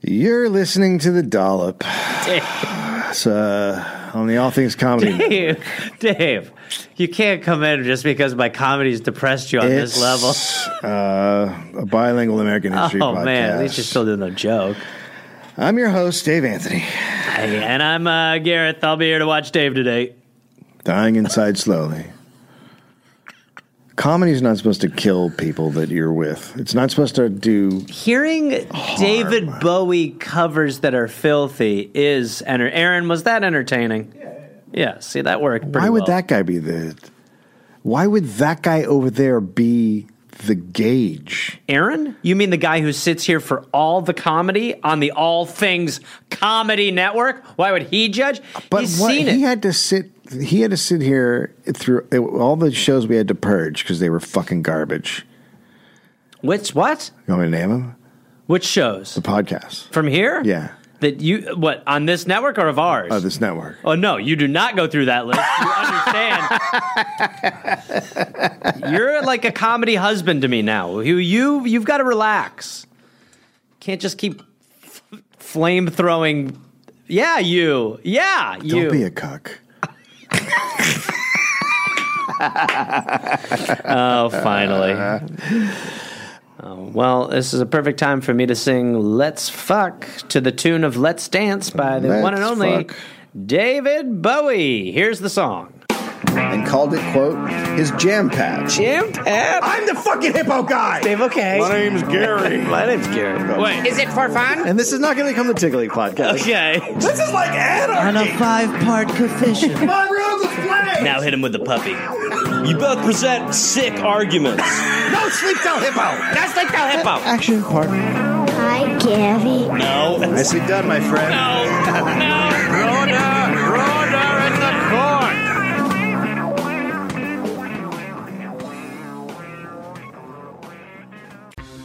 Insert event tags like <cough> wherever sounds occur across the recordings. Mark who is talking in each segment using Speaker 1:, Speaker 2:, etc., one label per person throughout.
Speaker 1: You're listening to The Dollop. It's, uh, on the All Things Comedy.
Speaker 2: Dave, Dave, you can't come in just because my comedy's depressed you on this level.
Speaker 1: It's, uh, a bilingual American history
Speaker 2: Oh
Speaker 1: podcast.
Speaker 2: man, at least you're still doing the joke.
Speaker 1: I'm your host, Dave Anthony.
Speaker 2: Hey, and I'm uh, Gareth. I'll be here to watch Dave today.
Speaker 1: Dying inside slowly. Comedy's not supposed to kill people that you're with. It's not supposed to do.
Speaker 2: Hearing David Bowie covers that are filthy is enter- Aaron. Was that entertaining? Yeah. Yeah. See, that worked. Pretty
Speaker 1: Why would
Speaker 2: well.
Speaker 1: that guy be the? Why would that guy over there be the gauge?
Speaker 2: Aaron? You mean the guy who sits here for all the comedy on the All Things Comedy Network? Why would he judge?
Speaker 1: But
Speaker 2: He's
Speaker 1: what,
Speaker 2: seen it.
Speaker 1: he had to sit. He had to sit here through all the shows we had to purge because they were fucking garbage.
Speaker 2: Which what?
Speaker 1: You want me to name them?
Speaker 2: Which shows?
Speaker 1: The podcast.
Speaker 2: From here?
Speaker 1: Yeah.
Speaker 2: That you what on this network or of ours?
Speaker 1: Oh, this network.
Speaker 2: oh no, you do not go through that list. You
Speaker 1: <laughs>
Speaker 2: understand? You're like a comedy husband to me now. You you you've got to relax. Can't just keep f- flame throwing. Yeah, you. Yeah,
Speaker 1: Don't
Speaker 2: you.
Speaker 1: be a cuck.
Speaker 2: Oh,
Speaker 1: <laughs>
Speaker 2: finally. Oh, well, this is a perfect time for me to sing Let's Fuck to the tune of Let's Dance by the one and
Speaker 1: Let's
Speaker 2: only
Speaker 1: fuck.
Speaker 2: David Bowie. Here's the song.
Speaker 1: And called it quote his jam patch.
Speaker 3: I'm the fucking hippo guy. Dave, okay. My name's Gary. My name's Gary.
Speaker 2: Wait.
Speaker 4: Is it for fun?
Speaker 3: And this is not going to become the Tiggly podcast.
Speaker 2: Okay.
Speaker 3: This is like
Speaker 5: on a
Speaker 3: anarchy.
Speaker 5: five-part coefficient.
Speaker 3: My room is playing.
Speaker 6: Now hit him with the puppy. You both present sick arguments.
Speaker 3: No sleep till hippo.
Speaker 4: That's like the hippo.
Speaker 5: Action part.
Speaker 7: Hi, Gabby.
Speaker 6: No.
Speaker 3: Nicely done, my friend.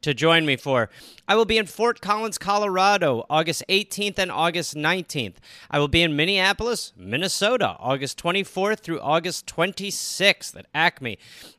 Speaker 2: to join me for. I will be in Fort Collins, Colorado, August 18th and August 19th. I will be in Minneapolis, Minnesota, August 24th through August 26th at Acme.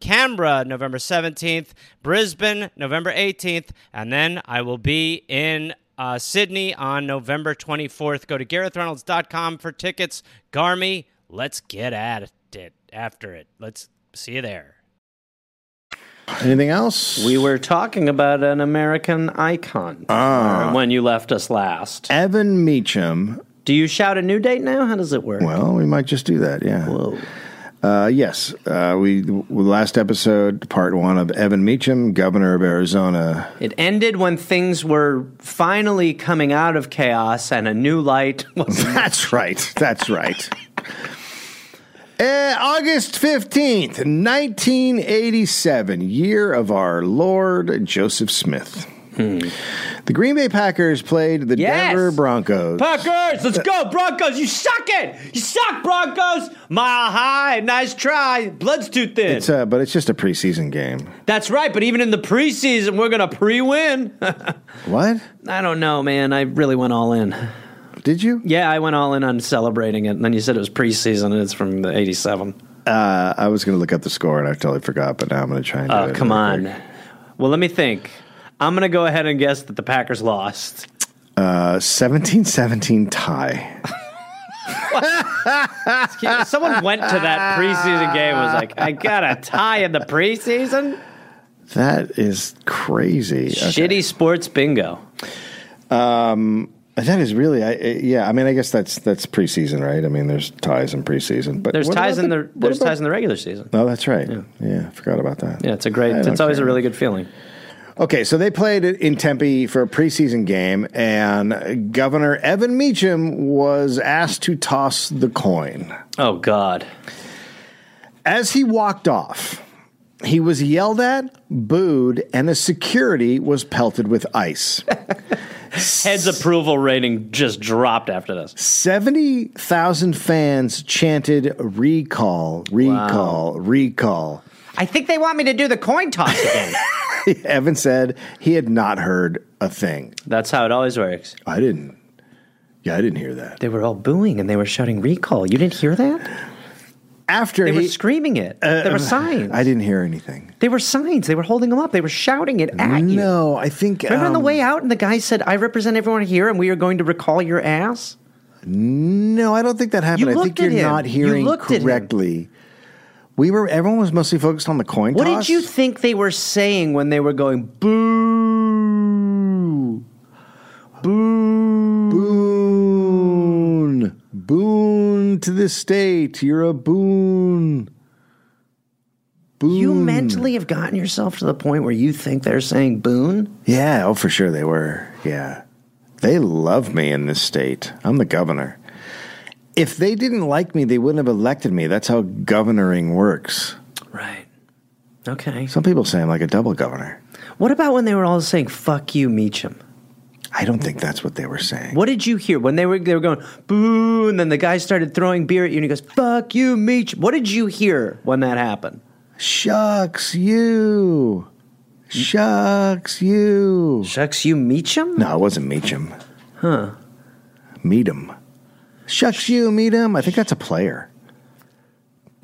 Speaker 2: Canberra November 17th, Brisbane November 18th, and then I will be in uh, Sydney on November 24th. Go to GarethReynolds.com for tickets. Garmy, let's get at it after it. Let's see you there.
Speaker 1: Anything else?
Speaker 2: We were talking about an American icon
Speaker 1: Ah.
Speaker 2: when you left us last.
Speaker 1: Evan Meacham.
Speaker 2: Do you shout a new date now? How does it work?
Speaker 1: Well, we might just do that. Yeah.
Speaker 2: Whoa.
Speaker 1: Uh, yes, uh, we w- last episode, part one of Evan Meacham, governor of
Speaker 2: <laughs>
Speaker 1: Arizona.
Speaker 2: It ended when things were finally coming out of chaos and a new light <laughs> was.
Speaker 1: That's right. That's right. <laughs> Uh, August 15th, 1987, year of our Lord Joseph Smith. The Green Bay Packers played the
Speaker 2: Hmm. Yes!
Speaker 1: Denver Broncos.
Speaker 2: Packers, let's go, Broncos! You suck it! You suck, Broncos! Mile high, nice try. Blood's too thin.
Speaker 1: It's, uh, but it's just a preseason game.
Speaker 2: That's right, but even in the preseason, we're gonna pre-win. <laughs>
Speaker 1: What?
Speaker 2: I don't know, man. I really went all in.
Speaker 1: Did you?
Speaker 2: Yeah, I went all in on celebrating it. And then you said it was preseason, and it's from the '87.
Speaker 1: Uh, I was going to look up the score and I totally forgot, but now I'm going to try and do
Speaker 2: Oh,
Speaker 1: it
Speaker 2: come
Speaker 1: real quick.
Speaker 2: on. Well, let me think. I'm going to go ahead and guess that the Packers lost.
Speaker 1: Uh, 17-17 tie.
Speaker 2: Someone went to that preseason game and was like, I got a tie in the preseason?
Speaker 1: That is crazy. Uh,
Speaker 2: Shitty sports bingo.
Speaker 1: uh, That is really, I, I- yeah. I mean, I guess that's that's preseason, right? I mean, there's ties in preseason, but
Speaker 2: There's
Speaker 1: what
Speaker 2: ties
Speaker 1: about
Speaker 2: in the
Speaker 1: what
Speaker 2: there's
Speaker 1: about-
Speaker 2: ties in the regular season.
Speaker 1: Oh, that's right. Yeah, I forgot about that.
Speaker 2: Yeah, it's a great
Speaker 1: I
Speaker 2: it's
Speaker 1: don't
Speaker 2: always a
Speaker 1: care.
Speaker 2: really good feeling.
Speaker 1: Okay, so they played in Tempe for a preseason game, and Governor Evan Meacham was asked to toss the coin.
Speaker 2: Oh god.
Speaker 1: As he walked off, he was yelled at, booed, and the security was pelted with ice.
Speaker 2: Head's approval rating just dropped after this.
Speaker 1: 70,000 fans chanted recall, recall, recall. <laughs>
Speaker 2: I think they want me to do the coin toss again. <laughs>
Speaker 1: Evan said he had not heard a thing.
Speaker 2: That's how it always works.
Speaker 1: I didn't. Yeah, I didn't hear that.
Speaker 2: They were all booing and they were shouting recall. You didn't hear that?
Speaker 1: After
Speaker 2: They um, were
Speaker 1: he,
Speaker 2: screaming it. there were signs.
Speaker 1: I didn't hear anything.
Speaker 2: They were signs. They were holding them up. They were shouting it at Ah, you.
Speaker 1: No, I think.
Speaker 2: Remember on the
Speaker 1: um,
Speaker 2: way out, and the guy said, "I represent everyone here, and we are going to recall your ass."
Speaker 1: No, I don't think that happened.
Speaker 2: You
Speaker 1: I think
Speaker 2: looked at
Speaker 1: you're
Speaker 2: him.
Speaker 1: not
Speaker 2: You
Speaker 1: hearing
Speaker 2: looked at him.
Speaker 1: correctly. We were. Everyone was mostly focused on the coin
Speaker 2: What
Speaker 1: toss.
Speaker 2: did you think they were saying when they were going boo, boo?
Speaker 1: Boon, boon to the state. You're a boon. Boon.
Speaker 2: You mentally have gotten yourself to the point where you think they're saying boon.
Speaker 1: Yeah, oh, for sure they were. Yeah. They love me in this state. I'm the governor. If they didn't like me, they wouldn't have elected me. That's how governing works.
Speaker 2: Right. Okay.
Speaker 1: Some people say I'm like a double governor.
Speaker 2: What about when they were all saying "fuck you, Meacham"?
Speaker 1: I don't think that's what they were saying.
Speaker 2: What did you hear when they were they were going boo, and then the guy started throwing beer at you, and he goes "fuck you, Meacham"? What did you hear when that happened?
Speaker 1: Shucks, you. Shucks, you.
Speaker 2: Shucks, you Meacham?
Speaker 1: No, it wasn't Meacham. Huh. Meadum. Shucks, you, Meadum. I think that's a player.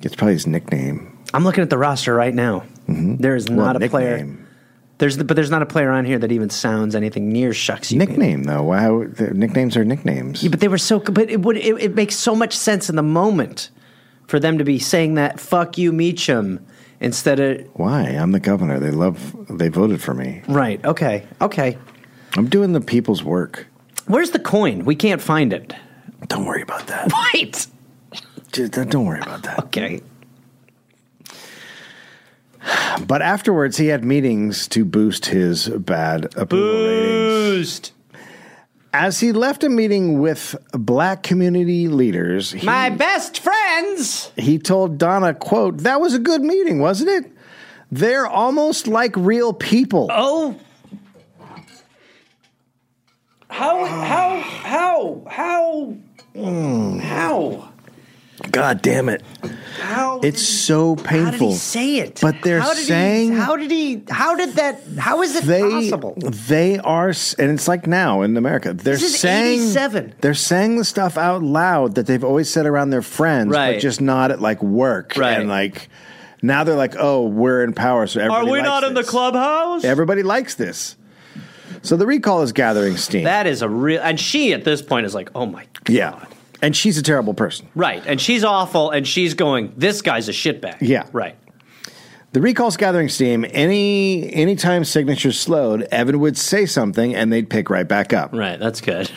Speaker 1: It's probably his nickname.
Speaker 2: I'm looking at the roster right now. There is
Speaker 1: Mm-hmm. Well,
Speaker 2: not a player.
Speaker 1: nickname.
Speaker 2: There's the, but there's not a player on here that even sounds anything near shucks. You
Speaker 1: Nickname, though. Wow. the Nicknames are nicknames.
Speaker 2: Yeah, but they were so. But it would. It, it makes so much sense in the moment for them to be saying that "fuck you, Meacham" instead of
Speaker 1: Why? I'm the governor. They love. They voted for me.
Speaker 2: right. Okay. Okay.
Speaker 1: I'm doing the people's work.
Speaker 2: Where's the coin? We can't find it. <laughs>
Speaker 1: Don't worry about that.
Speaker 2: Right.
Speaker 1: Just, uh, don't worry about that.
Speaker 2: Okay.
Speaker 1: But afterwards, he had meetings to boost his bad approval ratings.
Speaker 2: Boost.
Speaker 1: As he left a meeting with black community leaders, he,
Speaker 2: My best friends.
Speaker 1: he told Donna, "quote That was a good meeting, wasn't it? They're almost like real people."
Speaker 2: Oh.
Speaker 3: How? How? How? How? How?
Speaker 1: God damn it!
Speaker 3: How?
Speaker 1: It's so
Speaker 2: How did he
Speaker 1: painful.
Speaker 2: say it?
Speaker 1: But they're
Speaker 2: how did
Speaker 1: saying-
Speaker 2: He, how did he? How did that? How is it
Speaker 1: they
Speaker 2: possible?
Speaker 1: they are s- and it's like now in america they're
Speaker 2: This is
Speaker 1: saying
Speaker 2: 87.
Speaker 1: they're saying the stuff out loud that they've always said around their friends
Speaker 2: Right.
Speaker 1: but just not at like work
Speaker 2: Right.
Speaker 1: and like now they're like oh we're in power so everybody likes this.
Speaker 2: clubhouse?
Speaker 1: everybody likes this so the recall is gathering steam
Speaker 2: That is a real. And she at this point is like, oh my.
Speaker 1: yeah and she's a terrible person
Speaker 2: Right. And she's awful. And she's going, this guy's a shitbag.
Speaker 1: Yeah.
Speaker 2: Right.
Speaker 1: The recall's gathering steam. Any anytime signatures slowed, Evan would say something, and they'd pick right back up.
Speaker 2: Right. That's good.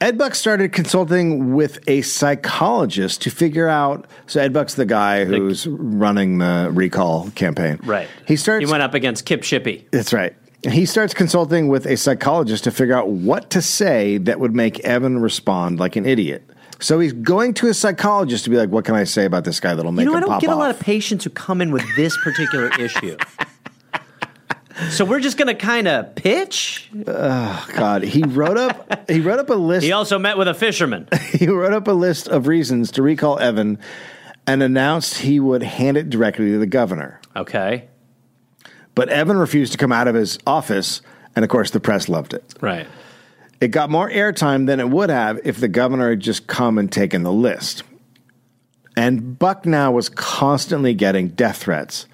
Speaker 1: Ed Buck started consulting with a psychologist to figure out. So Ed Buck's the guy who's running the recall campaign.
Speaker 2: Right.
Speaker 1: He starts.
Speaker 2: He went up against Kip Shippey.
Speaker 1: that's right. He starts consulting with a psychologist to figure out what to say that would make Evan respond like an idiot. So he's going to a psychologist to be like, "What can I say about this guy that'll make
Speaker 2: You
Speaker 1: him
Speaker 2: know, I don't
Speaker 1: pop
Speaker 2: get
Speaker 1: off?"
Speaker 2: a lot of patients who come in with this
Speaker 1: <laughs>
Speaker 2: particular issue. So we're just going to kind of pitch.
Speaker 1: God, he wrote up. he wrote up a list.
Speaker 2: <laughs> He also met with a fisherman.
Speaker 1: <laughs> he wrote up a list of reasons to recall Evan, and announced he would hand it directly to the governor.
Speaker 2: Okay.
Speaker 1: But Evan refused to come out of his office, and of course, the press loved it.
Speaker 2: Right.
Speaker 1: It got more airtime than it would have if the governor had just come and taken the list. And Buck now was constantly getting death threats.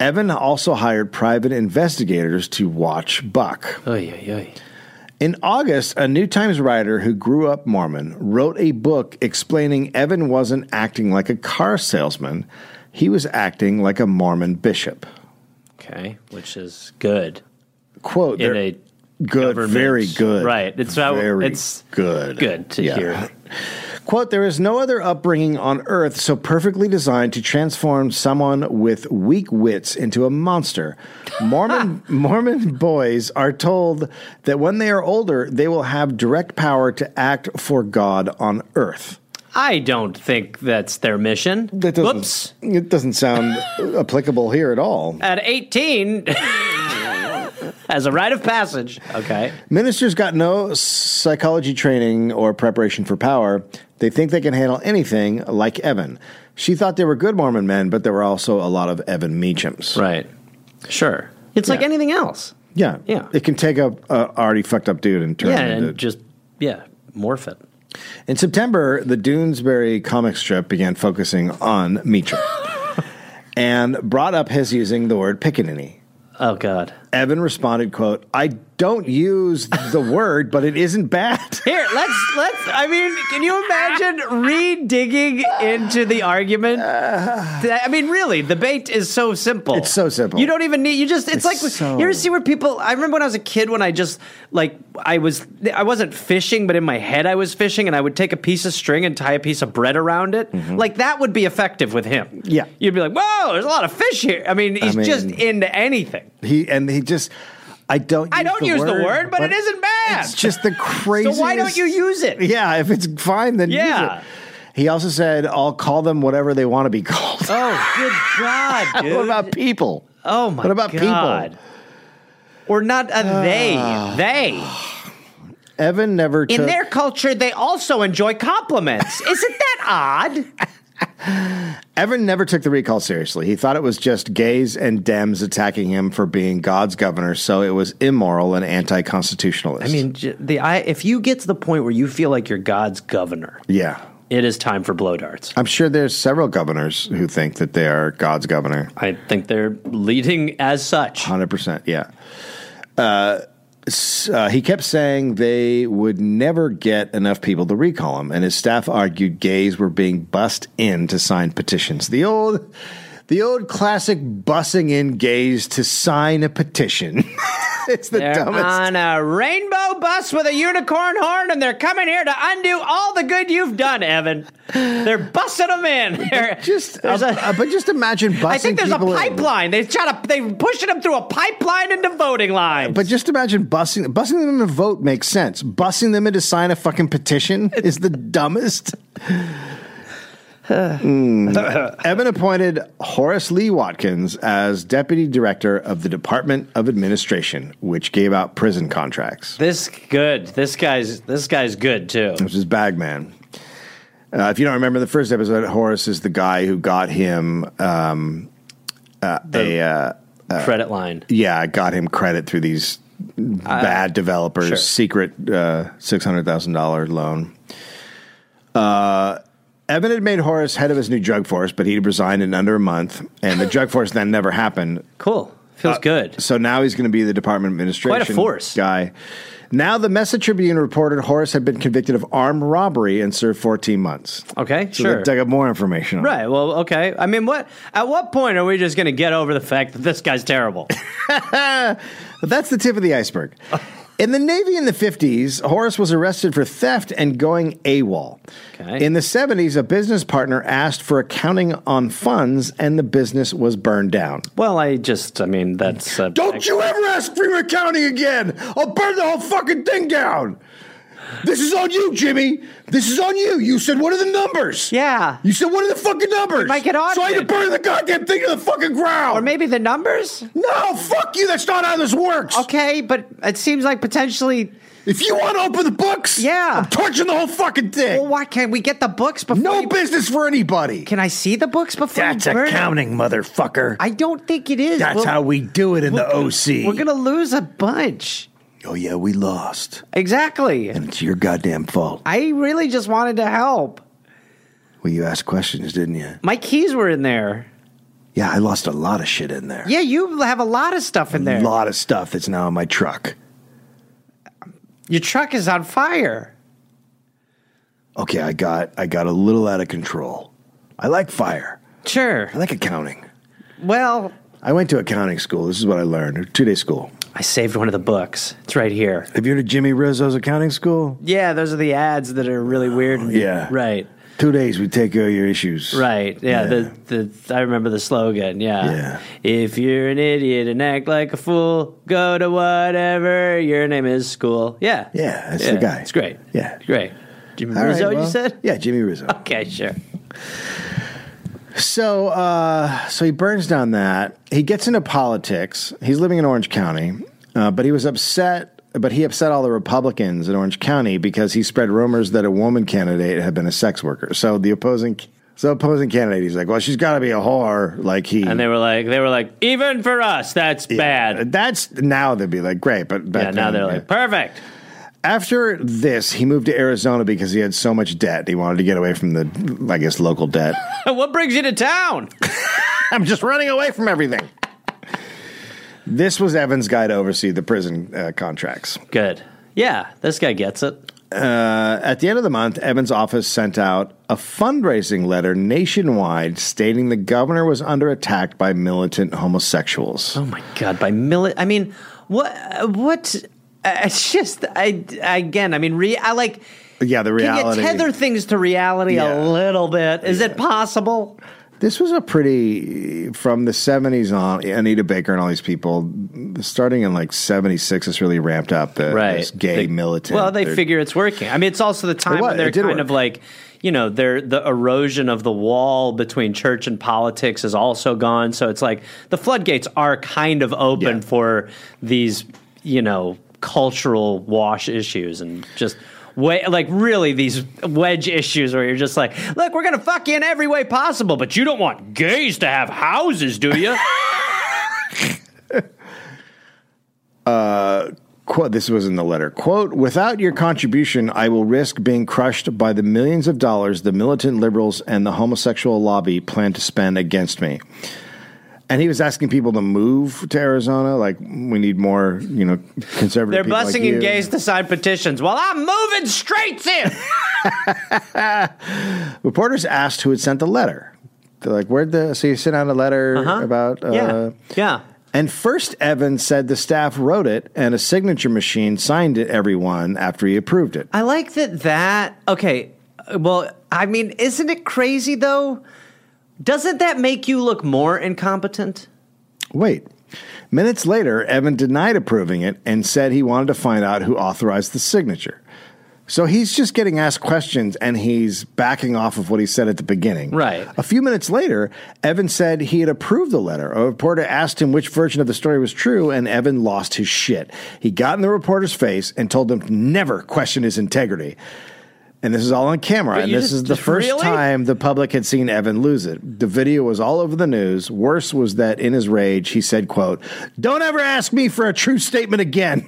Speaker 1: Evan also hired private investigators to watch Buck. In August, a New Times writer who grew up Mormon wrote a book explaining Evan wasn't acting like a car salesman, he was acting like a Mormon bishop.
Speaker 2: Okay, which is good.
Speaker 1: Quote,
Speaker 2: In
Speaker 1: "There-
Speaker 2: a
Speaker 1: good,
Speaker 2: government-
Speaker 1: very good.
Speaker 2: Right, it's how-
Speaker 1: very
Speaker 2: it's
Speaker 1: good.
Speaker 2: good to hear.
Speaker 1: Quote, there is no other upbringing on earth so perfectly designed to transform someone with weak wits into a
Speaker 2: <laughs>
Speaker 1: monster. Mormon, Mormon boys are told that when they are older, they will have direct power to act for God on earth.
Speaker 2: I don't think that's their mission.
Speaker 1: That doesn't,
Speaker 2: Whoops.
Speaker 1: It doesn't sound applicable here at all.
Speaker 2: At 18, <laughs> as a rite of passage. Okay.
Speaker 1: Ministers got no psychology training or preparation for power. They think they can handle anything, like Evan. She thought they were good Mormon men, but there were also a lot of Evan Meachams.
Speaker 2: Right. Sure. It's like
Speaker 1: Yeah.
Speaker 2: anything else.
Speaker 1: Yeah.
Speaker 2: Yeah.
Speaker 1: It can take a, a already fucked up dude and turn
Speaker 2: Yeah,
Speaker 1: him
Speaker 2: and
Speaker 1: into.
Speaker 2: just, yeah, morph it.
Speaker 1: In September, the Doonesbury comic strip began focusing on
Speaker 2: <laughs>
Speaker 1: Meacham and brought up his using the word pickaninny.
Speaker 2: Oh, God.
Speaker 1: Evan responded, quote, I don't use the word, but it isn't bad. <laughs>
Speaker 2: Here, let's let's. I mean, can you imagine re-digging into the argument? That- I mean, really, the bait is so simple.
Speaker 1: Uh. It's so simple.
Speaker 2: You don't even need. You just.
Speaker 1: It's
Speaker 2: It's, like
Speaker 1: so-
Speaker 2: you ever see where people. I remember when I was a kid when I just like I was I wasn't fishing, but in my head I was fishing, and I would take a piece of string and tie a piece of bread around it. Like that would be effective with him.
Speaker 1: Mm-hmm. Yeah.
Speaker 2: you'd be like, whoa, there's a lot of fish here. I mean, he's
Speaker 1: mean-
Speaker 2: just into anything.
Speaker 1: He and he just I don't. Use
Speaker 2: I don't
Speaker 1: the
Speaker 2: use
Speaker 1: word,
Speaker 2: the word, but, it isn't bad.
Speaker 1: It's just the
Speaker 2: <laughs> so
Speaker 1: craziest.
Speaker 2: why don't you use it?
Speaker 1: Yeah, if it's fine, then
Speaker 2: Yeah.
Speaker 1: use it. He also said, "I'll call them whatever they want to be <laughs> called."
Speaker 2: Oh, good God, dude.
Speaker 1: <laughs> what about people?
Speaker 2: Oh my
Speaker 1: What about
Speaker 2: God.
Speaker 1: people?
Speaker 2: Or not a they. They.
Speaker 1: Evan never
Speaker 2: In
Speaker 1: took.
Speaker 2: their culture, they also enjoy <laughs> compliments. Isn't that odd?
Speaker 1: Evan never took the recall seriously. He thought it was just gays and Dems attacking him for being God's governor, so it was immoral and anti-constitutionalist.
Speaker 2: I mean, j- the I, if you get to the point where you feel like you're God's governor,
Speaker 1: yeah,
Speaker 2: it is time for blow darts.
Speaker 1: I'm sure there's several governors who think that they are God's governor.
Speaker 2: I think they're leading as such.
Speaker 1: Hundred percent. Yeah. Uh, s- uh, he kept saying they would never get enough people to recall him, and his staff argued gays were being bussed in to sign petitions. The old, the old classic bussing in gays to sign a petition. <laughs> it's the
Speaker 2: <laughs> They're
Speaker 1: dumbest.
Speaker 2: on a rainbow bus with a unicorn horn, and they're coming here to undo all the good you've done, Evan. They're busting them in. <laughs> They're-
Speaker 1: just,
Speaker 2: there's
Speaker 1: uh, uh, but just imagine bussing.
Speaker 2: I think there's a
Speaker 1: people in.
Speaker 2: pipeline. They shot a, they pushing them through a pipeline into voting lines.
Speaker 1: But just imagine bussing, bussing them into vote makes sense. Bussing them into sign a fucking petition is the dumbest. Mm. Evan appointed Horace Lee Watkins as deputy director of the Department of Administration, which gave out prison contracts.
Speaker 2: this good. This guy's this guy's good too.
Speaker 1: Which is Bagman. Uh, if you don't remember the first episode, Horace is the guy who got him um, uh, a uh,
Speaker 2: Credit line.
Speaker 1: yeah, got him credit through these bad developers,
Speaker 2: Uh, sure.
Speaker 1: secret uh, six hundred thousand dollar loan. Uh, Evan had made Horace head of his new drug force, but he resigned in under a month, and the drug force then never happened.
Speaker 2: Cool.
Speaker 1: uh,
Speaker 2: Feels good.
Speaker 1: So now he's going to be the department administration
Speaker 2: Quite a force.
Speaker 1: guy. Now the Message Tribune reported Horace had been convicted of armed robbery and served fourteen months.
Speaker 2: Okay,
Speaker 1: so
Speaker 2: sure.
Speaker 1: They dug up more information. on it.
Speaker 2: Right. Well, okay. I mean, what? At what point are we just going to get over the fact that this
Speaker 1: <laughs>
Speaker 2: guy's terrible?
Speaker 1: But that's the tip of the iceberg. In the Navy in the 50s, Horace was arrested for theft and going AWOL.
Speaker 2: Okay.
Speaker 1: In the 70s, a business partner asked for accounting on funds and the business was burned down.
Speaker 2: well, I just. I mean, that's. Uh,
Speaker 1: Don't you ever ask for your accounting again! I'll burn the whole fucking thing down! This is on you, Jimmy! This is on you! You said, what are the numbers?
Speaker 2: Yeah.
Speaker 1: You said, what are the fucking numbers?
Speaker 2: might get
Speaker 1: So I had to
Speaker 2: audited.
Speaker 1: burn the goddamn thing to the fucking ground!
Speaker 2: Or maybe
Speaker 1: <laughs>
Speaker 2: the numbers.
Speaker 1: no, fuck you! That's not how this works!
Speaker 2: Okay, but it seems like potentially.
Speaker 1: If you want to open the books,
Speaker 2: Yeah.
Speaker 1: I'm torching the whole fucking thing.
Speaker 2: Well, why can't we get the books before?
Speaker 1: no
Speaker 2: you-
Speaker 1: business for anybody.
Speaker 2: Can I see the books before? you
Speaker 1: That's
Speaker 2: burn it?
Speaker 1: accounting, motherfucker.
Speaker 2: I don't think it is.
Speaker 1: That's
Speaker 2: Well-
Speaker 1: how we do it in the OC.
Speaker 2: We're gonna lose a bunch.
Speaker 1: oh yeah, we lost,
Speaker 2: Exactly.
Speaker 1: and it's your goddamn fault.
Speaker 2: I really just wanted to help.
Speaker 1: Well, you asked questions, didn't you?
Speaker 2: My keys were in there.
Speaker 1: Yeah, I lost a lot of shit in there.
Speaker 2: Yeah, you have a lot of stuff in
Speaker 1: A
Speaker 2: there.
Speaker 1: lot of stuff that's now in my truck.
Speaker 2: Your truck is on fire.
Speaker 1: Okay, I got I got a little out of control. I like fire.
Speaker 2: Sure.
Speaker 1: I like accounting.
Speaker 2: Well,
Speaker 1: I went to accounting school. This is what I learned. Two day school.
Speaker 2: I saved one of the books. It's right here.
Speaker 1: Have you heard of Jimmy Rizzo's accounting school?
Speaker 2: Yeah, those are the ads that are really weird. and-
Speaker 1: Oh, yeah.
Speaker 2: Right.
Speaker 1: Two days we take care of your issues.
Speaker 2: Right. Yeah,
Speaker 1: Yeah.
Speaker 2: The, the I remember the slogan. Yeah.
Speaker 1: Yeah.
Speaker 2: If you're an idiot and act like a fool, go to whatever your name is school. Yeah.
Speaker 1: Yeah, that's the guy.
Speaker 2: It's great.
Speaker 1: Yeah.
Speaker 2: Great. Jimmy
Speaker 1: All right,
Speaker 2: Rizzo,
Speaker 1: well,
Speaker 2: you said? Oh.
Speaker 1: Yeah, Jimmy Rizzo.
Speaker 2: Okay, sure.
Speaker 1: So, uh, so he burns down that. He gets into politics. He's living in Orange County, uh, but he was upset. But he upset all the Republicans in Orange County because he spread rumors that a woman candidate had been a sex worker. So the opposing, so opposing candidate, he's like, well, she's got to be a whore, like he.
Speaker 2: And they were like, they were like, even for us, that's bad.
Speaker 1: That's now they'd be like, great, but back
Speaker 2: Yeah. Now
Speaker 1: then,
Speaker 2: they're
Speaker 1: yeah.
Speaker 2: like, perfect. <laughs>
Speaker 1: After this, he moved to Arizona because he had so much debt. He wanted to get away from the, I guess, local debt.
Speaker 2: what brings you to town?
Speaker 1: I'm just running away from everything. This was Evan's guy to oversee the prison uh, contracts.
Speaker 2: Good. Yeah, this guy gets it.
Speaker 1: Uh, at the end of the month, Evan's office sent out a fundraising letter nationwide stating the governor was under attack by militant homosexuals.
Speaker 2: Oh my god! By millet, I mean, what? What? uh, It's just, I, I- again, I mean, re, I like.
Speaker 1: Yeah, the
Speaker 2: Can
Speaker 1: reality.
Speaker 2: you tether things to reality
Speaker 1: Yeah.
Speaker 2: a little bit? Is it possible?
Speaker 1: This was a pretty from the '70s on. Anita Baker and all these people, starting in like '76, it's really ramped up. The,
Speaker 2: Right.
Speaker 1: this gay
Speaker 2: They-
Speaker 1: militant.
Speaker 2: Well, they
Speaker 1: They're-
Speaker 2: figure it's working. I mean, it's also the time
Speaker 1: was.
Speaker 2: when they're
Speaker 1: It did
Speaker 2: kind
Speaker 1: work.
Speaker 2: of like, you know, they're, the erosion of the wall between church and politics is also gone. So it's like the floodgates are kind of open
Speaker 1: Yeah.
Speaker 2: for these, you know, cultural wash issues and just. Way, like really these wedge issues where you're just like look we're gonna fuck you in every way possible but you don't want gays to have houses
Speaker 1: <laughs>
Speaker 2: do you
Speaker 1: Quote, this was in the letter. Quote, without your contribution, I will risk being crushed by the millions of dollars the militant liberals and the homosexual lobby plan to spend against me. And he was asking people to move to Arizona. Like, we need more, you know, conservative
Speaker 2: they're
Speaker 1: people
Speaker 2: busing
Speaker 1: like you.
Speaker 2: and gays to sign petitions well i'm moving straight in
Speaker 1: Reporters asked who had sent the letter. They're like, where'd the, so you sent out a letter about, uh,
Speaker 2: Uh-huh. yeah yeah
Speaker 1: And first, Evans said the staff wrote it and a signature machine signed it, everyone, after he approved it.
Speaker 2: i like that that okay uh, well i mean isn't it crazy though doesn't that make you look more incompetent
Speaker 1: Wait. Minutes later, Evan denied approving it and said he wanted to find out who authorized the signature. So he's just getting asked questions and he's backing off of what he said at the beginning.
Speaker 2: Right.
Speaker 1: A few minutes later, Evan said he had approved the letter. A reporter asked him which version of the story was true, and Evan lost his shit. He got in the reporter's face and told him to never question his integrity. And this is all on camera. and
Speaker 2: you
Speaker 1: this
Speaker 2: just- <laughs>
Speaker 1: is the first
Speaker 2: really?
Speaker 1: time the public had seen Evan lose it. The video was all over the news. Worse was that in his rage, he said, quote, Don't ever ask me for a true statement again.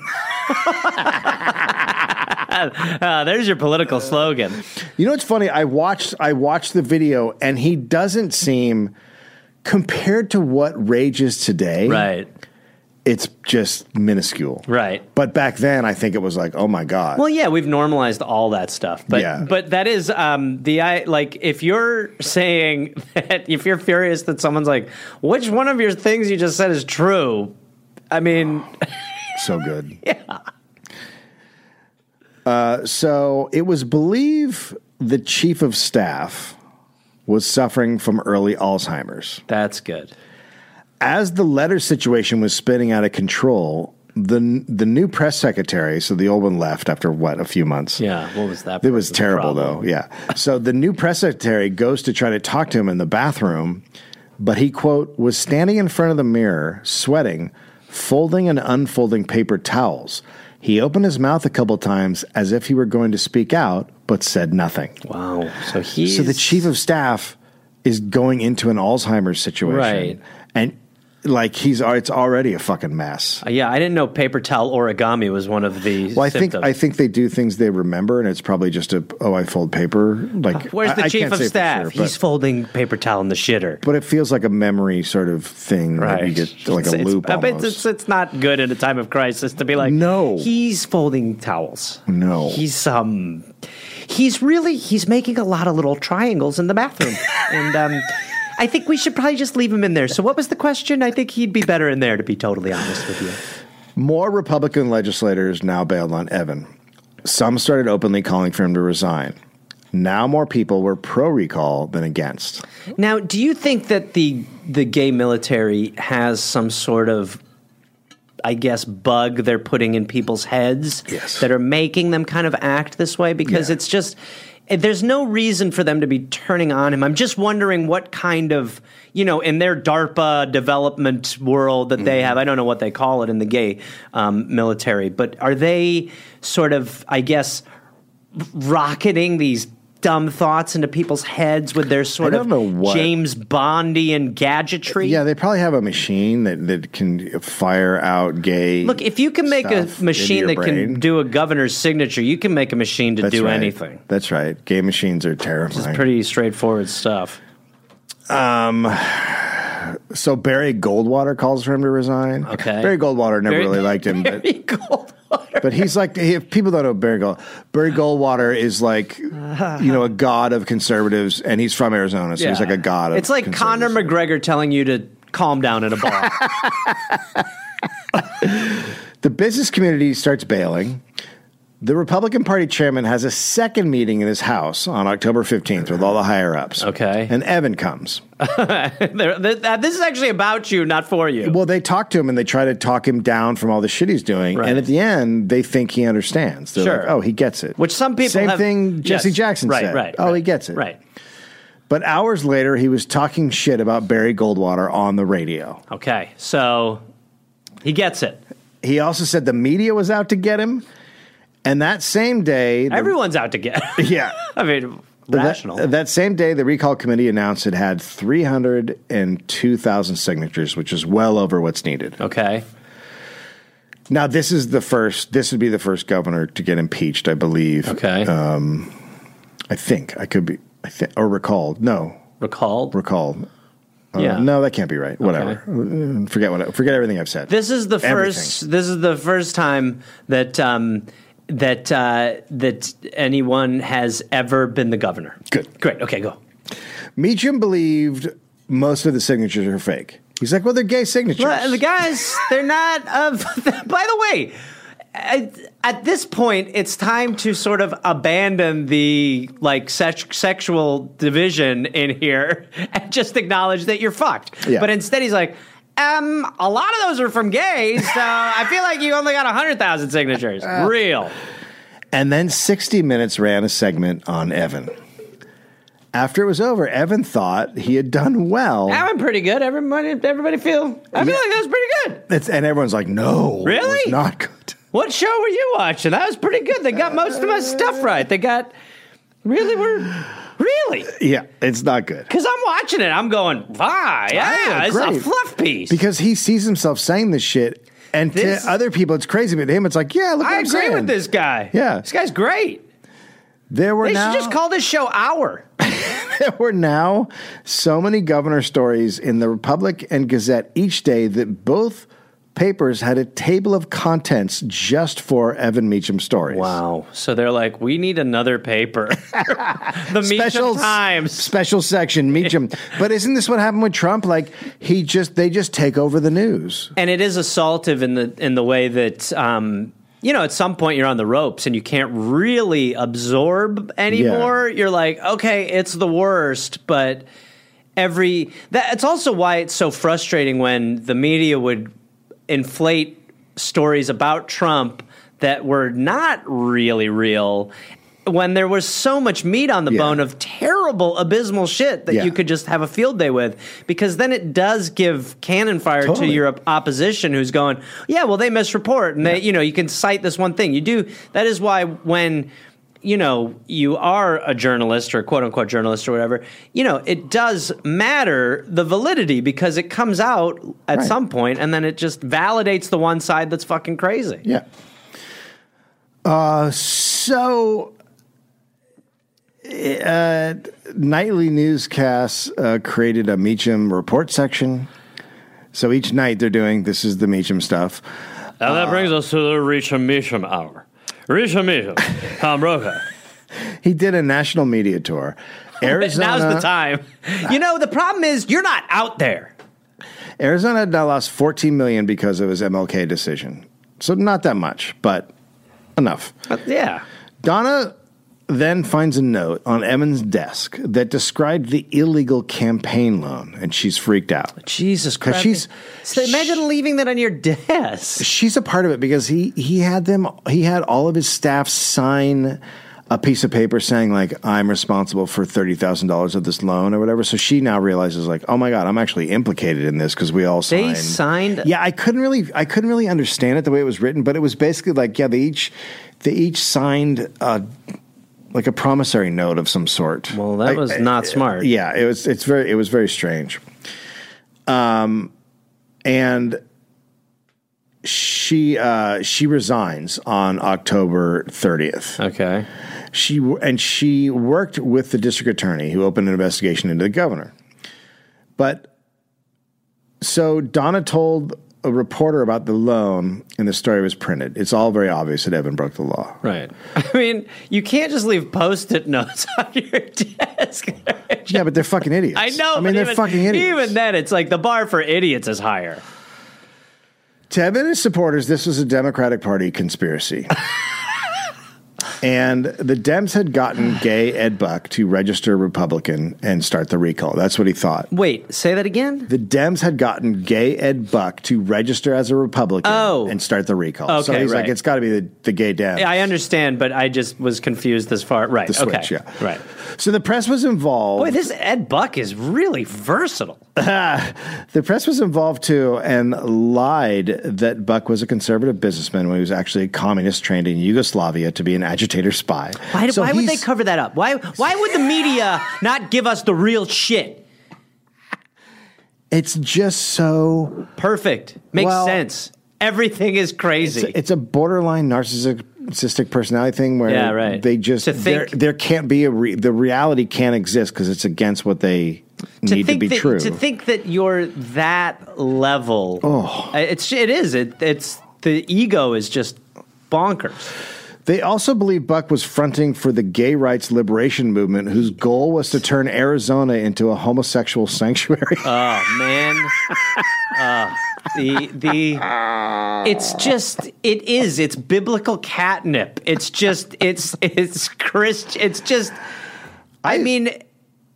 Speaker 1: <laughs>
Speaker 2: uh, there's your
Speaker 1: <laughs>
Speaker 2: political slogan
Speaker 1: you know what's funny? I watched I watched the video and he doesn't seem compared to what rage is today,
Speaker 2: right
Speaker 1: it's just minuscule.
Speaker 2: Right.
Speaker 1: But back then I think it was like, oh my God.
Speaker 2: Well, yeah, we've normalized all that stuff, but
Speaker 1: Yeah.
Speaker 2: but that is um, the I like if you're saying <laughs> that if you're furious that someone's like, which one of your things you just said is true? I mean,
Speaker 1: so good. Yeah. Uh, so it was believed the chief of staff was suffering from early Alzheimer's.
Speaker 2: <sighs> that's good.
Speaker 1: As the letter situation was spinning out of control, the the new press secretary, so the old one left after what a few months.
Speaker 2: Yeah, what was that?
Speaker 1: It was terrible though. Yeah. So the new press secretary goes to try to talk to him in the bathroom, but he quote was standing in front of the mirror, sweating, folding and unfolding paper towels. He opened his mouth a couple times as if he were going to speak out, but said nothing.
Speaker 2: Wow. So he.
Speaker 1: So the chief of staff is going into an Alzheimer's situation.
Speaker 2: Right.
Speaker 1: And like he's al- it's already a fucking mess.
Speaker 2: Uh, yeah, I didn't know paper towel origami was one of the.
Speaker 1: Well, I
Speaker 2: symptoms.
Speaker 1: think I think they do things they remember, and it's probably just a oh I fold paper. Like
Speaker 2: Where's
Speaker 1: I-
Speaker 2: the
Speaker 1: I
Speaker 2: chief
Speaker 1: can't
Speaker 2: of
Speaker 1: say for
Speaker 2: staff?
Speaker 1: sure, but-
Speaker 2: He's folding paper towel in the shitter.
Speaker 1: but it feels like a memory sort of thing. That you get like
Speaker 2: It's-
Speaker 1: a
Speaker 2: it's-
Speaker 1: loop.
Speaker 2: I bet
Speaker 1: almost.
Speaker 2: it's, it's not good in a time of crisis to be like,
Speaker 1: No.
Speaker 2: he's folding towels.
Speaker 1: No.
Speaker 2: he's um, he's really he's making a lot of little triangles in
Speaker 1: <laughs>
Speaker 2: the bathroom, and um, I think we should probably just leave him in there. So, what was the question? I think he'd be better in there, to be totally honest with you.
Speaker 1: More Republican legislators now bailed on Evan. Some started openly calling for him to resign. Now more people were pro recall than against.
Speaker 2: Now, do you think that the the gay military has some sort of I guess bug they're putting in people's heads
Speaker 1: Yes.
Speaker 2: that are making them kind of act this way because
Speaker 1: Yeah.
Speaker 2: it's just eh, there's no reason for them to be turning on him. I'm just wondering what kind of you know in their DARPA development world that
Speaker 1: Mm-hmm.
Speaker 2: they have. I don't know what they call it in the gay um, military, but are they sort of I guess rocketing these dumb thoughts into people's heads with their sort
Speaker 1: don't
Speaker 2: of
Speaker 1: know what-
Speaker 2: James Bondian gadgetry.
Speaker 1: Yeah, they probably have a machine that, that can fire out gay.
Speaker 2: Look, if you can make a
Speaker 1: stuff
Speaker 2: machine
Speaker 1: into
Speaker 2: that
Speaker 1: your brain.
Speaker 2: can do a governor's signature, you can make a machine to
Speaker 1: That's
Speaker 2: do
Speaker 1: right.
Speaker 2: anything.
Speaker 1: That's right. Gay machines are
Speaker 2: It's
Speaker 1: terrifying.
Speaker 2: pretty straightforward stuff.
Speaker 1: so Barry Goldwater calls for him to resign.
Speaker 2: Okay.
Speaker 1: Barry Goldwater never really liked him, but
Speaker 2: <laughs> Barry
Speaker 1: <laughs>
Speaker 2: Goldwater.
Speaker 1: But he's like, if people don't know Barry Gold, Barry Goldwater is like, you know, a god of conservatives, and he's from Arizona, so he's like a god. Of
Speaker 2: It's like Conor
Speaker 1: conservatives.
Speaker 2: McGregor telling you to calm down at a bar.
Speaker 1: <laughs>
Speaker 2: <laughs>
Speaker 1: The business community starts bailing. The Republican Party chairman has a second meeting in his house on October fifteenth with all the higher ups.
Speaker 2: Okay.
Speaker 1: and Evan comes.
Speaker 2: They're- they're- that- this is actually about you, not for you.
Speaker 1: Well, they talk to him and they try to talk him down from all the shit he's doing,
Speaker 2: Right.
Speaker 1: and at the end, they think he understands. They're
Speaker 2: Sure.
Speaker 1: like, oh, he gets it.
Speaker 2: Which some people
Speaker 1: same
Speaker 2: have-
Speaker 1: thing Jesse
Speaker 2: Yes.
Speaker 1: Jackson
Speaker 2: right,
Speaker 1: said.
Speaker 2: Right,
Speaker 1: oh,
Speaker 2: right,
Speaker 1: he gets it.
Speaker 2: Right.
Speaker 1: But hours later, he was talking shit about Barry Goldwater on the radio.
Speaker 2: Okay. So he gets it.
Speaker 1: He also said the media was out to get him. And that same day, the-
Speaker 2: Everyone's out to get.
Speaker 1: <laughs>
Speaker 2: <laughs>
Speaker 1: yeah,
Speaker 2: I mean,
Speaker 1: That-
Speaker 2: rational.
Speaker 1: That, same day, the recall committee announced it had three hundred and two thousand signatures, which is well over what's needed.
Speaker 2: okay.
Speaker 1: Now, this is the first. This would be the first governor to get impeached, I believe.
Speaker 2: Okay.
Speaker 1: Uh, I think I could be. I think or recalled. No,
Speaker 2: Recalled.
Speaker 1: recalled. Uh,
Speaker 2: Yeah.
Speaker 1: No, that can't be right. Whatever. Mm, Forget what. I- Forget everything I've said.
Speaker 2: This is the
Speaker 1: Everything.
Speaker 2: first. This is the first time that um, that uh, that anyone has ever been the governor.
Speaker 1: Good.
Speaker 2: Great. Okay. Go.
Speaker 1: Meacham believed most of the signatures are fake. He's like, well, they're gay signatures.
Speaker 2: Well, the guys, they're not of. <laughs> by the way, at, at this point, it's time to sort of abandon the like sex, sexual division in here <laughs> and just acknowledge that you're fucked.
Speaker 1: Yeah.
Speaker 2: But instead, he's like. Um, a lot of those are from gays, so I feel like you only got hundred thousand signatures. Real.
Speaker 1: And then 60 Minutes ran a segment on Evan. After it was over, Evan thought he had done well.
Speaker 2: I went pretty good. Everybody, everybody feel. I feel like that was pretty good.
Speaker 1: It's- and everyone's like, no. it was
Speaker 2: Really?
Speaker 1: not good. <laughs>
Speaker 2: What show were you watching? That was pretty good. They got most of my stuff right. They got really were really
Speaker 1: Yeah, it's not good.
Speaker 2: because I'm watching it. I'm going, wow, yeah, it's a
Speaker 1: great."
Speaker 2: fluff piece.
Speaker 1: Because he sees himself saying this shit. And
Speaker 2: This-
Speaker 1: to other people, it's crazy. But to him, it's like, yeah, look what
Speaker 2: I
Speaker 1: I'm
Speaker 2: agree
Speaker 1: saying.
Speaker 2: with this guy.
Speaker 1: Yeah.
Speaker 2: this guy's great.
Speaker 1: There were
Speaker 2: They
Speaker 1: now,
Speaker 2: should just call this show Hour.
Speaker 1: <laughs> there were now so many governor stories in the Republic and Gazette each day that both papers had a table of contents just for Evan Meacham stories.
Speaker 2: Wow. <laughs> So they're like, we need another paper. <laughs> the Meacham Times.
Speaker 1: special section
Speaker 2: <laughs>
Speaker 1: Meacham. but isn't this what happened with Trump? Like he just they just take over the news.
Speaker 2: and it is assaultive in the in the way that um, you know at some point you're on the ropes and you can't really absorb anymore. You're like, okay, it's the worst, but every that it's also why it's so frustrating when the media would inflate stories about Trump that were not really real. When there was so much meat on the
Speaker 1: Yeah.
Speaker 2: bone of terrible, abysmal shit that
Speaker 1: Yeah.
Speaker 2: you could just have a field day with, because then it does give cannon fire
Speaker 1: Totally.
Speaker 2: to your op- opposition who's going, yeah, well, they misreport, and they, you know, you can cite this one thing. You do that is why when you know, you are a journalist or quote unquote journalist or whatever, you know, it does matter the validity because it comes out at
Speaker 1: Right.
Speaker 2: some point and then it just validates the one side that's fucking crazy.
Speaker 1: Yeah. Uh, so, uh, nightly newscasts uh, created a Meacham report section. So each night they're doing this is the Meacham stuff.
Speaker 2: And
Speaker 1: Uh,
Speaker 2: that brings us to the Richam Misham hour. Richam
Speaker 1: <laughs>
Speaker 2: Misham, Tom Brokaw.
Speaker 1: He did a national media tour. Arizona,
Speaker 2: <laughs> Now's the time. You know, the problem is you're not out there.
Speaker 1: Arizona had now lost 14 million because of his MLK decision. So not that much, but enough.
Speaker 2: But yeah.
Speaker 1: Donna then finds a note on Emmons' desk that described the illegal campaign loan, and she's freaked out.
Speaker 2: Jesus Christ.
Speaker 1: she's-
Speaker 2: so imagine leaving that on your desk.
Speaker 1: She's a part of it because he he had them he had all of his staff sign a piece of paper saying like I'm responsible for thirty thousand dollars of this loan or whatever. So she now realizes like oh my god I'm actually implicated in this because we all
Speaker 2: They
Speaker 1: signed.
Speaker 2: signed-
Speaker 1: Yeah, I couldn't really I couldn't really understand it the way it was written, but it was basically like yeah they each they each signed uh like a promissory note of some sort.
Speaker 2: Well, that
Speaker 1: I-
Speaker 2: was
Speaker 1: I-
Speaker 2: not smart.
Speaker 1: yeah, it was. It's very. It was very strange. Um, and she uh she resigns on October thirtieth.
Speaker 2: Okay.
Speaker 1: She and she worked with the district attorney who opened an investigation into the governor. But so Donna told a reporter about the loan, and the story was printed. It's all very obvious that Evan broke the law.
Speaker 2: Right. I mean, you can't just leave post-it notes <laughs> on your desk.
Speaker 1: Yeah, but they're fucking idiots.
Speaker 2: <laughs> I know.
Speaker 1: I mean,
Speaker 2: but
Speaker 1: they're
Speaker 2: even-
Speaker 1: fucking idiots.
Speaker 2: Even then, it's like the bar for idiots is higher.
Speaker 1: To Evan's supporters, this was a Democratic Party conspiracy. and the Dems had gotten gay Ed Buck to register Republican and start the recall. That's what he thought.
Speaker 2: Wait, say that again.
Speaker 1: The Dems had gotten gay Ed Buck to register as a Republican
Speaker 2: Oh.
Speaker 1: and start the recall. so
Speaker 2: Okay,
Speaker 1: he's like,
Speaker 2: right.
Speaker 1: it's got to be the, the gay Dem.
Speaker 2: I understand, but I just was confused this far. Right.
Speaker 1: The switch,
Speaker 2: okay.
Speaker 1: yeah.
Speaker 2: Right.
Speaker 1: So the press was involved.
Speaker 2: Boy, this Ed Buck is really versatile.
Speaker 1: <sighs> the press was involved too and lied that Buck was a conservative businessman when he was actually a communist trained in Yugoslavia to be an agitator spy.
Speaker 2: Why,
Speaker 1: So
Speaker 2: why would they
Speaker 1: he's-
Speaker 2: cover that up? Why why would the media not give us the real shit?
Speaker 1: It's just so.
Speaker 2: Perfect. Makes
Speaker 1: Well-
Speaker 2: sense. Everything is crazy.
Speaker 1: It's a borderline narcissistic personality thing where
Speaker 2: Yeah, right.
Speaker 1: they just
Speaker 2: To
Speaker 1: there,
Speaker 2: think-
Speaker 1: there can't be a re, the reality can't exist because it's against what they
Speaker 2: to
Speaker 1: need to
Speaker 2: think
Speaker 1: be
Speaker 2: that,
Speaker 1: true.
Speaker 2: To think that you're that level. Oh. It's it is. It it's the ego is just bonkers.
Speaker 1: they also believe Buck was fronting for the gay rights liberation movement, whose goal was to turn Arizona into a homosexual <laughs> sanctuary.
Speaker 2: Oh man. Oh, the the it's just it is it's biblical catnip it's just it's it's christ it's just i, mean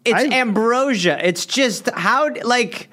Speaker 2: it's
Speaker 1: I-
Speaker 2: ambrosia it's just how like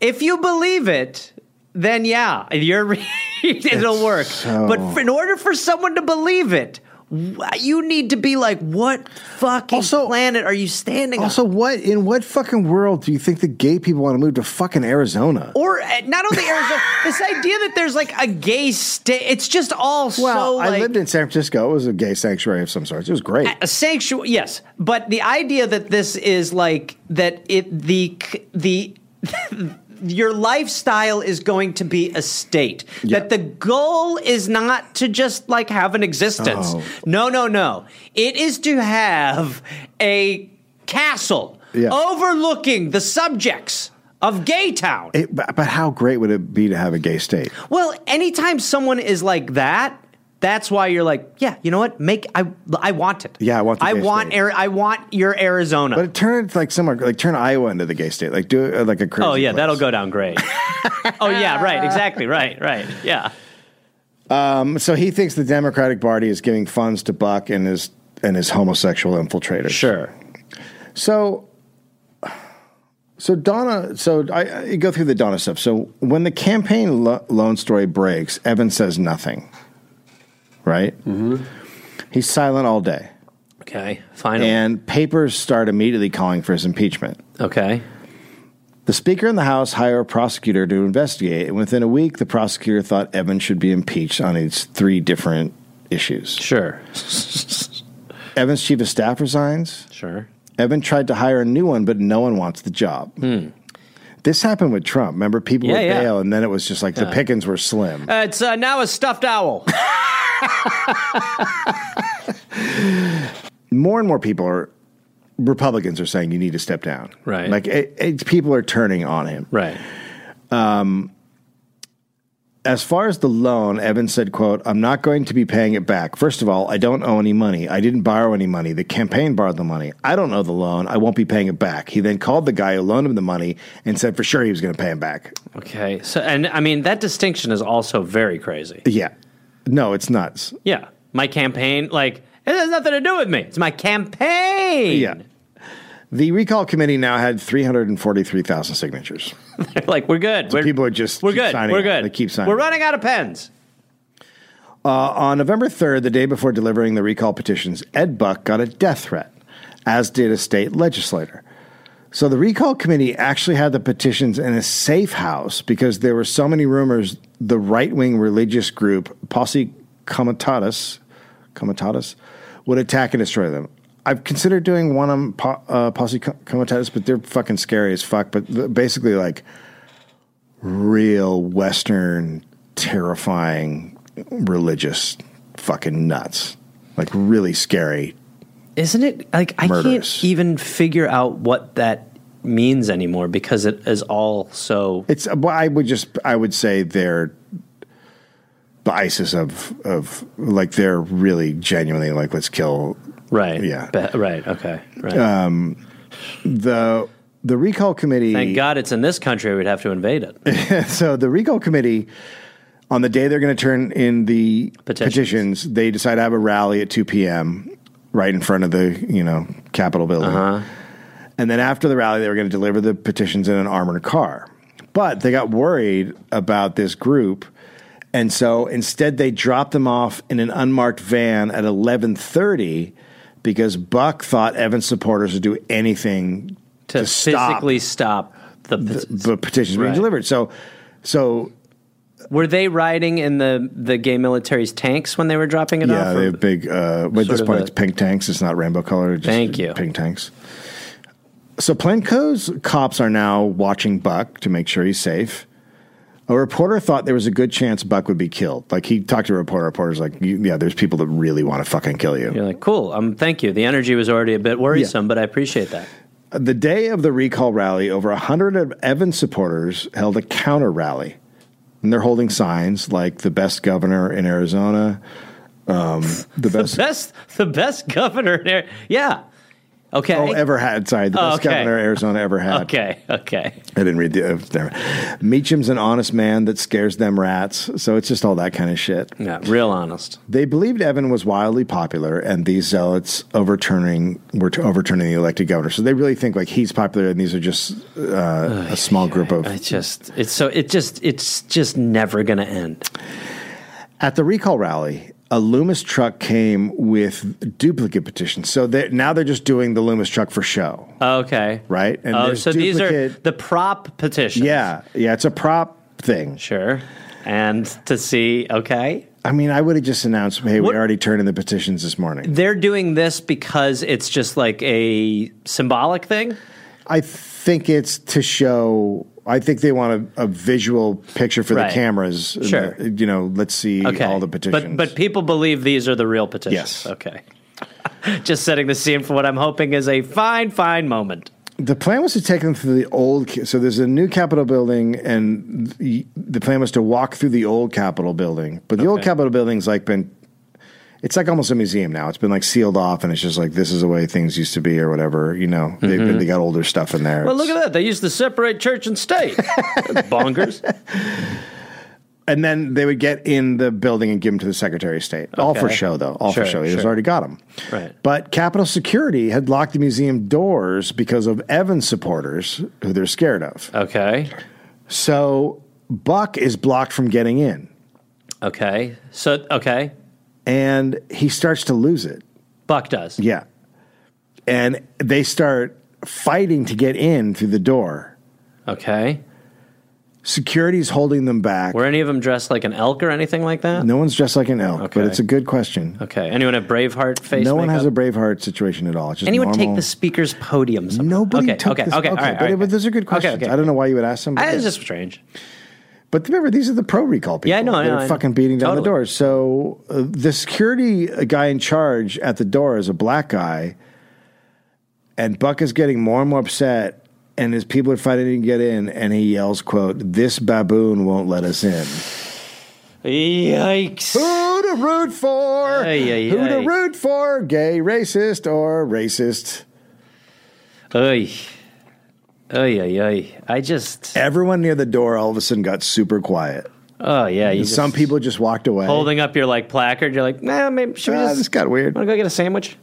Speaker 2: if you believe it then yeah you're <laughs> it'll work but for, in order for someone to believe it wh- you need to be like what fucking
Speaker 1: Also-
Speaker 2: planet are you standing on?
Speaker 1: also, what in what fucking world do you think the gay people want to move to fucking Arizona?
Speaker 2: or uh, not
Speaker 1: <laughs>
Speaker 2: only Arizona, this idea that there's like a gay state, it's just all
Speaker 1: Well,
Speaker 2: so like uh,
Speaker 1: I lived in San Francisco. It was a gay sanctuary of some sorts. It was great.
Speaker 2: a sanctuary. Yes, but the idea that this is like that it the c- the. <laughs> Your lifestyle is going to be a state.
Speaker 1: Yeah.
Speaker 2: That the goal is not to just like have an existence.
Speaker 1: Oh.
Speaker 2: No, no, no. It is to have a castle
Speaker 1: Yeah.
Speaker 2: overlooking the subjects of Gay Town.
Speaker 1: It, but, but how great would it be to have a gay state?
Speaker 2: Well, anytime someone is like that, that's why you're like, yeah, you know what? Make I I want it.
Speaker 1: Yeah, I want the
Speaker 2: I
Speaker 1: gay
Speaker 2: want
Speaker 1: state.
Speaker 2: Ari- I want your Arizona.
Speaker 1: But it turned like somewhere like turn Iowa into the gay state. Like do it like a crazy.
Speaker 2: oh yeah,
Speaker 1: place.
Speaker 2: that'll go down great.
Speaker 1: <laughs>
Speaker 2: oh yeah, right, exactly, right, right, yeah.
Speaker 1: Um, so he thinks the Democratic Party is giving funds to Buck and his and his homosexual infiltrators.
Speaker 2: Sure.
Speaker 1: So. So Donna, so I, I go through the Donna stuff. So when the campaign lo- loan story breaks, Evan says nothing. Right. Mm-hmm. He's silent all day,
Speaker 2: Okay. Final.
Speaker 1: and papers start immediately calling for his impeachment.
Speaker 2: okay.
Speaker 1: The Speaker and the House hire a prosecutor to investigate, and within a week, the prosecutor thought Evans should be impeached on its three different issues.
Speaker 2: Sure.
Speaker 1: Evan's chief of staff resigns.
Speaker 2: Sure.
Speaker 1: Evan tried to hire a new one, but no one wants the job. This happened with Trump. Remember, people
Speaker 2: Hmm. Yeah,
Speaker 1: would
Speaker 2: yeah.
Speaker 1: bail, and then it was just like the pickings were slim.
Speaker 2: Uh, it's uh, now a stuffed owl.
Speaker 1: more and more people are Republicans are saying you need to step down.
Speaker 2: Right.
Speaker 1: Like it, it, people are turning on him.
Speaker 2: <laughs> right.
Speaker 1: As far as the loan, Evan said, quote, I'm not going to be paying it back. First of all, I don't owe any money. I didn't borrow any money. The campaign borrowed the money. I don't owe the loan. I won't be paying it back. He then called the guy who loaned him the money and said for sure he was going to pay him back.
Speaker 2: Okay. So, and I mean that distinction is also very crazy.
Speaker 1: Yeah. No, it's nuts.
Speaker 2: Yeah. My campaign, like it has nothing to do with me. It's my campaign.
Speaker 1: Yeah. The recall committee now had 343,000 signatures.
Speaker 2: They're <laughs> like we're good. We're,
Speaker 1: people are just
Speaker 2: we're
Speaker 1: keep
Speaker 2: good.
Speaker 1: signing
Speaker 2: We're
Speaker 1: up.
Speaker 2: good.
Speaker 1: They keep signing
Speaker 2: We're
Speaker 1: up.
Speaker 2: running out of pens.
Speaker 1: On November 3rd, the day before delivering the recall petitions, Ed Buck got a death threat, as did a state legislator. So the recall committee actually had the petitions in a safe house because there were so many rumors the right wing religious group, Posse Comitatus, Comitatus, would attack and destroy them. I've considered doing one on po- uh, Posse Co- Comitatus, but they're fucking scary as fuck. But th- basically, like, real Western, terrifying, religious, fucking nuts. Like really scary.
Speaker 2: Isn't it like I
Speaker 1: Murderous.
Speaker 2: can't even figure out what that means anymore because it is all so
Speaker 1: It's well, I would just I would say they're the ISIS of of like they're really genuinely like let's kill
Speaker 2: right.
Speaker 1: Yeah. Uh,
Speaker 2: Be- right. Okay. Right.
Speaker 1: the the recall committee.
Speaker 2: Thank God it's in this country. We'd have to invade
Speaker 1: <laughs>
Speaker 2: it.
Speaker 1: So the recall committee on the day they're going to turn in the
Speaker 2: Petitions.
Speaker 1: petitions. they decide to have a rally at 2 p.m. right in front of the you know Capitol building.
Speaker 2: Uh-huh.
Speaker 1: And then after the rally, they were going to deliver the petitions in an armored car. But they got worried about this group, and so instead they dropped them off in an unmarked van at 11:30 because Buck thought Evans supporters would do anything
Speaker 2: to,
Speaker 1: to stop
Speaker 2: physically stop the,
Speaker 1: the petitions being
Speaker 2: Right.
Speaker 1: delivered. So, so
Speaker 2: Were they riding in the the gay military's tanks when they were dropping it
Speaker 1: Yeah,
Speaker 2: off?
Speaker 1: they
Speaker 2: or-
Speaker 1: have big. Uh, but at this
Speaker 2: of
Speaker 1: point,
Speaker 2: a-
Speaker 1: it's pink tanks. It's not rainbow color. Just
Speaker 2: Thank you.
Speaker 1: Pink tanks. So Planco's cops are now watching Buck to make sure he's safe. A reporter thought there was a good chance Buck would be killed. Like he talked to a reporter. Reporter's like, "You- "Yeah, there's people that really want to fucking kill you."
Speaker 2: You're like, cool. Um, thank you. The energy was already a bit worrisome, but I appreciate that.
Speaker 1: The day of the recall rally, over 100 of Evans supporters held a counter rally. And they're holding signs like the best governor in Arizona, um, the best
Speaker 2: Best the best <laughs> governor there. Yeah. Okay.
Speaker 1: oh, ever had. Sorry, the
Speaker 2: Oh,
Speaker 1: best
Speaker 2: okay.
Speaker 1: governor Arizona ever had.
Speaker 2: okay. Okay.
Speaker 1: I didn't read the. Uh, never. Meacham's an honest man that scares them rats. So it's just all that kind of shit.
Speaker 2: Yeah. Real honest.
Speaker 1: They believed Evan was wildly popular, and these zealots overturning were to overturning the elected governor. So they really think like he's popular, and these are just uh, a small group of.
Speaker 2: I just it's so it just it's just never gonna end.
Speaker 1: At the recall rally, a Loomis truck came with duplicate petitions. So they now they're just doing the Loomis truck for show,
Speaker 2: Okay.
Speaker 1: right? And
Speaker 2: oh,
Speaker 1: there's
Speaker 2: so these are
Speaker 1: duplicate-
Speaker 2: the prop petitions.
Speaker 1: yeah, yeah. It's a prop thing.
Speaker 2: Sure. And to see, okay.
Speaker 1: I mean, I would have just announced, hey,
Speaker 2: What-
Speaker 1: we already turned in the petitions this morning.
Speaker 2: They're doing this because it's just like a symbolic thing.
Speaker 1: I think it's to show. I think they want a, a visual picture for
Speaker 2: Right.
Speaker 1: the cameras. and
Speaker 2: Sure.
Speaker 1: the- you know, let's see
Speaker 2: Okay.
Speaker 1: all the petitions.
Speaker 2: But but people believe these are the real petitions.
Speaker 1: Yes.
Speaker 2: Okay. <laughs> Just setting the scene for what I'm hoping is a fine, fine moment.
Speaker 1: the plan was to take them through the old. ca- So there's a new Capitol building, and the, the plan was to walk through the old Capitol building. But the old
Speaker 2: Okay.
Speaker 1: Capitol building's like been. It's like almost a museum now. It's been like sealed off, and it's just like this is the way things used to be, or whatever. You know, they've been, they got older stuff in there.
Speaker 2: Mm-hmm. Well, look
Speaker 1: It's-
Speaker 2: at that. They used to separate church and state. <laughs> That's bonkers.
Speaker 1: and then they would get in the building and give them to the Secretary of State. All for
Speaker 2: Okay.
Speaker 1: show, though. All
Speaker 2: Sure,
Speaker 1: for show. He
Speaker 2: sure.
Speaker 1: has already got them.
Speaker 2: Right.
Speaker 1: But Capitol Security had locked the museum doors because of Evans supporters who they're scared of.
Speaker 2: Okay.
Speaker 1: So Buck is blocked from getting in,
Speaker 2: Okay. So okay.
Speaker 1: and he starts to lose it.
Speaker 2: Buck does.
Speaker 1: Yeah. And they start fighting to get in through the door.
Speaker 2: Okay.
Speaker 1: Security's holding them back.
Speaker 2: Were any of them dressed like an elk or anything like that?
Speaker 1: No one's dressed like an elk,
Speaker 2: Okay.
Speaker 1: but it's a good question.
Speaker 2: Okay. Anyone have Braveheart face?
Speaker 1: no one
Speaker 2: makeup?
Speaker 1: has a Braveheart situation at all. It's just
Speaker 2: Anyone take
Speaker 1: normal.
Speaker 2: the speaker's podium? somehow?
Speaker 1: Nobody
Speaker 2: okay,
Speaker 1: took
Speaker 2: okay,
Speaker 1: this.
Speaker 2: Okay. all right,
Speaker 1: but,
Speaker 2: all right.
Speaker 1: but those are good questions.
Speaker 2: Okay, okay.
Speaker 1: I don't know why you would ask them. But,
Speaker 2: I, it's just strange.
Speaker 1: but remember, these are the pro recall people.
Speaker 2: Yeah, I know, I
Speaker 1: They're
Speaker 2: know, I know.
Speaker 1: fucking beating down the
Speaker 2: Totally.
Speaker 1: doors. So uh, the security guy in charge at the door is a black guy, and Buck is getting more and more upset, and his people are fighting to get in, and he yells, "quote This baboon won't let us in."
Speaker 2: Yikes.
Speaker 1: Who to root for?
Speaker 2: Ay, ay,
Speaker 1: Who to
Speaker 2: ay.
Speaker 1: root for? Gay, racist, or racist?
Speaker 2: Oy. Oy, oy, oy. I just.
Speaker 1: Everyone near the door all of a sudden got super quiet.
Speaker 2: Oh, yeah. You
Speaker 1: Some
Speaker 2: just-
Speaker 1: people just walked away.
Speaker 2: Holding up your like placard, you're like, nah, maybe should we
Speaker 1: Ah,
Speaker 2: just
Speaker 1: this got weird.
Speaker 2: Want to go get a sandwich?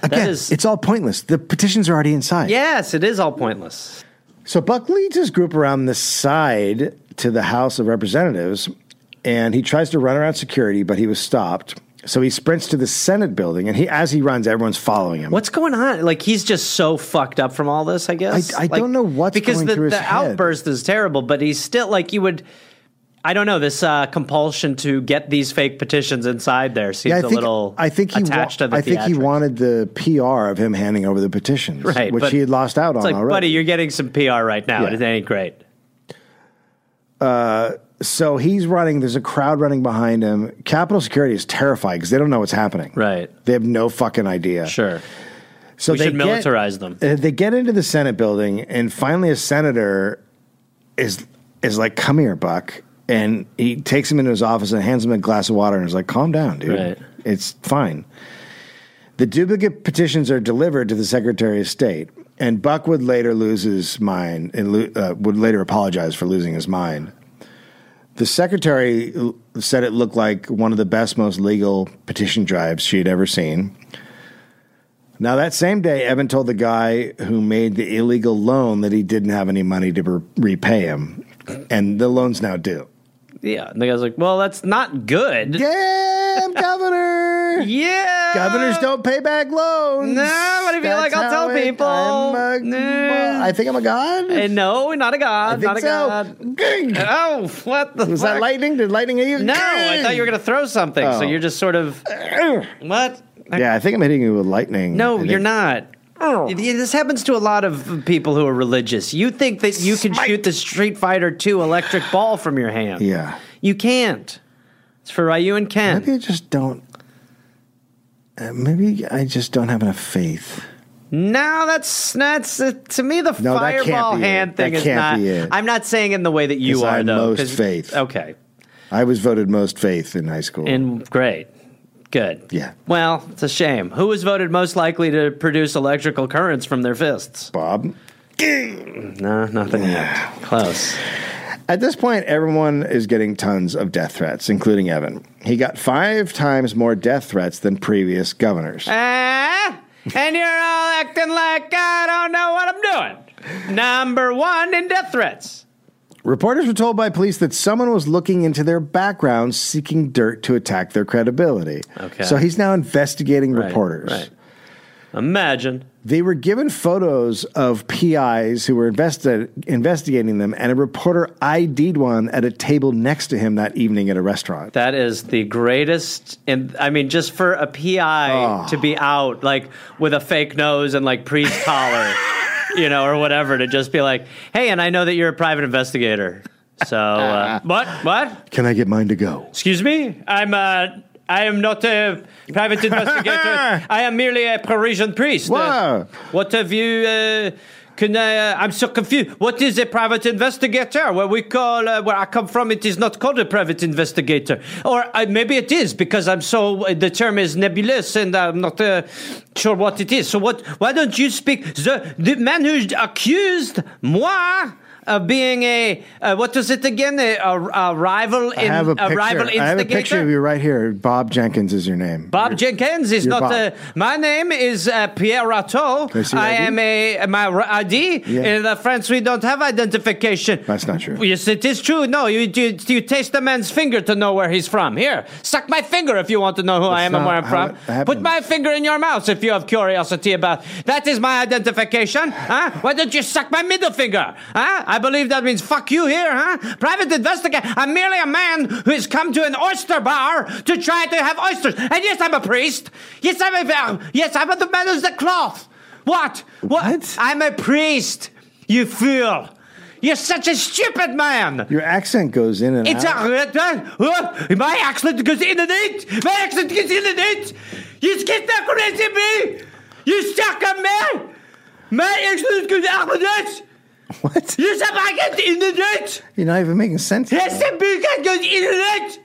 Speaker 1: Again,
Speaker 2: is-
Speaker 1: it's all pointless. The petitions are already inside.
Speaker 2: Yes, it is all pointless.
Speaker 1: So Buck leads his group around the side to the House of Representatives, and he tries to run around security, but he was stopped. So he sprints to the Senate building, and he as he runs, everyone's following him.
Speaker 2: What's going on? Like he's just so fucked up from all this. I guess
Speaker 1: I- I
Speaker 2: Like,
Speaker 1: don't know what's
Speaker 2: because
Speaker 1: going
Speaker 2: the,
Speaker 1: through his
Speaker 2: the
Speaker 1: head.
Speaker 2: outburst is terrible, but he's still like you would. I don't know this uh, compulsion to get these fake petitions inside there seems
Speaker 1: I
Speaker 2: a
Speaker 1: think,
Speaker 2: little
Speaker 1: I think he wa-
Speaker 2: attached to the
Speaker 1: I think he
Speaker 2: theatrics.
Speaker 1: wanted the PR of him handing over the petitions,
Speaker 2: right,
Speaker 1: which
Speaker 2: but
Speaker 1: he had lost out
Speaker 2: It's
Speaker 1: on
Speaker 2: like,
Speaker 1: already.
Speaker 2: buddy, you're getting some PR right now.
Speaker 1: Yeah.
Speaker 2: It ain't great.
Speaker 1: so he's running. There's a crowd running behind him. Capitol Security is terrified because they don't know what's happening.
Speaker 2: Right.
Speaker 1: They have no fucking idea.
Speaker 2: Sure.
Speaker 1: So
Speaker 2: We
Speaker 1: they
Speaker 2: should
Speaker 1: get-
Speaker 2: militarize them.
Speaker 1: uh, they get into the Senate building, and finally, a senator is is like, "Come here, Buck," and he takes him into his office and hands him a glass of water, and is like, "Calm down, dude.
Speaker 2: Right.
Speaker 1: It's fine." The duplicate petitions are delivered to the Secretary of State, and Buck would later lose his mind and lo- uh, would later apologize for losing his mind. The secretary l- said it looked like one of the best, most legal petition drives she had ever seen. Now, that same day, Evan told the guy who made the illegal loan that he didn't have any money to re- repay him, and the loan's now due.
Speaker 2: Yeah. And the guy's like, well, that's not good. <laughs>
Speaker 1: Damn, governor!
Speaker 2: Yeah.
Speaker 1: Governors don't pay back loans.
Speaker 2: No, but I feel like I'll
Speaker 1: how
Speaker 2: tell
Speaker 1: it-
Speaker 2: people.
Speaker 1: I'm a-
Speaker 2: No.
Speaker 1: well, I think I'm a god.
Speaker 2: Hey, no, not a
Speaker 1: I
Speaker 2: god.
Speaker 1: think
Speaker 2: not a
Speaker 1: so.
Speaker 2: god.
Speaker 1: Gring.
Speaker 2: Oh, what the
Speaker 1: Was that
Speaker 2: fuck?
Speaker 1: lightning? Did lightning hit you?
Speaker 2: No, I thought you were going to throw something.
Speaker 1: Oh.
Speaker 2: So you're just sort of what?
Speaker 1: Yeah, I think I'm hitting you with lightning. I
Speaker 2: No,
Speaker 1: think-
Speaker 2: you're not.
Speaker 1: Oh.
Speaker 2: Yeah, This happens to a lot of people who are religious. You think that you can shoot the Street Fighter 2 electric ball from your hand.
Speaker 1: Yeah.
Speaker 2: You can't. It's for Ryu and Ken.
Speaker 1: Maybe I just don't. uh, maybe I just don't have enough faith.
Speaker 2: No, that's that's uh, to me the
Speaker 1: No, that can't
Speaker 2: fireball
Speaker 1: be it.
Speaker 2: hand thing
Speaker 1: That
Speaker 2: is
Speaker 1: can't
Speaker 2: not.
Speaker 1: be it.
Speaker 2: I'm not saying in the way that you
Speaker 1: 'Cause
Speaker 2: are
Speaker 1: I'm
Speaker 2: though.
Speaker 1: most
Speaker 2: 'cause-
Speaker 1: faith.
Speaker 2: Okay,
Speaker 1: I was voted most faith in high school.
Speaker 2: and great, good.
Speaker 1: Yeah.
Speaker 2: Well, it's a shame. Who was voted most likely to produce electrical currents from their fists?
Speaker 1: Bob.
Speaker 2: No, nothing yet. Close.
Speaker 1: At this point, everyone is getting tons of death threats, including Evan. He got five times more death threats than previous governors.
Speaker 2: Ah, and you're all acting like I don't know what I'm doing. Number one in death threats.
Speaker 1: Reporters were told by police that someone was looking into their backgrounds, seeking dirt to attack their credibility.
Speaker 2: Okay.
Speaker 1: So he's now investigating
Speaker 2: Right,
Speaker 1: reporters.
Speaker 2: right. Imagine.
Speaker 1: They were given photos of PIs who were investi- investigating them, and a reporter ID'd one at a table next to him that evening at a restaurant.
Speaker 2: That is the greatest, and I mean, just for a PI to be out like with a fake nose and like priest collar, you know, or whatever, to just be like, "Hey, and I know that you're a private investigator." So, uh, what? What?
Speaker 1: Can I get mine to go?
Speaker 2: Excuse me? I'm uh, I am not a private investigator. I am merely a Parisian priest. Uh,
Speaker 1: Wow.
Speaker 2: what have you? Uh, can I, uh, I'm so confused. What is a private investigator? Where we call, uh, where I come from, it is not called a private investigator. Or uh, maybe it is because I'm so, uh, the term is nebulous and I'm not uh, sure what it is. So what, why don't you speak? The, the man who accused moi of being a, uh, what was it again? A, a, a rival in, uh,
Speaker 1: I have a picture.
Speaker 2: rival
Speaker 1: I
Speaker 2: instigator?
Speaker 1: have a picture of you right here. Bob Jenkins is your name.
Speaker 2: Bob Jenkins is
Speaker 1: you're
Speaker 2: not.
Speaker 1: Bob.
Speaker 2: Uh, my name is uh, Pierre Rateau.
Speaker 1: Can I see your
Speaker 2: I
Speaker 1: ID?
Speaker 2: am a uh, my r- ID.
Speaker 1: Yeah.
Speaker 2: In the France, we don't have identification.
Speaker 1: That's not true.
Speaker 2: Yes, it is true. No, you, you you taste a man's finger to know where he's from. Here, suck my finger if you want to know who I am and
Speaker 1: not
Speaker 2: where I'm
Speaker 1: how it
Speaker 2: from.
Speaker 1: happens.
Speaker 2: Put my finger in your mouth if you have curiosity about. That is my identification. Huh? Why don't you suck my middle finger? Huh? I I believe that means fuck you here, huh? Private investigator. I'm merely a man who has come to an oyster bar to try to have oysters. And yes, I'm a priest. Yes, I'm a um, yes, I'm the man of the cloth. What? What? I'm a priest. You fool. You're such a stupid man.
Speaker 1: Your accent goes in and
Speaker 2: It's a
Speaker 1: out.
Speaker 2: uh, my accent goes in and out. My accent goes in and out. You get that crazy me? You suck a man. My accent goes out and
Speaker 1: <laughs>
Speaker 2: out.
Speaker 1: What?
Speaker 2: You suck my accent in and out.
Speaker 1: You're not even making sense.
Speaker 2: Yes, the big guy goes in and out.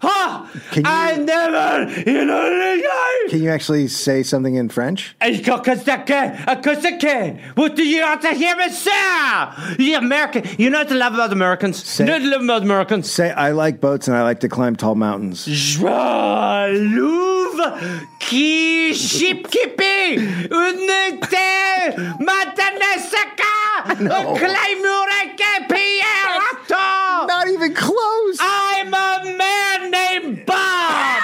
Speaker 2: Ha!
Speaker 1: Can you-
Speaker 2: I never in a guy.
Speaker 1: Can you actually say something in French?
Speaker 2: It's called Kazaka, a Kazaka. What do you want to hear me say? The American, you know what I love about Americans?
Speaker 1: Say-
Speaker 2: you know what I love about Americans?
Speaker 1: Say, I like boats and I like to climb tall mountains.
Speaker 2: Louvre qui shipkeeper une terre maintenant saka
Speaker 1: No.
Speaker 2: claimure que Pierre Otto.
Speaker 1: Not even close.
Speaker 2: I'm a man named Bob.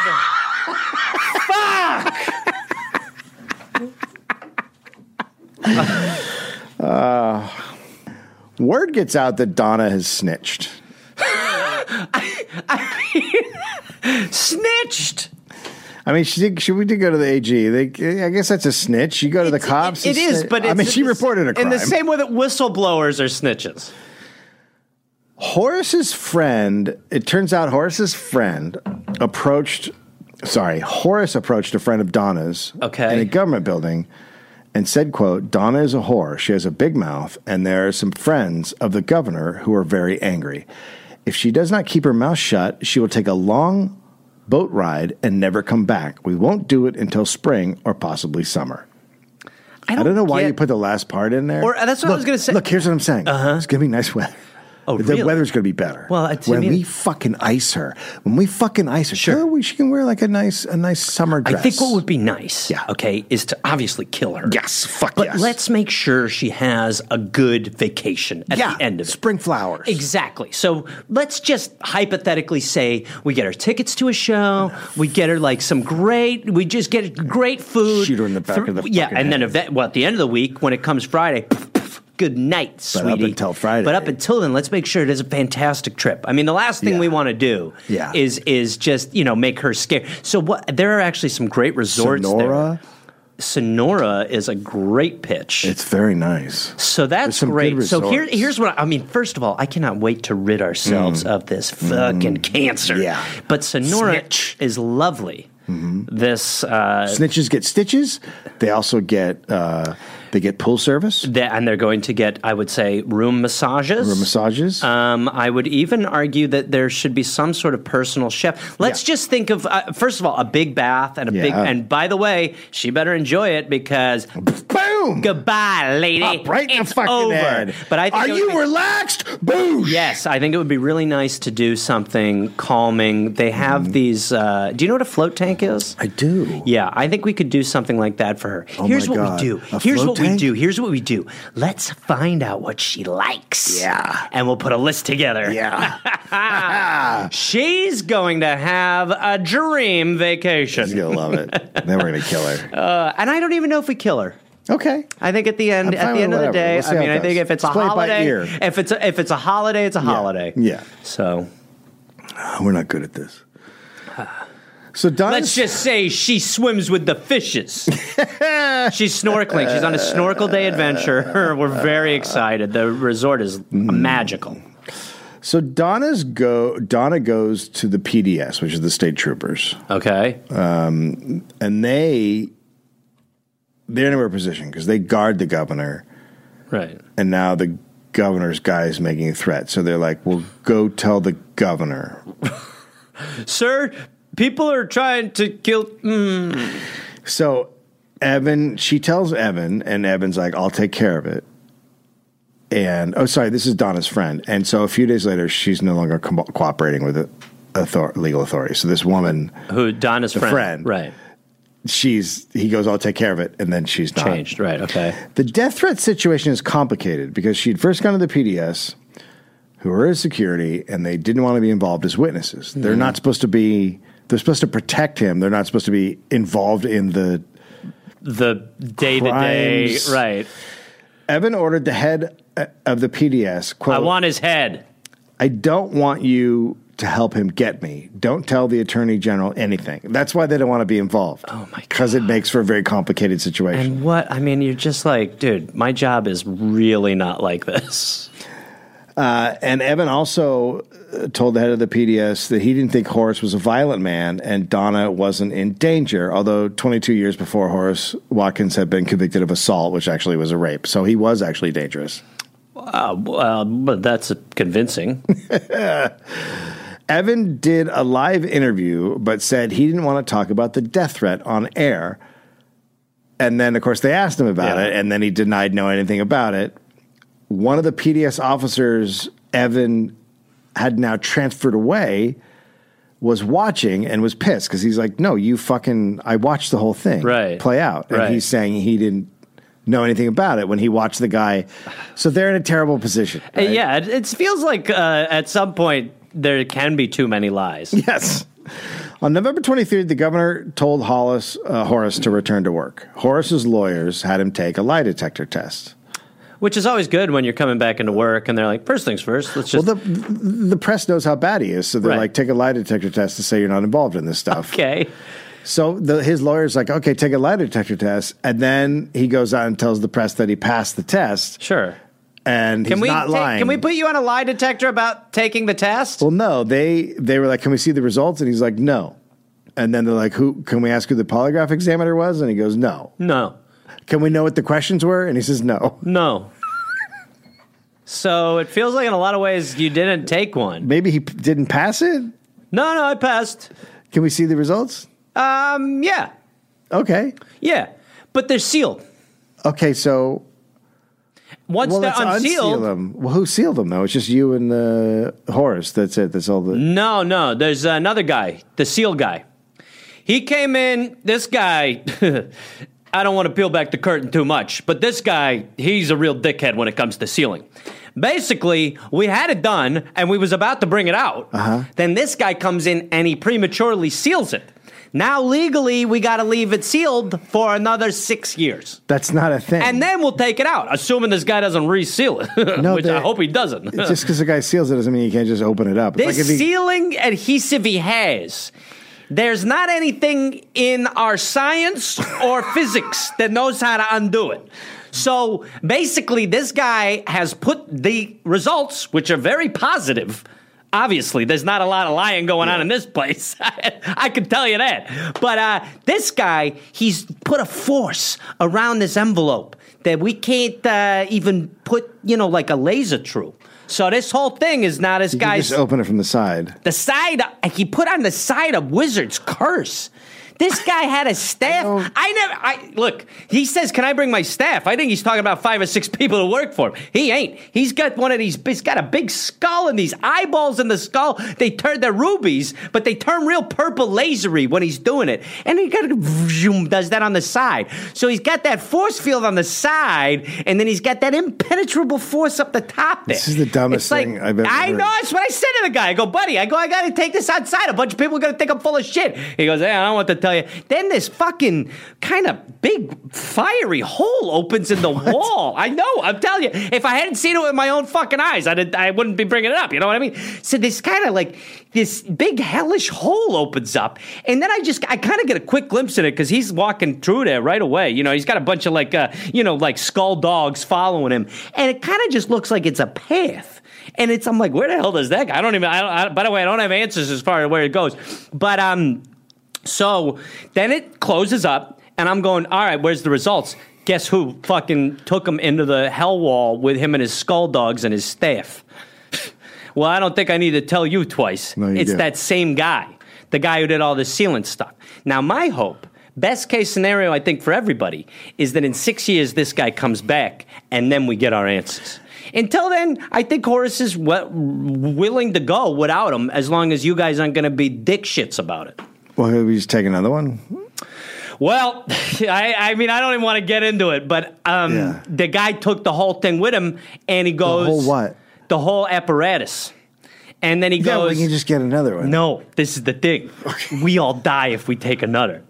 Speaker 2: Fuck.
Speaker 1: Word gets out that Donna has snitched.
Speaker 2: Snitched.
Speaker 1: I mean, she did, she we did go to the AG. They, I guess that's a snitch. You go to the cops.
Speaker 2: It
Speaker 1: and
Speaker 2: is,
Speaker 1: snitch.
Speaker 2: but it's,
Speaker 1: I mean, she
Speaker 2: it's-
Speaker 1: reported a crime.
Speaker 2: In the same way that whistleblowers are snitches.
Speaker 1: Horace's friend, it turns out Horace's friend approached, sorry, Horace approached a friend of Donna's
Speaker 2: Okay.
Speaker 1: in a government building and said, quote, Donna is a whore. She has a big mouth, and there are some friends of the governor who are very angry. If she does not keep her mouth shut, she will take a long boat ride and never come back. We won't do it until spring or possibly summer. I don't, know why
Speaker 2: get-
Speaker 1: you put the last part in there.
Speaker 2: Or- uh, that's Uh-huh. what I
Speaker 1: Look-
Speaker 2: was gonna say.
Speaker 1: Look, here's what I'm saying. It's going to be nice weather.
Speaker 2: Oh,
Speaker 1: the
Speaker 2: really?
Speaker 1: weather's going to be better.
Speaker 2: Well, uh, it's- I
Speaker 1: when
Speaker 2: mean-
Speaker 1: we fucking ice her, when we fucking ice her, sure, we, she can wear like a nice, a nice summer dress.
Speaker 2: I think what would be nice,
Speaker 1: Yeah.
Speaker 2: okay, is to obviously kill her.
Speaker 1: yes, fuck
Speaker 2: But
Speaker 1: yes.
Speaker 2: let's make sure she has a good vacation at
Speaker 1: yeah,
Speaker 2: the end of it.
Speaker 1: spring flowers.
Speaker 2: Exactly. So let's just hypothetically say we get her tickets to a show, we get her like some great, we just get her great food.
Speaker 1: Shoot her in the back of the
Speaker 2: yeah,
Speaker 1: fucking
Speaker 2: and then
Speaker 1: head.
Speaker 2: event. Well, at the end of the week when it comes Friday. pff, pff, Good night,
Speaker 1: up
Speaker 2: sweetie.
Speaker 1: until Friday.
Speaker 2: But up until then, let's make sure it is a fantastic trip. I mean, the last thing
Speaker 1: Yeah.
Speaker 2: we want to do
Speaker 1: Yeah.
Speaker 2: is is just you know make her scared. So what? There are actually some great resorts.
Speaker 1: Sonora,
Speaker 2: There. Sonora is a great pitch.
Speaker 1: it's very nice.
Speaker 2: So that's
Speaker 1: some good
Speaker 2: great. So here,
Speaker 1: resorts. Mm-hmm.
Speaker 2: here's what I, I mean. First of all, I cannot wait to rid ourselves of this fucking cancer.
Speaker 1: Yeah.
Speaker 2: But Sonora
Speaker 1: Snitch. Mm-hmm.
Speaker 2: is lovely. This uh,
Speaker 1: Snitches get stitches. They also get uh, they get pool service,
Speaker 2: that, and they're going to get, I would say, room massages.
Speaker 1: room massages.
Speaker 2: Um, I would even argue that there should be some sort of personal chef. Let's
Speaker 1: Yeah.
Speaker 2: just think of uh, first of all a big bath and a big.
Speaker 1: Yeah.
Speaker 2: And by the way, she better enjoy it because
Speaker 1: Boom.
Speaker 2: goodbye, lady.
Speaker 1: Up right in
Speaker 2: It's
Speaker 1: the fucking
Speaker 2: over.
Speaker 1: head.
Speaker 2: But I think
Speaker 1: are
Speaker 2: it would
Speaker 1: you
Speaker 2: be-
Speaker 1: relaxed? Boosh.
Speaker 2: Yes, I think it would be really nice to do something calming. They have these. Uh, do you know what a float tank is?
Speaker 1: Mm-hmm. I do.
Speaker 2: Yeah, I think we could do something like that for her.
Speaker 1: Oh
Speaker 2: Here's
Speaker 1: my
Speaker 2: what
Speaker 1: God.
Speaker 2: we do.
Speaker 1: A
Speaker 2: Here's
Speaker 1: float
Speaker 2: what we
Speaker 1: tank?
Speaker 2: do. Here's what we do. Let's find out what she likes.
Speaker 1: Yeah.
Speaker 2: And we'll put a list together. <laughs>
Speaker 1: Yeah. <laughs>
Speaker 2: She's going to have a dream
Speaker 1: She's
Speaker 2: vacation.
Speaker 1: gonna love it. then we're gonna kill her.
Speaker 2: Uh, and I don't even know if we kill her.
Speaker 1: Okay.
Speaker 2: I think at the
Speaker 1: I'm fine
Speaker 2: end, at the
Speaker 1: with
Speaker 2: end of the
Speaker 1: whatever.
Speaker 2: day,
Speaker 1: We'll see
Speaker 2: I
Speaker 1: how
Speaker 2: mean,
Speaker 1: it
Speaker 2: I think
Speaker 1: goes.
Speaker 2: if it's a
Speaker 1: Let's play it by
Speaker 2: holiday,
Speaker 1: ear.
Speaker 2: if it's a, if it's a holiday, it's a holiday.
Speaker 1: Yeah.
Speaker 2: So
Speaker 1: Oh, We're not good at
Speaker 2: <sighs>
Speaker 1: this. So Donna,
Speaker 2: Let's just say she swims with
Speaker 1: <laughs>
Speaker 2: the fishes. She's snorkeling. She's on a snorkel day adventure. <laughs> We're very excited. The resort is
Speaker 1: Mm.
Speaker 2: magical.
Speaker 1: so Donna's go Donna goes to the PDS, which is the state troopers, Um,
Speaker 2: Okay.
Speaker 1: and they they're in a weird position because they guard the governor,
Speaker 2: Right.
Speaker 1: and now the governor's guy is making a threat. So they're like, "Well, go tell the governor."
Speaker 2: Sir, people are trying to kill.
Speaker 1: So Evan, she tells Evan, and Evan's like, I'll take care of it. And oh, sorry, this is Donna's friend. And so a few days later, she's no longer co- cooperating with the author- legal authorities. So this woman,
Speaker 2: Who? Donna's friend.
Speaker 1: friend.
Speaker 2: Right.
Speaker 1: she's he goes, I'll take care of it, and then she's not.
Speaker 2: Changed. Right. Okay.
Speaker 1: The death threat situation is complicated because she'd first gone to the PDS, who are his security, and they didn't want to be involved as witnesses. They're not supposed to be. They're supposed to protect him. They're not supposed to be involved in the
Speaker 2: The day to day.
Speaker 1: Crimes.
Speaker 2: Right.
Speaker 1: Evan ordered the head uh, of the PDS. Quote,
Speaker 2: I want his head.
Speaker 1: I don't want you to help him get me. Don't tell the attorney general anything. That's why they don't want to be involved. Oh my god! Because it makes for a very complicated situation.
Speaker 2: And what? I mean, you're just like, dude, my job is really not like this.
Speaker 1: Uh, and Evan also uh, told the head of the PDS that he didn't think Horace was a violent man and Donna wasn't in danger, although 22 years before Horace, Watkins had been convicted of assault, which actually was a rape. So he was actually dangerous.
Speaker 2: Uh, well, but that's convincing.
Speaker 1: Evan did a live interview, but said he didn't want to talk about the death threat on air. And then, of course, they asked him about
Speaker 2: Yeah.
Speaker 1: it, and then he denied knowing anything about it. One of the PDS officers Evan had now transferred away was watching and was pissed because he's like, No, you fucking, I watched the whole thing
Speaker 2: Right.
Speaker 1: play out. And
Speaker 2: Right.
Speaker 1: he's saying he didn't know anything about it when he watched the guy. So they're in a terrible position. right?
Speaker 2: Uh, Yeah, it, it feels like uh, at some point there can be too many lies.
Speaker 1: Yes. On November 23rd, the governor told Hollis, uh, Horace to return to work. Horace's lawyers had him take a lie detector test.
Speaker 2: Which is always good when you're coming back into work and they're like, first things first, let's just.
Speaker 1: Well, the the press knows how bad he is, so they're
Speaker 2: Right.
Speaker 1: like, take a lie detector test to say you're not involved in this stuff.
Speaker 2: <laughs> okay.
Speaker 1: So the, his lawyer's like, okay, take a lie detector test, and then he goes out and tells the press that he passed the test,
Speaker 2: Sure.
Speaker 1: and he's
Speaker 2: Can we
Speaker 1: not
Speaker 2: ta-
Speaker 1: lying.
Speaker 2: Can we put you on a lie detector about taking the test?
Speaker 1: Well, no, they they were like, "Can we see the results?" And he's like, "No." And then they're like, "Who? Can we ask who the polygraph examiner was?" And he goes, "No."
Speaker 2: no.
Speaker 1: Can we know what the questions were? And he says, "No." <laughs>
Speaker 2: No. so it feels like in a lot of ways you didn't take one.
Speaker 1: Maybe he p- didn't pass it.
Speaker 2: No, no, I passed.
Speaker 1: Can we see the results?
Speaker 2: Um, yeah,
Speaker 1: Okay.
Speaker 2: yeah, but they're sealed.
Speaker 1: Okay, so
Speaker 2: Once
Speaker 1: well,
Speaker 2: they're
Speaker 1: let's unseal
Speaker 2: unsealed,
Speaker 1: them. Well, who sealed them though? It's just you and uh, Horace. That's it. That's all the.
Speaker 2: no, no. There's another guy, the seal guy. He came in. This guy, <laughs> I don't want to peel back the curtain too much, but this guy, he's a real dickhead when it comes to sealing. Basically, we had it done and we was about to bring it out. Then this guy comes in and he prematurely seals it. Now legally, we got to leave it sealed for another six years.
Speaker 1: That's not a thing.
Speaker 2: and then we'll take it out, assuming this guy doesn't reseal it, <laughs>
Speaker 1: No,
Speaker 2: which
Speaker 1: they-
Speaker 2: I hope he doesn't.
Speaker 1: just because the guy seals it doesn't mean you can't just open it up. It's
Speaker 2: this
Speaker 1: like if he-
Speaker 2: sealing adhesive he has, there's not anything in our science or <laughs> physics that knows how to undo it. So basically, this guy has put the results, which are very positive. Obviously, there's not a lot of lying going on in this place. <laughs> I, can tell you that. But uh, this guy, he's put a force around this envelope that we can't uh, even put, you know, like a laser through. So this whole thing is now this
Speaker 1: you can
Speaker 2: guy's
Speaker 1: just open it from the side.
Speaker 2: the side he put on the side of Wizard's curse. This
Speaker 1: <laughs>
Speaker 2: guy had a staff.
Speaker 1: know.
Speaker 2: I, never. I look. He says, "Can I bring my staff?" I think he's talking about five or six people to work for him. He ain't. He's got one of these. He's got a big skull and these eyeballs in the skull. They turn they're rubies, but they turn real purple lasery when he's doing it. And he got zoom does that on the side. So he's got that force field on the side, and then he's got that impenetrable force up the top. There.
Speaker 1: This is the dumbest
Speaker 2: It's like-
Speaker 1: thing I've ever
Speaker 2: I
Speaker 1: heard.
Speaker 2: know that's what I said to the guy. I go, buddy, I go, I gotta take this outside. A bunch of people are gonna think I'm full of shit. He goes, hey, I don't want to tell you. Then this fucking kind of big fiery hole opens in the wall. I know. I'm telling you, if I hadn't seen it with my own fucking eyes, I did, I wouldn't be bringing it up. You know what I mean? So this kind of like this big hellish hole opens up, and then I just I kind of get a quick glimpse at it because he's walking through there right away. You know, he's got a bunch of like uh, you know like skull dogs following him, and it kind of just looks like it's a path. And it's I'm like, where the hell does that? Go? I don't even. I don't, I, by the way, I don't have answers as far as where it goes. But um, so then it closes up, and I'm going, all right, where's the results? Guess who fucking took him into the hell wall with him and his skull dogs and his staff? <laughs> well, I don't think I need to tell you twice.
Speaker 1: No, you
Speaker 2: it's
Speaker 1: do.
Speaker 2: that same guy, the guy who did all the sealant stuff. Now, my hope, best case scenario, I think for everybody, is that in six years this guy comes back and then we get our answers. Until then, I think Horace is w- willing to go without him as long as you guys aren't going to be dick shits about it.
Speaker 1: Well, can we just take another one.
Speaker 2: Well, <laughs> I, I mean, I don't even want to get into it, but um,
Speaker 1: Yeah.
Speaker 2: the guy took the whole thing with him, and he goes
Speaker 1: whole what?
Speaker 2: The whole apparatus, and then he
Speaker 1: Yeah,
Speaker 2: goes,
Speaker 1: we can just get another one.
Speaker 2: "No, this is the thing. We all die if we take another."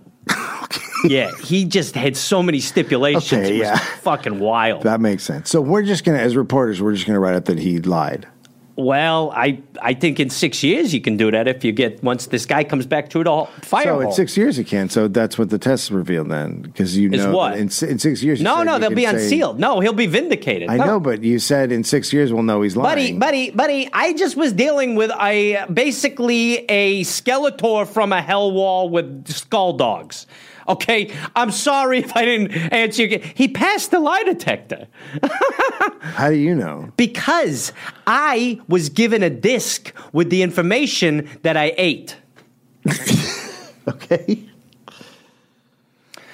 Speaker 2: yeah, he just had so many stipulations.
Speaker 1: Okay,
Speaker 2: it was
Speaker 1: yeah.
Speaker 2: fucking wild.
Speaker 1: That makes sense. So we're just gonna, as reporters, we're just gonna write up that he lied.
Speaker 2: Well, I I think in six years you can do that if you get once this guy comes back to it all fireball.
Speaker 1: So in six years he can. So that's what the tests revealed then, because you
Speaker 2: Is
Speaker 1: know
Speaker 2: what?
Speaker 1: in, si- in six years. you
Speaker 2: no,
Speaker 1: said
Speaker 2: no,
Speaker 1: you
Speaker 2: they'll
Speaker 1: can
Speaker 2: be
Speaker 1: say-
Speaker 2: unsealed. No, he'll be vindicated.
Speaker 1: I
Speaker 2: No.
Speaker 1: know, but you said in six years we'll know he's
Speaker 2: Buddy,
Speaker 1: lying.
Speaker 2: buddy, buddy, I just was dealing with a basically a skeletor from a hell wall with skull dogs. Okay, I'm sorry if I didn't answer you. He passed the lie detector
Speaker 1: how do you know?
Speaker 2: because I was given a disc with the information that I ate.
Speaker 1: Okay.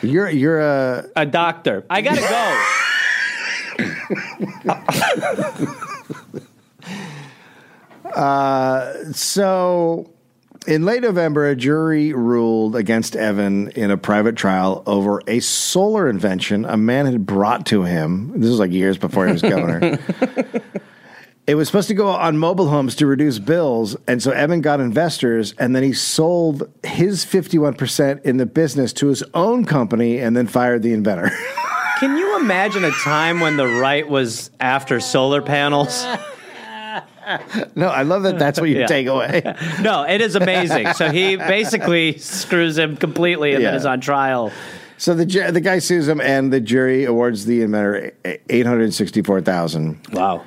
Speaker 1: You're you're a
Speaker 2: A doctor. I gotta go.
Speaker 1: so. In late November, a jury ruled against Evan in a private trial over a solar invention a man had brought to him. This was like years before he was <laughs> governor. It was supposed to go on mobile homes to reduce bills. And so Evan got investors and then he sold his 51% in the business to his own company and then fired the inventor. <laughs>
Speaker 2: Can you imagine a time when the right was after solar panels?
Speaker 1: no, I love that that's what you
Speaker 2: Yeah.
Speaker 1: take away.
Speaker 2: No, it is amazing. So he basically screws him completely and then
Speaker 1: Yeah.
Speaker 2: is on trial.
Speaker 1: So the ju- the guy sues him and the jury awards the inventor 864,000.
Speaker 2: Wow.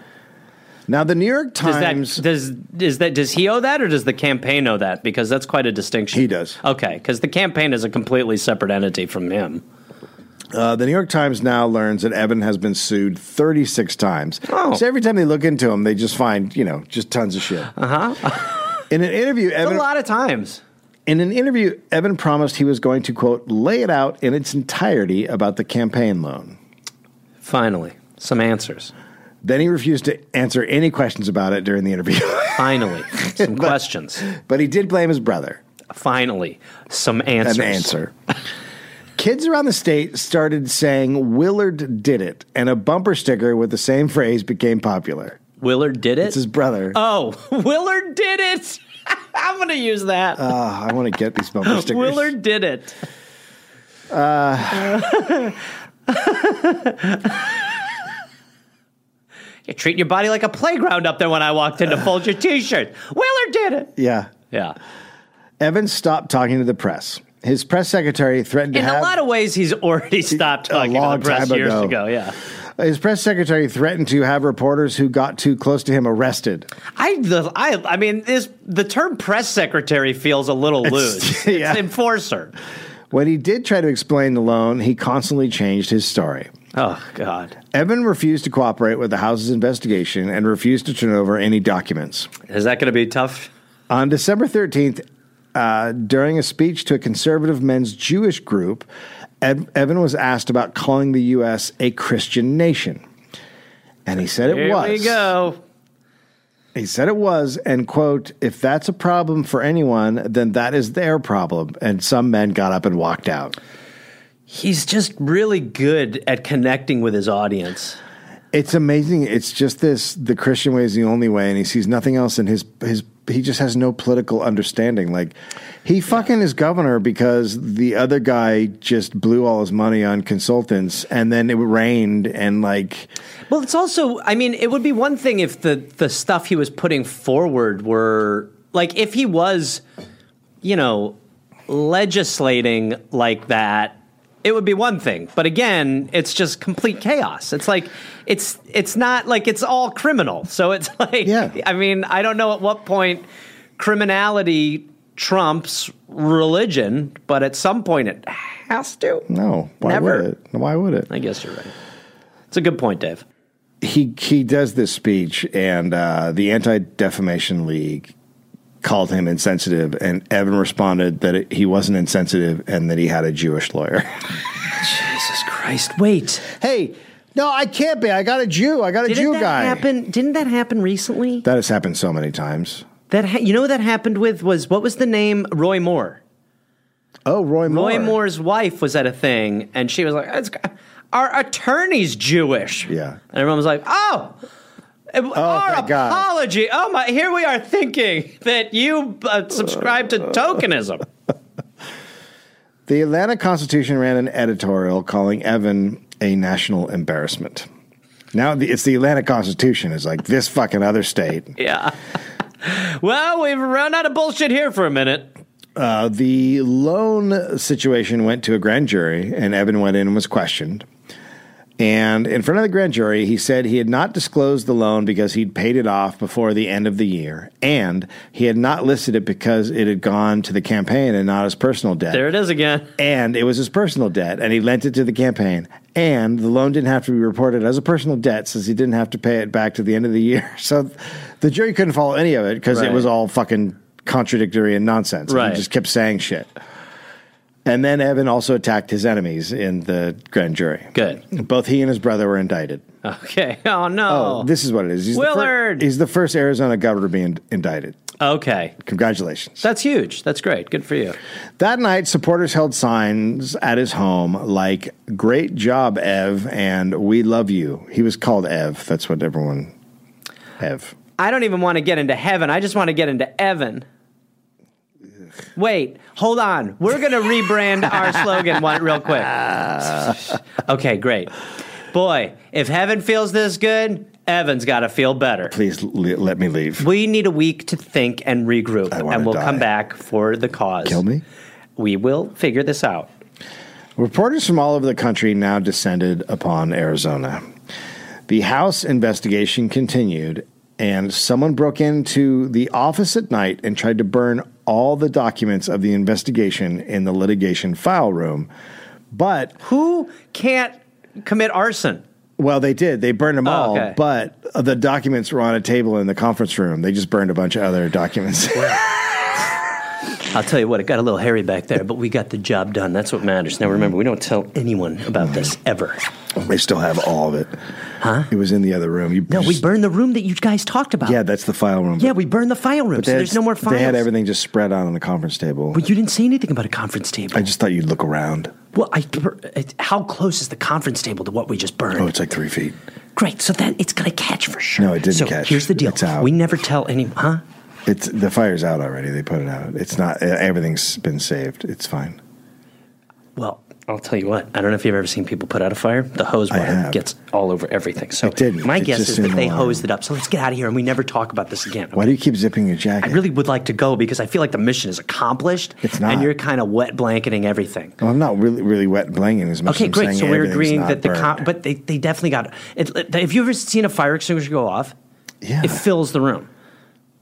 Speaker 1: Now the New York
Speaker 2: Does that
Speaker 1: Times
Speaker 2: does is that does he owe that or does the campaign owe that? Because that's quite a distinction.
Speaker 1: He does.
Speaker 2: Okay, because the campaign is a completely separate entity from him.
Speaker 1: Uh, the New York Times now learns that Evan has been sued 36 times.
Speaker 2: Oh.
Speaker 1: So every time they look into him, they just find, you know, just tons of shit. Uh-huh. in an interview,
Speaker 2: A
Speaker 1: Evan
Speaker 2: lot of times.
Speaker 1: in an interview, Evan promised he was going to quote lay it out in its entirety about the campaign loan.
Speaker 2: Finally, some answers.
Speaker 1: Then he refused to answer any questions about it during the interview. <laughs>
Speaker 2: Finally, some questions.
Speaker 1: but he did blame his brother.
Speaker 2: Finally, some answers.
Speaker 1: An answer. Kids around the state started saying Willard did it, and a bumper sticker with the same phrase became popular.
Speaker 2: Willard did it.
Speaker 1: It's his brother.
Speaker 2: oh, <laughs> Willard did it. <laughs> I'm gonna use that.
Speaker 1: Ah, I want to get these
Speaker 2: <laughs>
Speaker 1: bumper stickers.
Speaker 2: Willard did it. Uh. <laughs> You're treating your body like a playground up there when I walked in to fold your t shirt. Willard did it.
Speaker 1: Yeah.
Speaker 2: Yeah.
Speaker 1: Evans stopped talking to the press. His press secretary threatened
Speaker 2: In
Speaker 1: to have
Speaker 2: a lot of ways, he's already
Speaker 1: <laughs>
Speaker 2: stopped
Speaker 1: A
Speaker 2: talking to
Speaker 1: long
Speaker 2: the press
Speaker 1: time
Speaker 2: years
Speaker 1: ago.
Speaker 2: ago. Yeah.
Speaker 1: his press secretary threatened to have reporters who got too close to him arrested.
Speaker 2: I, the, I, I mean, this the term press secretary feels a little
Speaker 1: <laughs>
Speaker 2: loose.
Speaker 1: yeah.
Speaker 2: It's enforcer.
Speaker 1: When he did try to explain the loan, he constantly changed his story.
Speaker 2: Oh, God.
Speaker 1: Evan refused to cooperate with the House's investigation and refused to turn over any documents.
Speaker 2: Is that going to be tough?
Speaker 1: On December 13th, uh, during a speech to a conservative men's Jewish group, Ev- Evan was asked about calling the U.S. a Christian nation. And he said it
Speaker 2: Here
Speaker 1: was.
Speaker 2: we go.
Speaker 1: He said it was, and quote, if that's a problem for anyone, then that is their problem. And some men got up and walked out.
Speaker 2: He's just really good at connecting with his audience.
Speaker 1: It's amazing. It's just this the Christian way is the only way, and he sees nothing else in his his he just has no political understanding. Like he fucking is governor because the other guy just blew all his money on consultants and then it rained and like
Speaker 2: Well, it's also, I mean, it would be one thing if the the stuff he was putting forward were like if he was, you know, legislating like that, it would be one thing. But again, it's just complete chaos. It's like it's it's not like it's all criminal. So it's <laughs> like
Speaker 1: Yeah.
Speaker 2: I mean, I don't know at what point criminality trumps religion, but at some point it has to.
Speaker 1: no, why
Speaker 2: Never.
Speaker 1: would it? Why would it?
Speaker 2: I guess you're right. It's a good point, Dave.
Speaker 1: he he does this speech, and uh, the Anti Defamation League called him insensitive, and Evan responded that it, he wasn't insensitive and that he had a Jewish lawyer. <laughs>
Speaker 2: Jesus Christ. Wait.
Speaker 1: hey, no, I can't be. I got a Jew. I got a
Speaker 2: Didn't
Speaker 1: Jew
Speaker 2: that
Speaker 1: guy.
Speaker 2: happen? Didn't that happen recently?
Speaker 1: That has happened so many times.
Speaker 2: That ha- you know what that happened with was what was the name Roy Moore?
Speaker 1: Oh, Roy Moore.
Speaker 2: Roy Moore's wife was at a thing, and she was like, "It's- "Our attorney's Jewish."
Speaker 1: Yeah.
Speaker 2: and everyone was like, "Oh." Our
Speaker 1: thank God.
Speaker 2: apology. Oh my! Here we are
Speaker 1: <laughs>
Speaker 2: thinking that you uh, subscribe to tokenism.
Speaker 1: The Atlanta Constitution ran an editorial calling Evan a national embarrassment. Now the- it's the Atlanta Constitution. It's like this fucking other state.
Speaker 2: Yeah. well, we've run out of bullshit here for a minute.
Speaker 1: Uh, the loan situation went to a grand jury, and Evan went in and was questioned. And in front of the grand jury, he said he had not disclosed the loan because he'd paid it off before the end of the year, and he had not listed it because it had gone to the campaign and not his personal debt.
Speaker 2: There it is again.
Speaker 1: and it was his personal debt, and he lent it to the campaign. And the loan didn't have to be reported as a personal debt since he didn't have to pay it back to the end of the year. <laughs> So the jury couldn't follow any of it because
Speaker 2: Right.
Speaker 1: it was all fucking contradictory and nonsense.
Speaker 2: Right.
Speaker 1: He just kept saying shit. And then Evan also attacked his enemies in the grand jury.
Speaker 2: Good.
Speaker 1: Both he and his brother were indicted.
Speaker 2: Okay. <laughs> Oh no.
Speaker 1: Oh, this is what it is. He's The
Speaker 2: Willard!
Speaker 1: fir- he's the first Arizona governor to be in- indicted.
Speaker 2: okay.
Speaker 1: Congratulations.
Speaker 2: That's huge. That's great. Good for you.
Speaker 1: That night, supporters held signs at his home like, Great job, Ev, and we love you. He was called Ev. That's what everyone, Ev.
Speaker 2: I don't even want to get into heaven. I just want to get into Evan. Wait, hold on. We're going to rebrand our
Speaker 1: <laughs>
Speaker 2: slogan one real quick. Okay, great. Boy, if heaven feels this good, Evan's got to feel better.
Speaker 1: Please l- let me leave.
Speaker 2: We need a week to think and regroup,
Speaker 1: I wanna
Speaker 2: and we'll
Speaker 1: die.
Speaker 2: come back for the cause.
Speaker 1: Kill me?
Speaker 2: We will figure this out.
Speaker 1: Reporters from all over the country now descended upon Arizona. The House investigation continued, and someone broke into the office at night and tried to burn all the documents of the investigation in the litigation file room. But
Speaker 2: Who can't commit arson?
Speaker 1: Well, they did. They burned them all,
Speaker 2: okay.
Speaker 1: but the documents were on a table in the conference room. They just burned a bunch of other
Speaker 2: <laughs>
Speaker 1: documents.
Speaker 2: I'll tell you what, it got a little hairy back there, but we got the job done. That's what matters. Now remember, we don't tell anyone about this ever.
Speaker 1: they still have all of it. Huh? It was in the other room. You
Speaker 2: No, we
Speaker 1: just-
Speaker 2: burned the room that you guys talked about.
Speaker 1: Yeah, that's the file room.
Speaker 2: Yeah, we burned the file room,
Speaker 1: But
Speaker 2: so
Speaker 1: they had-
Speaker 2: there's no more files.
Speaker 1: They had everything just spread out on the conference table.
Speaker 2: But you didn't say anything about a conference table.
Speaker 1: I just thought you'd look around.
Speaker 2: well, I, it- how close is the conference table to what we just burned?
Speaker 1: Oh, it's like three feet.
Speaker 2: Great, so that it's going to catch for sure.
Speaker 1: No, it didn't
Speaker 2: so
Speaker 1: catch.
Speaker 2: here's the deal.
Speaker 1: It's out.
Speaker 2: We never tell any, huh?
Speaker 1: It's the fire's out already. They put it out. It's not. e, Everything's been saved. It's fine.
Speaker 2: Well, I'll tell you what. I don't know if you've ever seen people put out a fire. The hose
Speaker 1: I
Speaker 2: water
Speaker 1: have.
Speaker 2: gets all over everything. So
Speaker 1: It didn't.
Speaker 2: my
Speaker 1: It
Speaker 2: guess
Speaker 1: just
Speaker 2: is that
Speaker 1: didn't
Speaker 2: they
Speaker 1: alarm.
Speaker 2: hosed it up. So let's get out of here and we never talk about this again.
Speaker 1: Why do you keep zipping your jacket?
Speaker 2: I really would like to go because I feel like the mission is accomplished.
Speaker 1: It's not.
Speaker 2: And you're kind of wet blanketing everything.
Speaker 1: Well, I'm not really, really wet and blinging as much.
Speaker 2: Okay,
Speaker 1: as I'm
Speaker 2: great.
Speaker 1: saying
Speaker 2: So we're
Speaker 1: everything's
Speaker 2: agreeing
Speaker 1: not
Speaker 2: that the con-
Speaker 1: burned.
Speaker 2: but they, they definitely got it. it- Have you ever seen a fire extinguisher go off?
Speaker 1: Yeah. <sighs>
Speaker 2: It fills the room.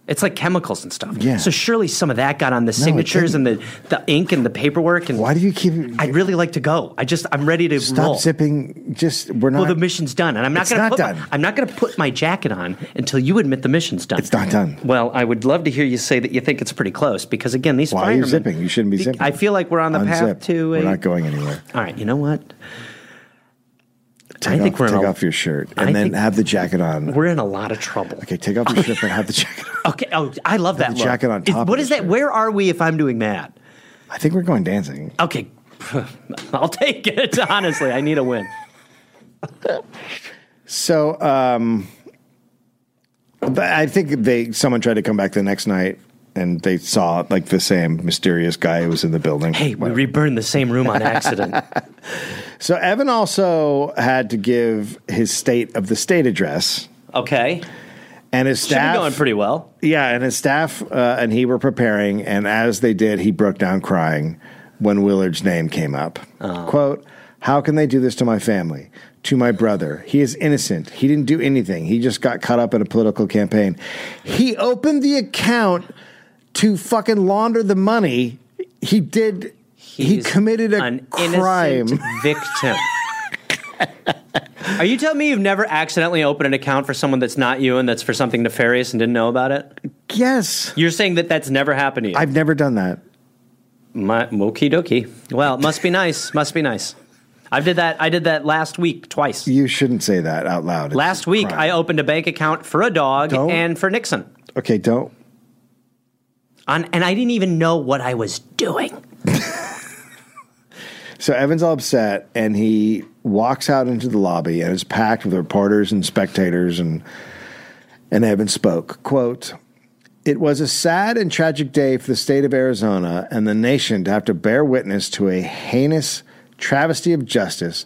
Speaker 2: It's like chemicals and stuff.
Speaker 1: Yeah.
Speaker 2: So surely some of that got on the signatures and the, the ink and the paperwork and
Speaker 1: Why do you keep?
Speaker 2: I'd really like to go. I just I'm ready to
Speaker 1: Stop
Speaker 2: roll.
Speaker 1: zipping. Just we're not.
Speaker 2: Well, the mission's done, and I'm not
Speaker 1: It's
Speaker 2: going to
Speaker 1: not
Speaker 2: put
Speaker 1: done.
Speaker 2: My, I'm not going to put my jacket on until you admit the mission's done.
Speaker 1: It's not done.
Speaker 2: Well, I would love to hear you say that you think it's pretty close because again, these
Speaker 1: Why are you
Speaker 2: firemen-
Speaker 1: zipping? You shouldn't be zipping.
Speaker 2: I feel like we're on the path
Speaker 1: Unzip.
Speaker 2: to. A,
Speaker 1: We're not going anywhere.
Speaker 2: All right, you know what?
Speaker 1: Take
Speaker 2: think
Speaker 1: off,
Speaker 2: we're in
Speaker 1: take
Speaker 2: a-
Speaker 1: off your shirt
Speaker 2: I
Speaker 1: and then
Speaker 2: think-
Speaker 1: have the jacket on.
Speaker 2: We're in a lot of trouble.
Speaker 1: <laughs> okay, take off your shirt and have the <laughs> jacket. on.
Speaker 2: Okay. Oh, I love that
Speaker 1: the
Speaker 2: look.
Speaker 1: jacket on
Speaker 2: Is-
Speaker 1: top
Speaker 2: what
Speaker 1: of
Speaker 2: is
Speaker 1: the
Speaker 2: that?
Speaker 1: shirt.
Speaker 2: Where are we? If I'm doing that,
Speaker 1: I think we're going dancing.
Speaker 2: okay. <laughs> I'll take it. <laughs> Honestly, I need a win.
Speaker 1: So, um, but I think they someone tried to come back the next night and they saw like the same mysterious guy who was in the building.
Speaker 2: Hey, we reburned the same room
Speaker 1: <laughs>
Speaker 2: on accident.
Speaker 1: so Evan also had to give his state of the state address.
Speaker 2: Okay.
Speaker 1: And his
Speaker 2: Should
Speaker 1: staff
Speaker 2: be going pretty well.
Speaker 1: Yeah, and his staff uh, and he were preparing, and as they did, he broke down crying when Willard's name came up.
Speaker 2: Oh.
Speaker 1: Quote, How can they do this to my family, to my brother? He is innocent. He didn't do anything. He just got caught up in a political campaign. He opened the account to fucking launder the money. He did. he
Speaker 2: He's
Speaker 1: committed a
Speaker 2: an
Speaker 1: crime.
Speaker 2: innocent
Speaker 1: <laughs>
Speaker 2: victim. Are you telling me you've never accidentally opened an account for someone that's not you and that's for something nefarious and didn't know about it?
Speaker 1: Yes.
Speaker 2: You're saying that that's never happened to you?
Speaker 1: I've never done that.
Speaker 2: My okie dokie. Well, must be nice. Must be nice. I did that. I did that last week twice.
Speaker 1: You shouldn't say that out loud. It's
Speaker 2: Last
Speaker 1: a
Speaker 2: week,
Speaker 1: crime.
Speaker 2: I opened a bank account for a dog
Speaker 1: Don't.
Speaker 2: and for Nixon,
Speaker 1: Okay, don't.
Speaker 2: On, and I didn't even know what I was doing.
Speaker 1: So Evan's all upset, and he walks out into the lobby, and it's packed with reporters and spectators. and And Evan spoke, "quote It was a sad and tragic day for the state of Arizona and the nation to have to bear witness to a heinous travesty of justice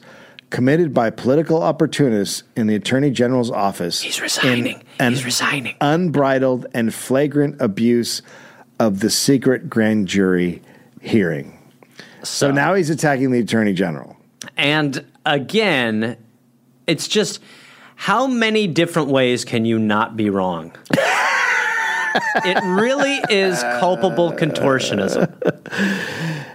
Speaker 1: committed by political opportunists in the Attorney General's office. He's
Speaker 8: resigning.
Speaker 1: He's resigning. Unbridled and flagrant abuse of the secret grand jury hearing. so now he's attacking the Attorney General.
Speaker 2: And again, it's just how many different ways can you not be wrong? it really is culpable contortionism.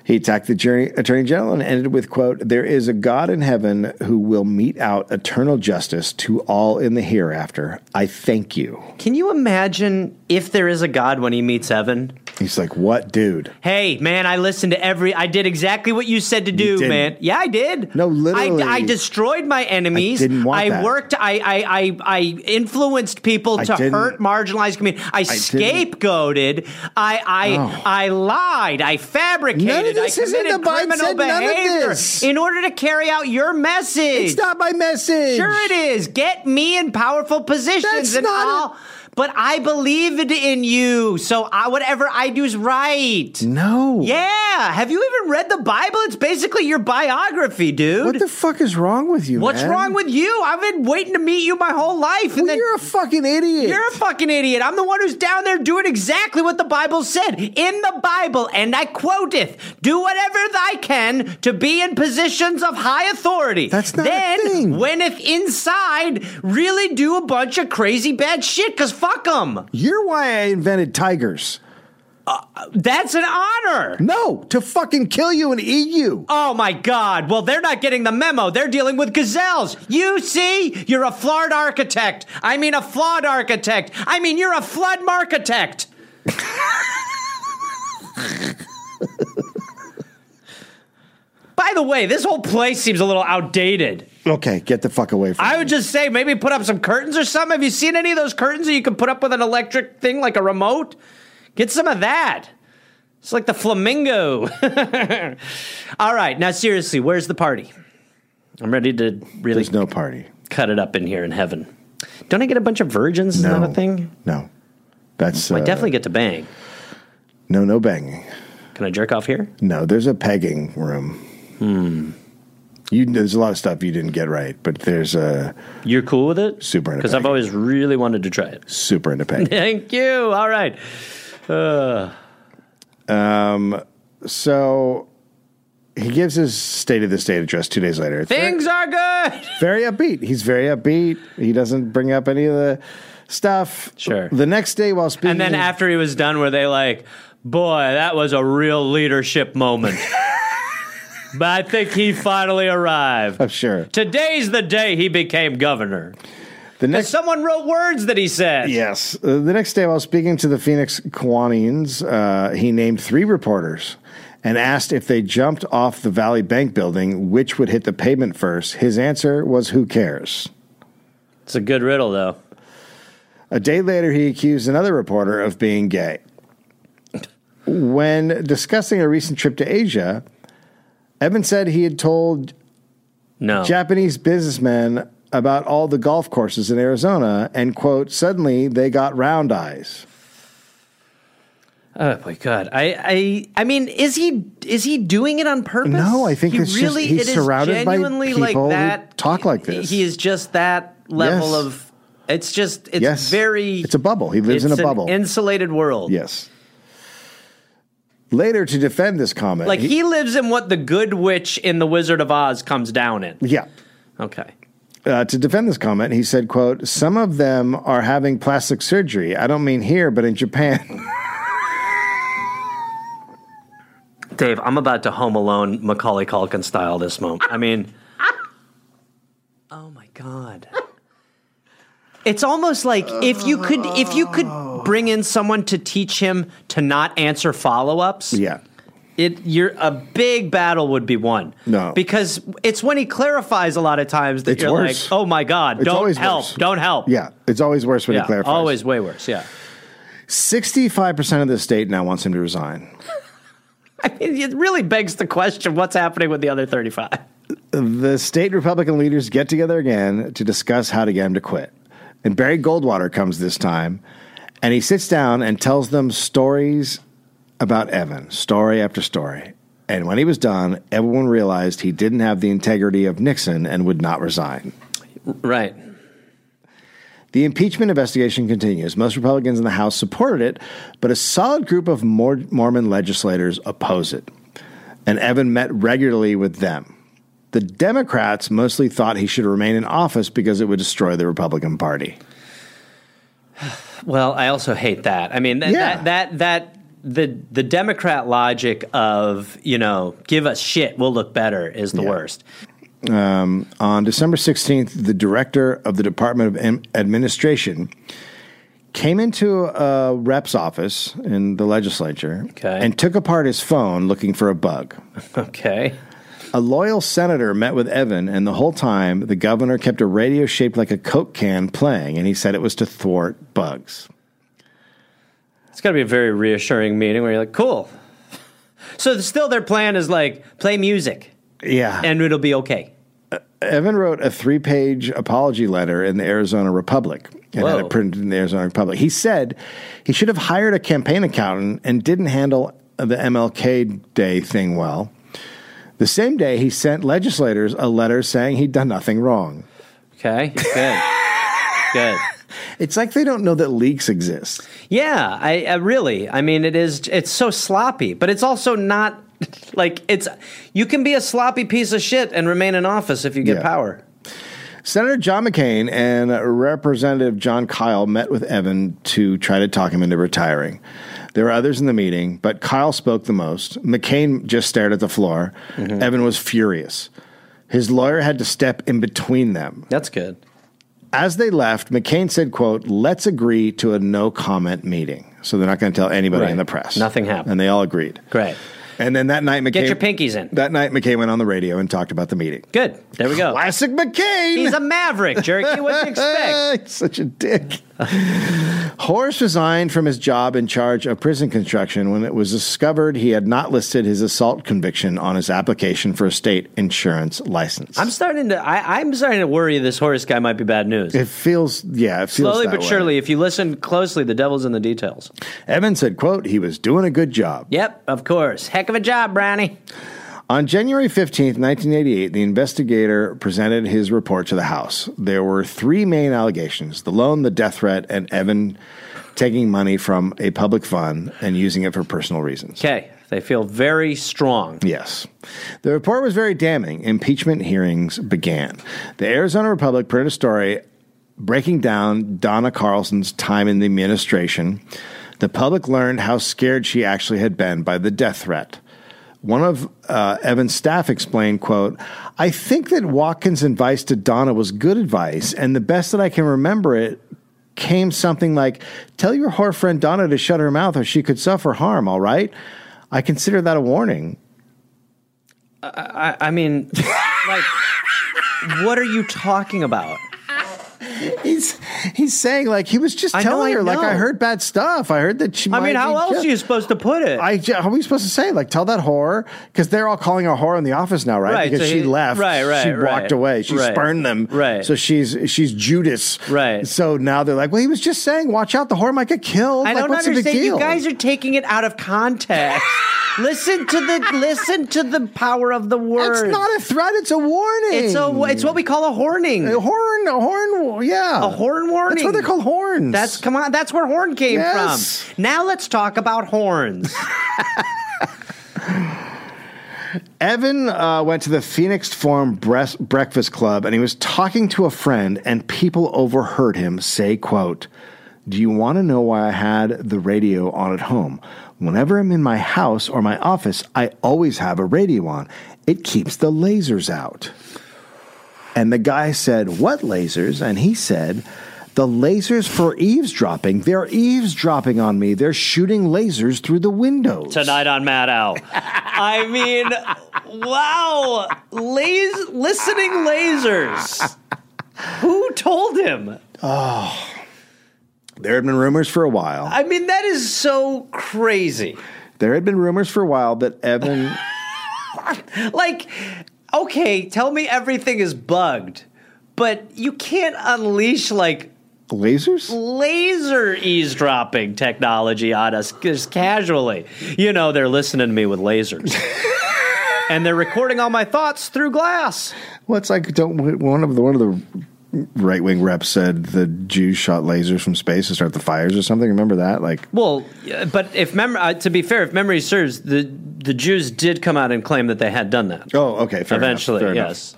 Speaker 1: He attacked the jury, attorney general and ended with, quote, There is a God in heaven who will mete out eternal justice to all in the hereafter. I thank you.
Speaker 2: Can you imagine if there is a God when he meets Evan?
Speaker 1: He's like, What, dude?
Speaker 2: Hey, man, I listened to every. I did exactly what you said to do,
Speaker 1: didn't.
Speaker 2: man. Yeah, I did.
Speaker 1: No, literally.
Speaker 2: I, I destroyed my enemies.
Speaker 1: I didn't want
Speaker 2: I
Speaker 1: that.
Speaker 2: worked. I, I, I, I influenced people
Speaker 1: I
Speaker 2: to
Speaker 1: didn't.
Speaker 2: hurt marginalized communities. I,
Speaker 1: didn't.
Speaker 2: scapegoated. I, I,
Speaker 1: Oh.
Speaker 2: I lied. I fabricated.
Speaker 1: None of this
Speaker 2: I
Speaker 1: is in
Speaker 2: committed
Speaker 1: the Bible. It
Speaker 2: criminal
Speaker 1: said none of
Speaker 2: behavior
Speaker 1: this.
Speaker 2: in order to carry out your message.
Speaker 1: It's not my message.
Speaker 2: Sure, it is. Get me in powerful positions,
Speaker 1: That's
Speaker 2: and
Speaker 1: not
Speaker 2: I'll. But I believed in you, so I, whatever I do is right.
Speaker 1: No.
Speaker 2: Yeah. Have you even read the Bible? It's basically your biography, dude.
Speaker 1: What the fuck is wrong with you?
Speaker 2: What's
Speaker 1: man?
Speaker 2: wrong with you? I've been waiting to meet you my whole life. And
Speaker 1: Well,
Speaker 2: then
Speaker 1: you're a fucking idiot.
Speaker 2: you're a fucking idiot. I'm the one who's down there doing exactly what the Bible said. In the Bible, and I quoteth, do whatever I can to be in positions of high authority.
Speaker 1: That's not a
Speaker 2: then,
Speaker 1: thing.
Speaker 2: when if inside, really do a bunch of crazy bad shit, because fuck them.
Speaker 1: You're why I invented tigers.
Speaker 2: That's an honor.
Speaker 1: No, to fucking kill you and eat you.
Speaker 2: Oh my God. Well, they're not getting the memo. They're dealing with gazelles. You see, you're a flawed architect. I mean, a flawed architect. I mean, you're a flood architect. <laughs> By the way, this whole place seems a little outdated.
Speaker 1: Okay, get the fuck away from
Speaker 2: I
Speaker 1: me.
Speaker 2: would just say maybe put up some curtains or something. Have you seen any of those curtains that you can put up with an electric thing like a remote? Get some of that. It's like the flamingo. <laughs> All right, now seriously, where's the party? I'm ready to really
Speaker 1: There's no party.
Speaker 2: cut it up in here in heaven. Don't I get a bunch of virgins? Is that a thing?
Speaker 1: No. That's
Speaker 2: I
Speaker 1: uh,
Speaker 2: definitely get to bang.
Speaker 1: no, no banging.
Speaker 2: Can I jerk off here?
Speaker 1: No, there's a pegging room. Hmm. You there's a lot of stuff you didn't get right, but there's a
Speaker 2: You're cool with it?
Speaker 1: Super
Speaker 2: Because I've
Speaker 1: independent.
Speaker 2: always really wanted to try it.
Speaker 1: super into
Speaker 2: <laughs>
Speaker 1: pegging.
Speaker 2: Thank you. All right.
Speaker 1: so he gives his state of the state address two days later. It's
Speaker 2: Things are good.
Speaker 1: very upbeat. He's very upbeat. He doesn't bring up any of the stuff.
Speaker 2: Sure.
Speaker 1: The next day, while speaking,
Speaker 2: And then after he was done, were they like, boy, that was a real
Speaker 1: <laughs>
Speaker 2: leadership moment? but I think he finally arrived.
Speaker 1: I'm Oh, sure
Speaker 2: Today's the day he became governor.
Speaker 1: the next
Speaker 2: Someone wrote words that he said.
Speaker 1: Yes. Uh, the next day, while speaking to the Phoenix Kiwanians, uh, he named three reporters and asked if they jumped off the Valley Bank building, which would hit the pavement first. His answer was, Who cares?
Speaker 2: It's a good riddle, though.
Speaker 1: A day later, he accused another reporter of being gay. When discussing a recent trip to Asia, Evan said he had told
Speaker 2: No.
Speaker 1: Japanese businessmen about all the golf courses in Arizona and, quote, suddenly they got round eyes.
Speaker 2: oh my God. I, I I mean, is he is he doing it on purpose?
Speaker 1: No, I think
Speaker 2: he
Speaker 1: it's just-
Speaker 2: really
Speaker 1: he's
Speaker 2: it is
Speaker 1: surrounded by
Speaker 2: genuinely
Speaker 1: people who
Speaker 2: like that.
Speaker 1: talk like this.
Speaker 2: He is just that level
Speaker 1: Yes.
Speaker 2: of. It's just it's
Speaker 1: yes.
Speaker 2: very.
Speaker 1: It's a bubble. He lives in a
Speaker 2: it's an
Speaker 1: bubble.
Speaker 2: Insulated world.
Speaker 1: Yes. Later, to defend this comment,
Speaker 2: Like he lives in what the good witch in the Wizard of Oz comes down in.
Speaker 1: yeah,
Speaker 2: Okay.
Speaker 1: uh, to defend this comment, he said, "quote Some of them are having plastic surgery. I don't mean here, but in Japan." <laughs>
Speaker 2: Dave, I'm about to home alone Macaulay Culkin style this moment. I mean <laughs> Oh my god. It's almost like if you could if you could bring in someone to teach him to not answer follow-ups.
Speaker 1: yeah,
Speaker 2: it you're a big battle would be won.
Speaker 1: No.
Speaker 2: because it's when he clarifies a lot of times that
Speaker 1: It's
Speaker 2: you're
Speaker 1: worse.
Speaker 2: like, oh my god,
Speaker 1: It's
Speaker 2: don't
Speaker 1: always
Speaker 2: help,
Speaker 1: worse.
Speaker 2: don't help.
Speaker 1: yeah. It's always worse when he
Speaker 2: yeah,
Speaker 1: clarifies.
Speaker 2: always way worse. Yeah,
Speaker 1: sixty-five percent of the state now wants him to resign.
Speaker 2: I mean, it really begs the question: what's happening with the other thirty-five?
Speaker 1: The state Republican leaders get together again to discuss how to get him to quit, and Barry Goldwater comes this time. And he sits down and tells them stories about Evan, story after story. And when he was done, everyone realized he didn't have the integrity of Nixon and would not resign.
Speaker 2: Right.
Speaker 1: The impeachment investigation continues. Most Republicans in the House supported it, but a solid group of Mor- Mormon legislators oppose it. And Evan met regularly with them. The Democrats mostly thought he should remain in office because it would destroy the Republican Party.
Speaker 2: Well, I also hate that. I mean, that
Speaker 1: Yeah.
Speaker 2: that, that that the the Democrat logic of you know give us shit, we'll look better is the worst.
Speaker 1: Um, on December 16th, the director of the Department of Am- Administration came into a rep's office in the legislature
Speaker 2: Okay.
Speaker 1: and took apart his phone looking for a bug.
Speaker 2: Okay.
Speaker 1: A loyal senator met with Evan, and the whole time, the governor kept a radio shaped like a Coke can playing, and he said it was to thwart bugs.
Speaker 2: It's got to be a very reassuring meeting where you're like, cool. So still, their plan is like play music
Speaker 1: Yeah.
Speaker 2: and it'll be okay.
Speaker 1: Evan wrote a three page apology letter in the Arizona Republic and had
Speaker 2: Whoa.
Speaker 1: it printed in the Arizona Republic. He said he should have hired a campaign accountant and didn't handle the MLK Day thing well. The same day, he sent legislators a letter saying he'd done nothing wrong.
Speaker 2: Okay. <laughs> Good. Good.
Speaker 1: It's like they don't know that leaks exist.
Speaker 2: Yeah, I, I really. I mean, it is. It's so sloppy, but it's also not <laughs> like it's. You can be a sloppy piece of shit and remain in office if you get
Speaker 1: Yeah.
Speaker 2: power.
Speaker 1: Senator John McCain and Representative John Kyle met with Evan to try to talk him into retiring. There were others in the meeting, but Kyle spoke the most. McCain just stared at the floor.
Speaker 2: Mm-hmm.
Speaker 1: Evan was furious. His lawyer had to step in between them.
Speaker 2: That's good.
Speaker 1: As they left, McCain said, quote, let's agree to a no comment meeting. So they're not going to tell anybody
Speaker 2: Right.
Speaker 1: in the press.
Speaker 2: Nothing happened.
Speaker 1: And they all agreed.
Speaker 2: Great.
Speaker 1: And then that night, McCain.
Speaker 2: Get your pinkies in.
Speaker 1: That night, McCain went on the radio and talked about the meeting.
Speaker 2: Good. There we go.
Speaker 1: Classic McCain.
Speaker 2: He's a maverick, jerky. What do
Speaker 1: <laughs>
Speaker 2: you expect?
Speaker 1: He's Such a dick. Horace resigned from his job in charge of prison construction when it was discovered he had not listed his assault conviction on his application for a state insurance license.
Speaker 2: I'm starting to. I, I'm starting to worry this horse guy might be bad news.
Speaker 1: it feels, yeah, it feels
Speaker 2: Slowly
Speaker 1: that
Speaker 2: but
Speaker 1: way.
Speaker 2: surely, if you listen closely, the devil's in the details.
Speaker 1: Evan said, "quote He was doing a good job."
Speaker 2: Yep, of course. Heck of a job, Brownie.
Speaker 1: On January 15th, 1988, the investigator presented his report to the House. There were three main allegations the loan, the death threat, and Evan taking money from a public fund and using it for personal reasons.
Speaker 2: Okay, they feel very strong.
Speaker 1: Yes. The report was very damning. Impeachment hearings began. The Arizona Republic printed a story breaking down Donna Carlson's time in the administration. The public learned how scared she actually had been by the death threat. One of uh, Evan's staff explained, quote, I think that Watkins' advice to Donna was good advice, and the best that I can remember it came something like, Tell your whore friend Donna to shut her mouth or she could suffer harm, all right? I consider that a warning.
Speaker 2: I, I mean, <laughs> like, what are you talking about?
Speaker 1: He's he's saying like he was just
Speaker 2: I know,
Speaker 1: telling
Speaker 2: I
Speaker 1: her like
Speaker 2: know.
Speaker 1: I heard bad stuff. I heard that she.
Speaker 2: I mean, how else are you supposed to put it?
Speaker 1: I, ju- how are we supposed to say like tell that whore because they're all calling her whore in the office now, right?
Speaker 2: Right,
Speaker 1: because
Speaker 2: so
Speaker 1: she
Speaker 2: he-
Speaker 1: left.
Speaker 2: right, right,
Speaker 1: She
Speaker 2: right,
Speaker 1: walked away. She
Speaker 2: right.
Speaker 1: spurned them.
Speaker 2: Right.
Speaker 1: So she's she's Judas.
Speaker 2: Right.
Speaker 1: So now they're like, well, he was just saying, watch out, the whore might get killed.
Speaker 2: I
Speaker 1: like,
Speaker 2: don't
Speaker 1: what's the big
Speaker 2: understand.
Speaker 1: deal?
Speaker 2: You guys are taking it out of
Speaker 1: <laughs>
Speaker 2: context. listen to the listen to the power of the word.
Speaker 1: It's not a threat. It's a warning.
Speaker 2: It's a. It's what we call a horning.
Speaker 1: A horn. A horn. Yeah.
Speaker 2: A horn warning.
Speaker 1: That's why they're called horns.
Speaker 2: That's come on. That's where horn came
Speaker 1: Yes.
Speaker 2: from. Now let's talk about horns.
Speaker 1: Evan uh, went to the Phoenix Forum Bre- Breakfast Club, and he was talking to a friend, and people overheard him say, "quote Do you want to know why I had the radio on at home? Whenever I'm in my house or my office, I always have a radio on. It keeps the lasers out." And the guy said, What lasers? And he said, The lasers for eavesdropping. They're eavesdropping on me. They're shooting lasers through the windows.
Speaker 2: <laughs> tonight on Mad Owl. I mean, wow, Las- listening <laughs> lasers. Who told him?
Speaker 1: There had been rumors for a while.
Speaker 2: I mean, that is so crazy.
Speaker 1: There had been rumors for a while that Evan.
Speaker 2: Like, okay, tell me everything is bugged, but you can't unleash like
Speaker 1: Lasers?
Speaker 2: laser eavesdropping technology on us just casually. You know, they're listening to me
Speaker 1: <laughs>
Speaker 2: with lasers. and they're recording all my thoughts through glass.
Speaker 1: Well, it's like don't one of the one of the right wing reps said the Jews shot lasers from space to start the fires or something. Remember that? Like
Speaker 2: Well, yeah, but if mem- uh, to be fair, if memory serves, the the Jews did come out and claim that they had done that.
Speaker 1: oh, okay, fair enough,
Speaker 2: Eventually,
Speaker 1: fair enough.
Speaker 2: yes.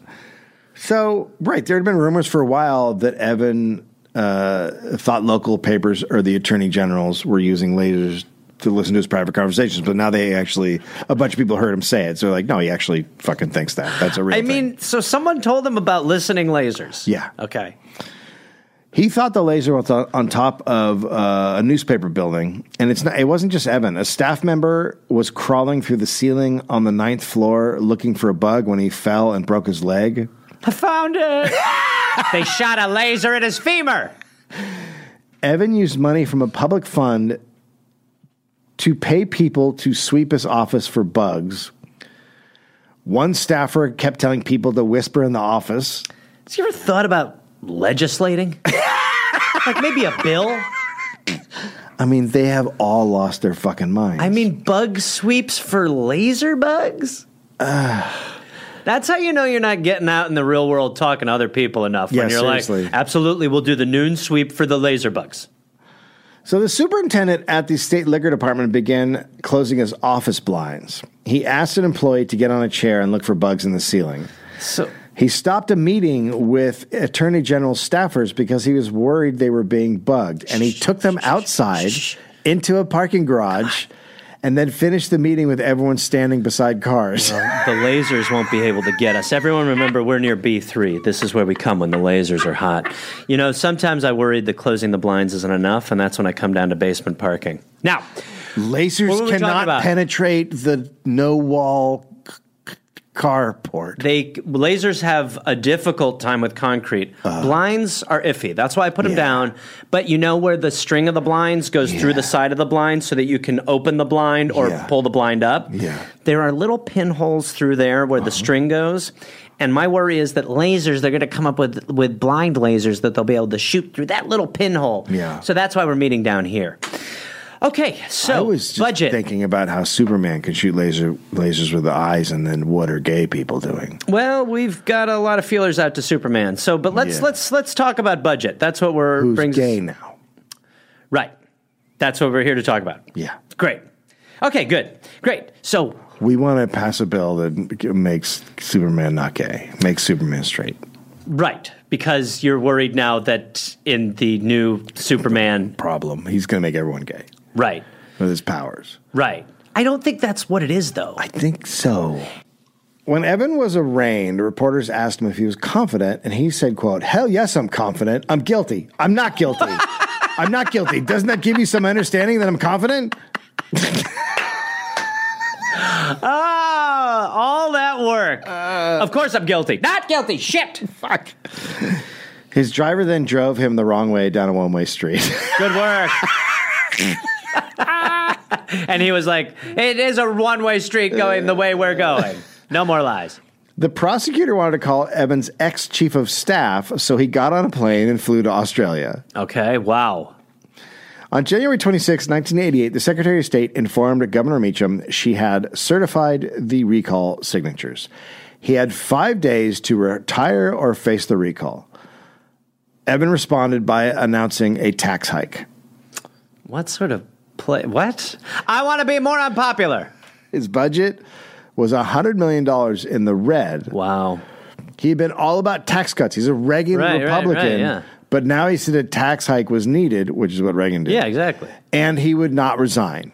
Speaker 1: So, right, there had been rumors for a while that Evan uh, thought local papers or the attorney generals were using lasers to listen to his private conversations, but now they actually, a bunch of people heard him say it. So, they're like, no, he actually fucking thinks that. That's a real
Speaker 2: I
Speaker 1: thing.
Speaker 2: mean, so someone told them about listening lasers.
Speaker 1: Yeah.
Speaker 2: Okay.
Speaker 1: He thought the laser was on on top of uh, a newspaper building, and it's not, it wasn't just Evan. A staff member was crawling through the ceiling on the ninth floor looking for a bug when he fell and broke his leg.
Speaker 2: I found it. <laughs> they shot a laser at his femur.
Speaker 1: Evan used money from a public fund to pay people to sweep his office for bugs. One staffer kept telling people to whisper in the office.
Speaker 2: Have you ever thought about <laughs> legislating? like maybe a bill?
Speaker 1: I mean, they have all lost their fucking minds.
Speaker 2: I mean, bug sweeps for laser bugs? <sighs> That's how you know you're not getting out in the real world talking to other people enough.
Speaker 1: Yeah,
Speaker 2: when you're
Speaker 1: seriously.
Speaker 2: like, absolutely, we'll do the noon sweep for the laser bugs.
Speaker 1: So the superintendent at the state liquor department began closing his office blinds. He asked an employee to get on a chair and look for bugs in the ceiling.
Speaker 2: So,
Speaker 1: He stopped a meeting with attorney general staffers because he was worried they were being bugged, and he took them outside into a parking garage. And then finished the meeting with everyone standing beside cars.
Speaker 2: the lasers won't be able to get us. Everyone remember we're near B3. This is where we come when the lasers are hot. You know, sometimes I worried that closing the blinds isn't enough, and that's when I come down to basement parking. Now, What
Speaker 1: <laughs>
Speaker 2: were
Speaker 1: Lasers
Speaker 2: we talking
Speaker 1: cannot
Speaker 2: about?
Speaker 1: penetrate the no wall c- c- carport.
Speaker 2: they lasers have a difficult time with concrete. blinds are iffy. That's why I put them
Speaker 1: Uh-huh. Yeah.
Speaker 2: down. But you know where the string of the blinds goes through
Speaker 1: Yeah.
Speaker 2: the side of the blind so that you can open the blind or
Speaker 1: Yeah.
Speaker 2: pull the blind up?
Speaker 1: Yeah. Uh-huh.
Speaker 2: There are little pinholes through there where the string goes. And my worry is that lasers, they're going to come up with, with blind lasers that they'll be able to shoot through that little pinhole.
Speaker 1: Yeah.
Speaker 2: So that's why we're meeting down here. Okay, so
Speaker 1: I was just
Speaker 2: budget.
Speaker 1: thinking about how Superman can shoot laser lasers with the eyes, and then what are gay people doing?
Speaker 2: Well, we've got a lot of feelers out to Superman. So, but let's
Speaker 1: Yeah.
Speaker 2: let's let's talk about budget. That's what we're
Speaker 1: Who's
Speaker 2: brings
Speaker 1: gay now?
Speaker 2: right. That's what we're here to talk about.
Speaker 1: Yeah,
Speaker 2: Great. Okay, good. Great. So,
Speaker 1: we want to pass a bill that makes Superman not gay, makes Superman straight.
Speaker 2: right, because you're worried now that in the new Superman,
Speaker 1: Problem. He's going to make everyone gay
Speaker 2: right,
Speaker 1: with his powers.
Speaker 2: right. I don't think that's what it is, though.
Speaker 1: I think so. When Evan was arraigned, reporters asked him if he was confident, and he said, quote, Hell yes, I'm confident. I'm guilty. I'm not guilty. <laughs> I'm not guilty. Doesn't that give you some understanding that I'm confident?
Speaker 2: Ah, all that work.
Speaker 1: Uh.
Speaker 2: of course, I'm guilty. Not guilty. Shit.
Speaker 1: Fuck. His driver then drove him the wrong way down a one way street. <laughs>
Speaker 2: Good work. <laughs> and he was like, it is a one way street going the way we're going. No more lies.
Speaker 1: the prosecutor wanted to call Evan's ex chief of staff, so he got on a plane and flew to Australia.
Speaker 2: Okay, wow.
Speaker 1: On January 26, 1988, the Secretary of State informed Governor Meacham she had certified the recall signatures. He had five days to retire or face the recall. Evan responded by announcing a tax hike.
Speaker 2: What sort of play? What? I want to be more unpopular.
Speaker 1: His budget was $100 million in the red.
Speaker 2: Wow.
Speaker 1: He had been all about tax cuts. He's a Reagan
Speaker 2: Right, right,
Speaker 1: Republican.
Speaker 2: right, yeah.
Speaker 1: But now he said a tax hike was needed, which is what Reagan did.
Speaker 2: Yeah, exactly.
Speaker 1: and he would not resign.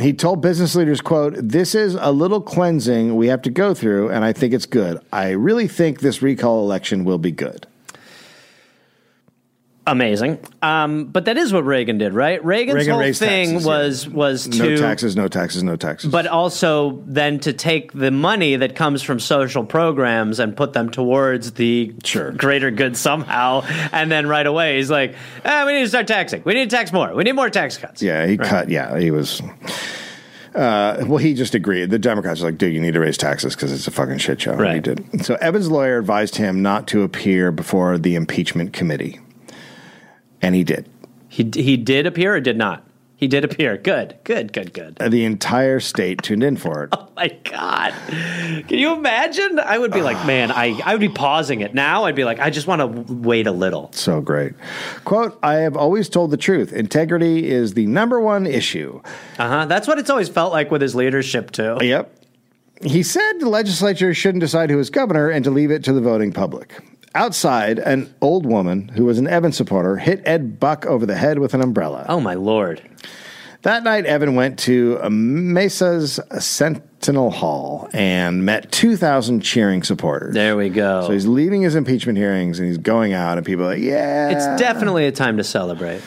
Speaker 1: He told business leaders, quote, this is a little cleansing we have to go through, and I think it's good. I really think this recall election will be good.
Speaker 2: Amazing. Um, but that is what Reagan did, right? Reagan's
Speaker 1: Reagan
Speaker 2: whole
Speaker 1: raised
Speaker 2: thing
Speaker 1: taxes, yeah.
Speaker 2: was was
Speaker 1: No
Speaker 2: to
Speaker 1: taxes, no taxes, no taxes.
Speaker 2: but also then to take the money that comes from social programs and put them towards the
Speaker 1: Sure.
Speaker 2: greater good somehow. And then right away he's like, eh, we need to start taxing. We need to tax more. We need more tax cuts.
Speaker 1: yeah, he cut. Yeah, he was. Uh, well, he just agreed. The Democrats were like, dude, you need to raise taxes because it's a fucking shit show. And He
Speaker 2: Right.
Speaker 1: did. So Evans' lawyer advised him not to appear before the impeachment committee. and he did.
Speaker 2: He he did appear or did not? He did appear. Good, good, good, good.
Speaker 1: The entire state tuned in for it.
Speaker 2: Oh my God. Can you imagine? I would be like, man, I, I would be pausing it now. I'd be like, I just want to wait a little.
Speaker 1: So great. Quote, I have always told the truth. Integrity is the number one issue.
Speaker 2: Uh huh. That's what it's always felt like with his leadership, too.
Speaker 1: Yep. He said the legislature shouldn't decide who is governor and to leave it to the voting public. Outside, an old woman who was an Evan supporter hit Ed Buck over the head with an umbrella.
Speaker 2: Oh my Lord.
Speaker 1: That night, Evan went to uh, Mesa's Sentinel Hall and met 2,000 cheering supporters.
Speaker 2: There we go.
Speaker 1: So he's leaving his impeachment hearings and he's going out, and people are like, yeah.
Speaker 2: it's definitely a time to celebrate.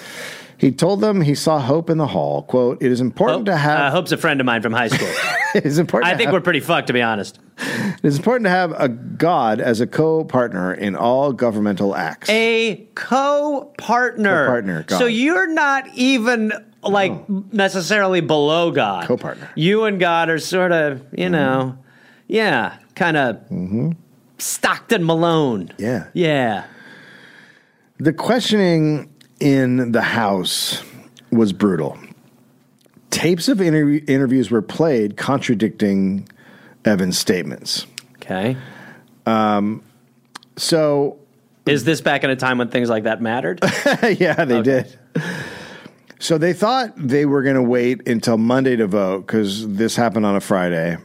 Speaker 1: He told them he saw hope in the hall. Quote, it is important to have.
Speaker 2: Uh, Hope's a friend of mine from high <laughs> school.
Speaker 1: <laughs> it is important
Speaker 2: I
Speaker 1: to
Speaker 2: think
Speaker 1: have-
Speaker 2: we're pretty fucked, to be honest.
Speaker 1: It is important to have a God as a co partner in all governmental acts.
Speaker 2: A co partner.
Speaker 1: Co-partner, God.
Speaker 2: So you're not even like necessarily below God.
Speaker 1: Co-partner.
Speaker 2: You and God are sort of, you know, yeah, kind of Stockton Malone.
Speaker 1: Yeah.
Speaker 2: Mm-hmm. Yeah.
Speaker 1: the questioning in the House was brutal. Tapes of interview interviews were played contradicting Evan's statements.
Speaker 2: Okay.
Speaker 1: So,
Speaker 2: Is this back in a time when things like that <laughs> mattered?
Speaker 1: <laughs> yeah, they did. So they thought they were going to wait until Monday to vote because this happened on a Friday.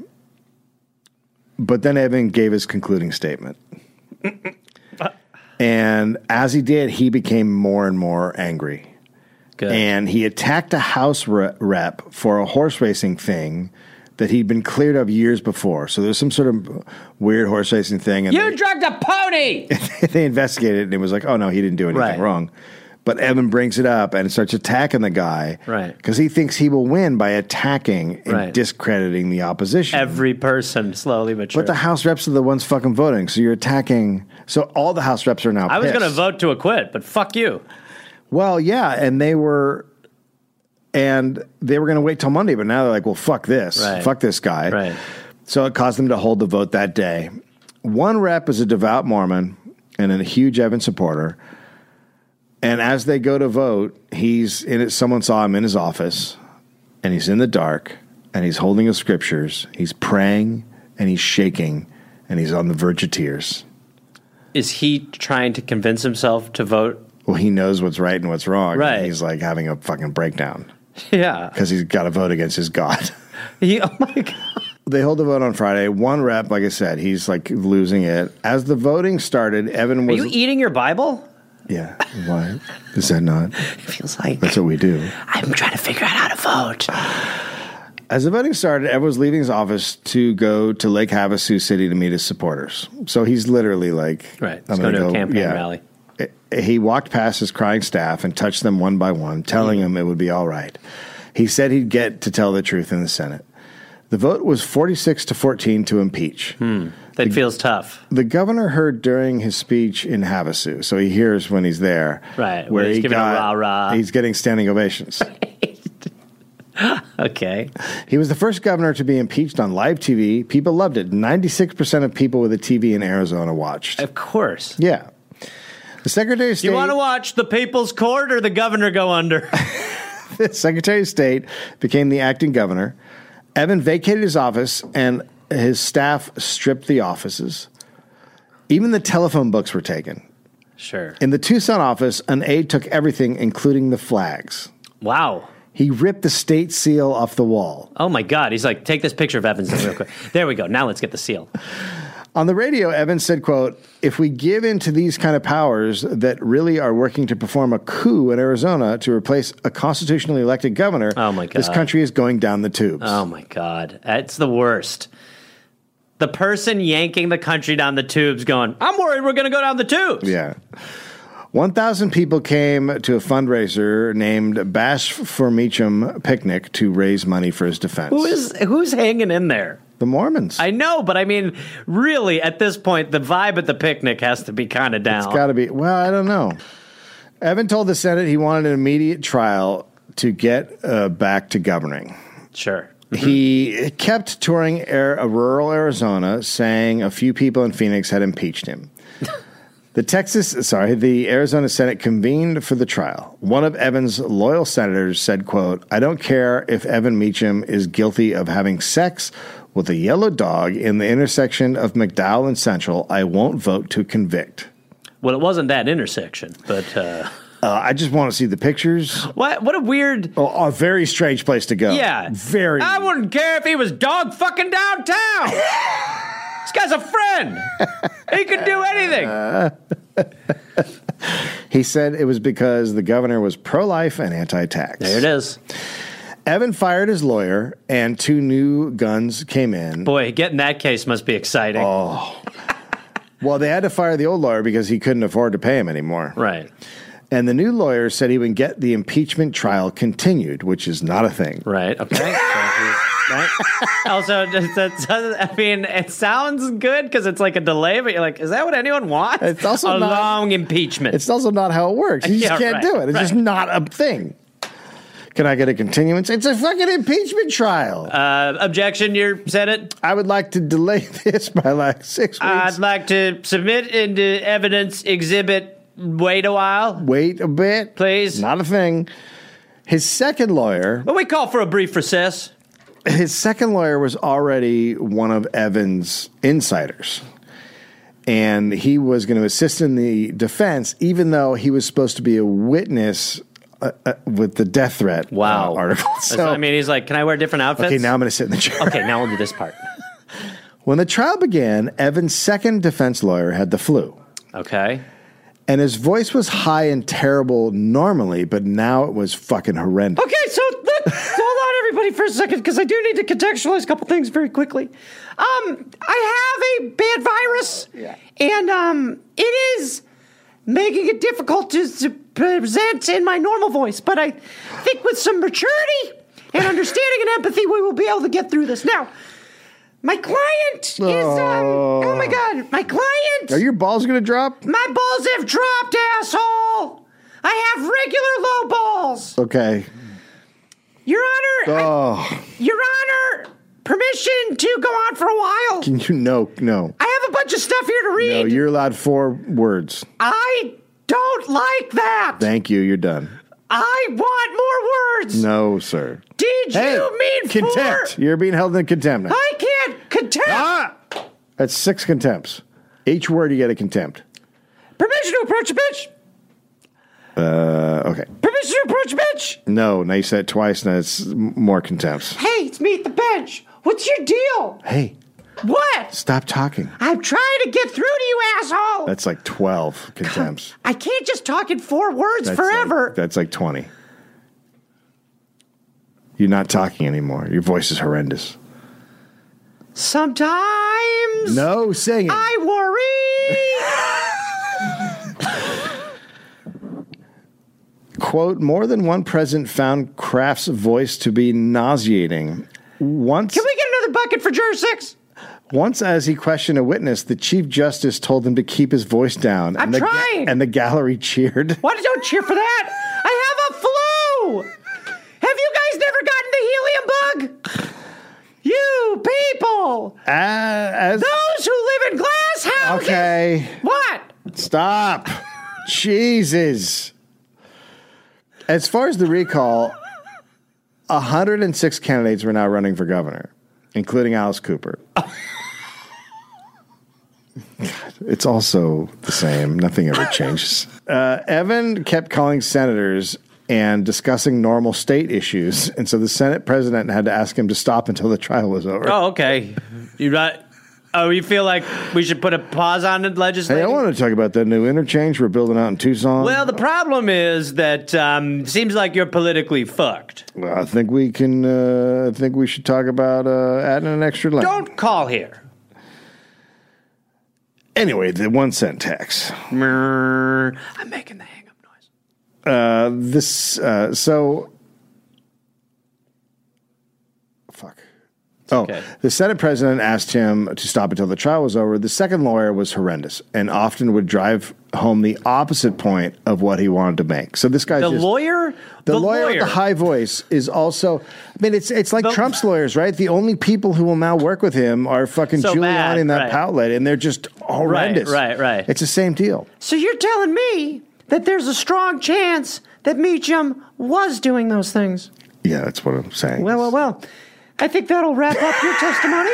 Speaker 1: But then Evan gave his concluding statement. and as he did, he became more and more angry.
Speaker 2: Good.
Speaker 1: And he attacked a House re- rep for a horse racing thing that he'd been cleared of years before. So there's some sort of weird horse racing thing. And they-
Speaker 2: you drugged a pony.
Speaker 1: <laughs> they investigated it and it was like, oh no, he didn't do anything
Speaker 2: Right.
Speaker 1: wrong. But Evan brings it up and starts attacking the guy.
Speaker 2: Right.
Speaker 1: Because he thinks he will win by attacking and
Speaker 2: Right.
Speaker 1: discrediting the opposition.
Speaker 2: Every person slowly but surely.
Speaker 1: but the House reps are the ones fucking voting. So you're attacking. So all the House reps are now.
Speaker 2: I was going to
Speaker 1: pissed.
Speaker 2: vote to acquit, but fuck you.
Speaker 1: Well, yeah. And they were. And they were going to wait till Monday, but now they're like, well, fuck this.
Speaker 2: Right.
Speaker 1: Fuck this guy.
Speaker 2: Right.
Speaker 1: So it caused them to hold the vote that day. One rep is a devout Mormon and a huge Evan supporter. And as they go to vote, he's in it. Someone saw him in his office, and he's in the dark, and he's holding his scriptures. He's praying, and he's shaking, and he's on the verge of tears.
Speaker 2: Is he trying to convince himself to vote?
Speaker 1: Well, he knows what's right and what's wrong. and
Speaker 2: Right.
Speaker 1: he's like having a fucking breakdown
Speaker 2: Yeah.
Speaker 1: because he's got to vote against his God. <laughs>
Speaker 2: He, oh my God.
Speaker 1: they hold the vote on Friday. One rep, like I said, he's like losing it. As the voting started, Evan
Speaker 2: Are
Speaker 1: was
Speaker 2: you e-, eating your Bible?
Speaker 1: Yeah. Why? Is that not?
Speaker 2: It feels like
Speaker 1: That's what we do.
Speaker 2: I'm trying to figure out how to vote.
Speaker 1: As the voting started, Ed was leaving his office to go to Lake Havasu City to meet his supporters. So he's literally like,
Speaker 2: Right. He's
Speaker 1: I'm
Speaker 2: going
Speaker 1: gonna
Speaker 2: to a
Speaker 1: go-
Speaker 2: campaign
Speaker 1: yeah.
Speaker 2: rally.
Speaker 1: He walked past his crying staff and touched them one by one, telling
Speaker 2: Mm-hmm.
Speaker 1: them it would be all right. He said he'd get to tell the truth in the Senate. The vote was 46 to 14 to impeach.
Speaker 2: That feels tough.
Speaker 1: The governor heard during his speech in Havasu, so he hears when he's there.
Speaker 2: Right, where he's giving a rah-rah.
Speaker 1: He's getting standing
Speaker 2: <laughs>
Speaker 1: ovations.
Speaker 2: Okay.
Speaker 1: He was the first governor to be impeached on live TV. People loved it. 96% of people with a TV in Arizona watched.
Speaker 2: Of course.
Speaker 1: Yeah. The Secretary of State,
Speaker 2: You want to watch the People's Court or the governor go
Speaker 1: <laughs>
Speaker 2: under?
Speaker 1: Secretary of State became the acting governor. Evan vacated his office and his staff stripped the offices. Even the telephone books were taken.
Speaker 2: sure.
Speaker 1: In the Tucson office, an aide took everything, including the flags.
Speaker 2: Wow.
Speaker 1: He ripped the state seal off the wall.
Speaker 2: Oh my God. He's like, take this picture of Evans real quick. There we go. Now let's get the seal.
Speaker 1: On the radio, Evans said, quote, if we give in to these kind of powers that really are working to perform a coup in Arizona to replace a constitutionally elected governor,
Speaker 2: Oh, my
Speaker 1: this
Speaker 2: God.
Speaker 1: country is going down the tubes.
Speaker 2: Oh my God. That's the worst. The person yanking the country down the tubes going, I'm worried we're going to go down the tubes.
Speaker 1: Yeah. 1,000 people came to a fundraiser named Bash for Meacham Picnic to raise money for his defense.
Speaker 2: Who is who's hanging in there?
Speaker 1: the Mormons.
Speaker 2: I know, but I mean, really, at this point, the vibe at the picnic has to be kind of down.
Speaker 1: It's got to be. Well, I don't know. Evan told the Senate he wanted an immediate trial to get uh, back to governing.
Speaker 2: sure.
Speaker 1: He kept touring air, uh, rural Arizona, saying a few people in Phoenix had impeached him. The Texas, sorry, the Arizona Senate convened for the trial. One of Evan's loyal senators said, quote, I don't care if Evan Meacham is guilty of having sex with a yellow dog in the intersection of McDowell and Central. I won't vote to convict.
Speaker 2: Well, it wasn't that intersection, but uh,
Speaker 1: Uh, I just want to see the pictures.
Speaker 2: what? What a weird.
Speaker 1: Oh, a very strange place to go.
Speaker 2: Yeah. Uh,
Speaker 1: Very.
Speaker 2: I wouldn't care if he was dog fucking downtown. this guy's a friend. He could do anything.
Speaker 1: Uh, he said it was because the governor was pro life and anti tax.
Speaker 2: there it is.
Speaker 1: Evan fired his lawyer, and two new guns came in.
Speaker 2: Boy, getting that case must be exciting.
Speaker 1: Oh. Well, they had to fire the old lawyer because he couldn't afford to pay him anymore.
Speaker 2: Right.
Speaker 1: And the new lawyer said he would get the impeachment trial continued, which is not a thing.
Speaker 2: Right. Okay. So he's- right. Also, just- that doesn't- I mean, it sounds good because it's like a delay, but you're like, is that what anyone wants?
Speaker 1: It's also
Speaker 2: a
Speaker 1: not-
Speaker 2: long impeachment.
Speaker 1: It's also not how it works. You just
Speaker 2: Yeah,
Speaker 1: can't
Speaker 2: right,
Speaker 1: do it. It's
Speaker 2: right.
Speaker 1: just not a thing. Can I get a continuance? It's a fucking impeachment trial.
Speaker 2: uh, objection, your Senate.
Speaker 1: I would like to delay <laughs> this by like six weeks.
Speaker 2: I'd like to submit into evidence exhibit. Wait a while.
Speaker 1: Wait a bit.
Speaker 2: Please.
Speaker 1: Not a thing. His second lawyer,
Speaker 2: But we call for a brief recess.
Speaker 1: his second lawyer was already one of Evan's insiders. And he was going to assist in the defense, even though he was supposed to be a witness uh, uh, with the death threat uh,
Speaker 2: Wow.
Speaker 1: article. <laughs> So,
Speaker 2: I mean, he's like, can I wear different outfits?
Speaker 1: okay, now I'm going to sit in the chair.
Speaker 2: Okay, now we'll do this part.
Speaker 1: When the trial began, Evan's second defense lawyer had the flu.
Speaker 2: Okay.
Speaker 1: And his voice was high and terrible normally, but now it was fucking horrendous.
Speaker 2: Okay, so let, hold on, everybody, for a second, because I do need to contextualize a couple things very quickly. Um, I have a bad virus, and um, it is making it difficult to, to present in my normal voice. But I think with some maturity and understanding and empathy, we will be able to get through this. Now, my client is um, oh my god, my client.
Speaker 1: Are your balls going to drop?
Speaker 2: my balls have dropped, asshole. I have regular low balls.
Speaker 1: Okay.
Speaker 2: Your Honor, I-
Speaker 1: Oh,
Speaker 2: Your Honor, permission to go on for a while.
Speaker 1: you no, no.
Speaker 2: I have a bunch of stuff here to
Speaker 1: No,
Speaker 2: read.
Speaker 1: you're allowed four words.
Speaker 2: I don't like that.
Speaker 1: Thank you. You're done.
Speaker 2: I want more words.
Speaker 1: No, sir.
Speaker 2: Did you mean
Speaker 1: contempt.
Speaker 2: four?
Speaker 1: You're being held in contempt. now.
Speaker 2: I can't contempt.
Speaker 1: Ah! That's six contempts. Each word you get a contempt.
Speaker 2: Permission to approach a bitch.
Speaker 1: Uh, okay.
Speaker 2: Permission to approach a bitch.
Speaker 1: No, now you said it twice. Now it's m- more contempts.
Speaker 2: Hey, it's meet the bench. What's your deal?
Speaker 1: Hey,
Speaker 2: What?
Speaker 1: stop talking.
Speaker 2: I'm trying to get through to you, asshole.
Speaker 1: That's like 12 contempts.
Speaker 2: I can't just talk in four words
Speaker 1: That's
Speaker 2: forever.
Speaker 1: Like, that's like 20. You're not talking anymore. Your voice is horrendous.
Speaker 2: Sometimes
Speaker 1: No singing.
Speaker 2: I
Speaker 1: <laughs>
Speaker 2: worry.
Speaker 1: Quote, more than one present found Kraft's voice to be nauseating. Once
Speaker 2: Can we get another bucket for juror six?
Speaker 1: Once, as he questioned a witness, the Chief Justice told him to keep his voice down.
Speaker 2: I'm
Speaker 1: and the,
Speaker 2: trying.
Speaker 1: and the gallery <laughs> cheered.
Speaker 2: Why did you cheer for that? I have a flu. Have you guys never gotten the helium bug? You people,
Speaker 1: A- as-
Speaker 2: those who live in glass houses.
Speaker 1: okay,
Speaker 2: What?
Speaker 1: stop. Jesus. As far as the recall, 106 candidates were now running for governor, including Alice Cooper. <laughs> God, It's also the same. Nothing ever changes. <laughs> Uh, Evan kept calling senators and discussing normal state issues. And so the Senate president had to ask him to stop until the trial was over.
Speaker 2: Oh, okay. You not? Oh, you feel like we should put a pause on the
Speaker 1: Hey,
Speaker 2: legislation?
Speaker 1: I want to talk about that new interchange we're building out in Tucson.
Speaker 2: well, the problem is that um, seems like you're politically fucked.
Speaker 1: Well, I think we can. Uh, I think we should talk about uh, adding an extra lane.
Speaker 2: Don't call here.
Speaker 1: Anyway, the one cent tax.
Speaker 2: Mrrr. I'm making the hang up noise.
Speaker 1: Uh, this. Uh, so. Fuck. Oh,
Speaker 2: okay.
Speaker 1: the Senate president asked him to stop until the trial was over. The second lawyer was horrendous and often would drive home the opposite point of what he wanted to make. So this guy's
Speaker 2: The
Speaker 1: just-
Speaker 2: lawyer,
Speaker 1: the, lawyer, with the high voice is also. I mean, it's it's like Trump's lawyers, right? The only people who will now work with him are fucking
Speaker 2: So
Speaker 1: Giuliani
Speaker 2: bad,
Speaker 1: and that
Speaker 2: right.
Speaker 1: Powlett, and they're just horrendous.
Speaker 2: right, right.
Speaker 1: It's the same deal.
Speaker 8: So you're telling me that there's a strong chance that Meacham was doing those things.
Speaker 1: Yeah, that's what I'm saying.
Speaker 8: Well, well, well. I think that'll wrap up your testimony.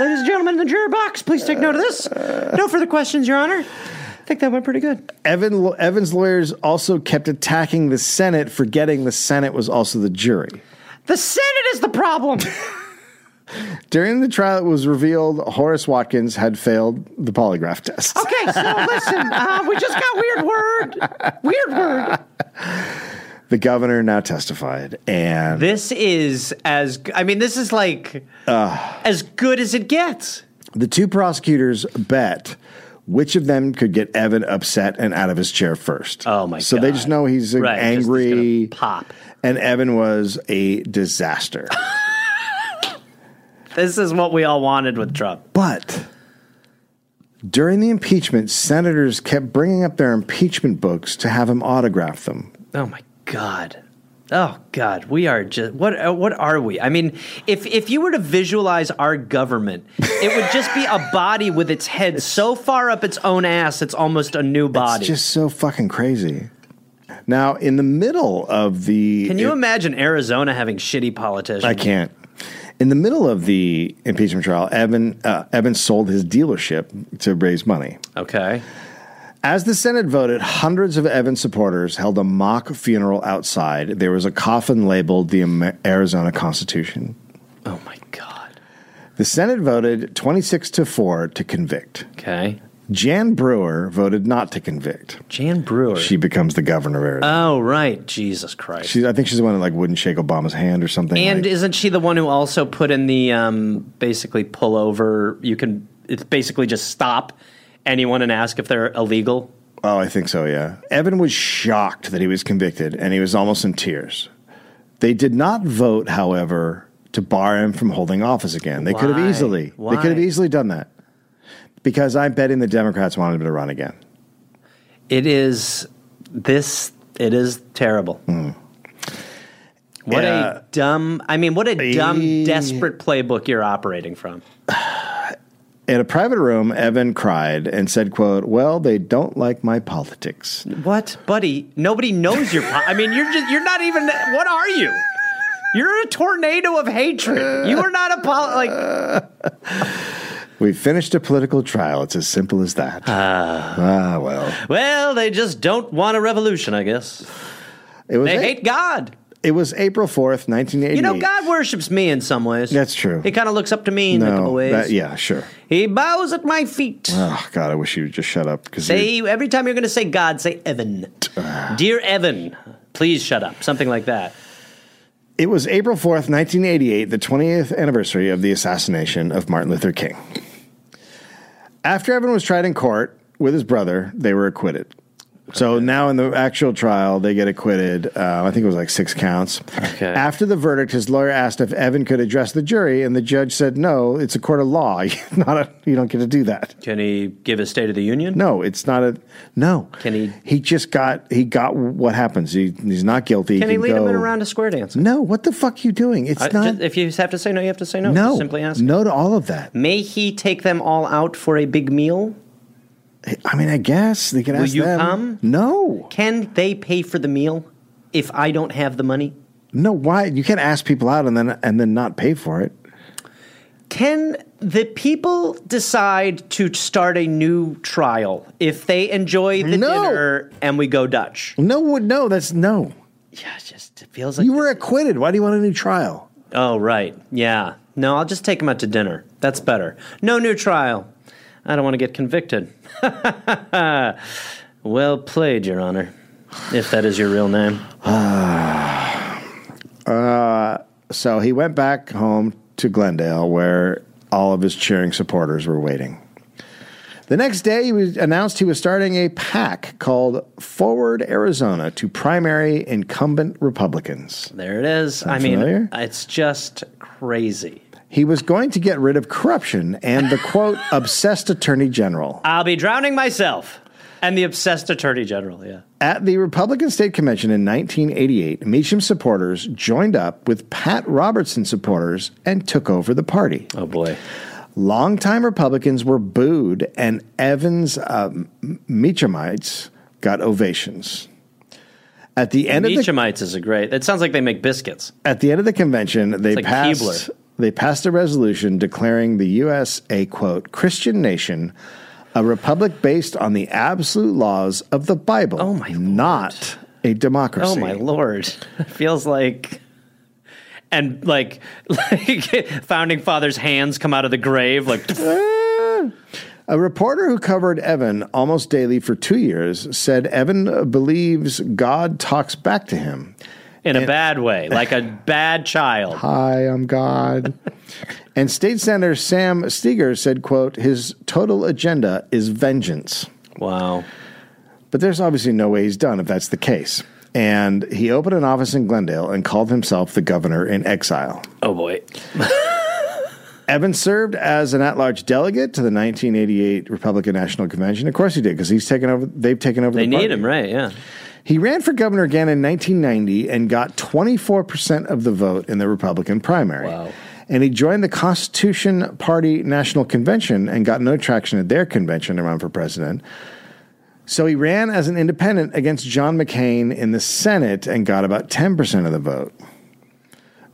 Speaker 8: Ladies and gentlemen in the juror box, please take note of this. No further questions, Your Honor. I think that went pretty good.
Speaker 1: Evan Evan's lawyers also kept attacking the Senate, forgetting the Senate was also the jury.
Speaker 8: The Senate is the problem.
Speaker 1: During the trial, it was revealed Horace Watkins had failed the polygraph test.
Speaker 8: Okay, so listen, uh, we just got weird word. Weird word.
Speaker 1: The governor now testified, and
Speaker 2: This is as I mean, this is like as good as it gets.
Speaker 1: the two prosecutors bet which of them could get Evan upset and out of his chair first.
Speaker 2: Oh, my
Speaker 1: So they
Speaker 2: God.
Speaker 1: just know he's an
Speaker 2: Right, just he's gonna
Speaker 1: angry
Speaker 2: pop.
Speaker 1: and Evan was a disaster.
Speaker 2: <laughs> This is what we all wanted with Trump.
Speaker 1: But during the impeachment, senators kept bringing up their impeachment books to have him autograph them.
Speaker 2: Oh my god. Oh god, we are just what uh, what are we? I mean, if if you were to visualize our government, it would just be a body with its head so far up its own ass it's almost a new body.
Speaker 1: It's just so fucking crazy. Now, in the middle of the
Speaker 2: Can you
Speaker 1: it-
Speaker 2: imagine Arizona having shitty politicians?
Speaker 1: I can't. In the middle of the impeachment trial, Evan uh, Evan sold his dealership to raise money.
Speaker 2: Okay.
Speaker 1: As the Senate voted, hundreds of Evans supporters held a mock funeral outside. There was a coffin labeled the Amer- Arizona Constitution.
Speaker 2: Oh my god.
Speaker 1: The Senate voted 26 to 4 to convict.
Speaker 2: Okay.
Speaker 1: Jan Brewer voted not to convict.
Speaker 2: Jan Brewer.
Speaker 1: She becomes the governor of Arizona.
Speaker 2: oh right, Jesus Christ.
Speaker 1: She, I think she's the one that like wouldn't shake Obama's hand or something.
Speaker 2: and
Speaker 1: like-
Speaker 2: isn't she the one who also put in the um, basically pull over? You can it's basically just stop anyone and ask if they're illegal.
Speaker 1: oh, I think so. Yeah. Evan was shocked that he was convicted, and he was almost in tears. They did not vote, however, to bar him from holding office again. They could have
Speaker 2: Why?
Speaker 1: easily. They could have
Speaker 2: Why?
Speaker 1: easily done that because I'm betting the Democrats wanted him to run again.
Speaker 2: It is this. It is terrible. What
Speaker 1: Yeah.
Speaker 2: a dumb. I mean, what a
Speaker 1: Eh.
Speaker 2: dumb, desperate playbook you're operating from.
Speaker 1: In a private room, Evan cried and said, "quote Well, they don't like my politics."
Speaker 2: What, buddy? Nobody knows your. Po- I mean, you're just. You're not even. What are you? You're a tornado of hatred. You are not a poli- like.
Speaker 1: We finished a political trial. It's as simple as that. ah, well,
Speaker 2: Well, they just don't want a revolution. I guess
Speaker 1: it was.
Speaker 2: they
Speaker 1: A-
Speaker 2: hate God.
Speaker 1: It was April fourth, nineteen eighty.
Speaker 2: You know, God worships me in some ways.
Speaker 1: That's true.
Speaker 2: He kind of looks up to me in a couple
Speaker 1: No,
Speaker 2: ways.
Speaker 1: that, yeah, sure.
Speaker 2: He bows at my feet.
Speaker 1: Oh God, I wish you would just shut up because
Speaker 2: Say every time you're going to say God, say Evan. Dear Evan, please shut up. Something like that.
Speaker 1: it was April fourth, nineteen eighty-eight, the twentieth anniversary of the assassination of Martin Luther King. After Evan was tried in court with his brother, they were acquitted. So now in the actual trial, they get acquitted. Uh, I think it was like six counts.
Speaker 2: Okay.
Speaker 1: After the verdict, his lawyer asked if Evan could address the jury, and the judge said, "No, it's a court of law. <laughs> You're Not a, you don't get to do that."
Speaker 2: Can he give a State of the Union?
Speaker 1: No, it's not a no.
Speaker 2: Can he-
Speaker 1: He just got he got what happens. He he's not guilty.
Speaker 2: Can he lead
Speaker 1: go-
Speaker 2: him in a round of square dance?
Speaker 1: No, what the fuck you doing? It's
Speaker 2: I-
Speaker 1: not.
Speaker 2: just- if you have to say no, you have to say no.
Speaker 1: no,
Speaker 2: Just simply ask.
Speaker 1: no to all of that.
Speaker 2: May he take them all out for a big meal?
Speaker 1: I mean, I guess they can
Speaker 2: Will
Speaker 1: ask
Speaker 2: you
Speaker 1: them.
Speaker 2: come?
Speaker 1: No,
Speaker 2: Can they pay for the meal if I don't have the money?
Speaker 1: no. Why you can't ask people out and then and then not pay for it?
Speaker 2: Can the people decide to start a new trial if they enjoy the
Speaker 1: No.
Speaker 2: dinner and we go Dutch?
Speaker 1: No, what- no. That's no.
Speaker 2: Yeah, it just it feels like
Speaker 1: You were acquitted. Why do you want a new trial?
Speaker 2: Oh, right. Yeah. No, I'll just take him out to dinner. That's better. No new trial. I don't want to get convicted. <laughs> well played, Your Honor, if that is your real name.
Speaker 1: So he went back home to Glendale where all of his cheering supporters were waiting. The next day, he was announced he was starting a PAC called Forward Arizona to primary incumbent Republicans.
Speaker 2: There it is. I mean,
Speaker 1: familiar?
Speaker 2: it's just crazy.
Speaker 1: He was going to get rid of corruption and the quote <laughs> obsessed attorney general.
Speaker 2: I'll be drowning myself. And the obsessed attorney general, yeah.
Speaker 1: At the Republican State Convention in 1988, Meacham supporters joined up with Pat Robertson supporters and took over the party.
Speaker 2: Oh boy.
Speaker 1: Longtime Republicans were booed, and Evans um, Meachamites got ovations. At the end of the
Speaker 2: Meachamites is a great. It sounds like they make biscuits.
Speaker 1: At the end of the convention, they
Speaker 2: like
Speaker 1: passed
Speaker 2: Keebler.
Speaker 1: they passed a resolution declaring the U.S. a quote Christian nation, a republic based on the absolute laws of the Bible.
Speaker 2: Oh, my Lord.
Speaker 1: Not a democracy.
Speaker 2: Oh my lord. It feels like and like <laughs> like founding father's hands come out of the grave like
Speaker 1: A reporter who covered Evan almost daily for two years said Evan believes God talks back to him.
Speaker 2: in a bad way, like
Speaker 1: <laughs>
Speaker 2: a bad child.
Speaker 1: Hi, I'm
Speaker 2: <laughs>
Speaker 1: God. and State Senator Sam Steger said, quote, his total agenda is vengeance.
Speaker 2: Wow.
Speaker 1: But there's obviously no way he's done if that's the case. And he opened an office in Glendale and called himself the governor in exile.
Speaker 2: Oh boy.
Speaker 1: Evans served as an at-large delegate to the 1988 Republican National Convention. Of course he did, because he's taken over. They've taken over.
Speaker 2: They
Speaker 1: the
Speaker 2: need
Speaker 1: party.
Speaker 2: him, right? Yeah.
Speaker 1: He ran for governor again in 1990 and got 24% of the vote in the Republican primary.
Speaker 2: Wow.
Speaker 1: And he joined the Constitution Party National Convention and got no traction at their convention to run for president. So he ran as an independent against John McCain in the Senate and got about 10% of the vote.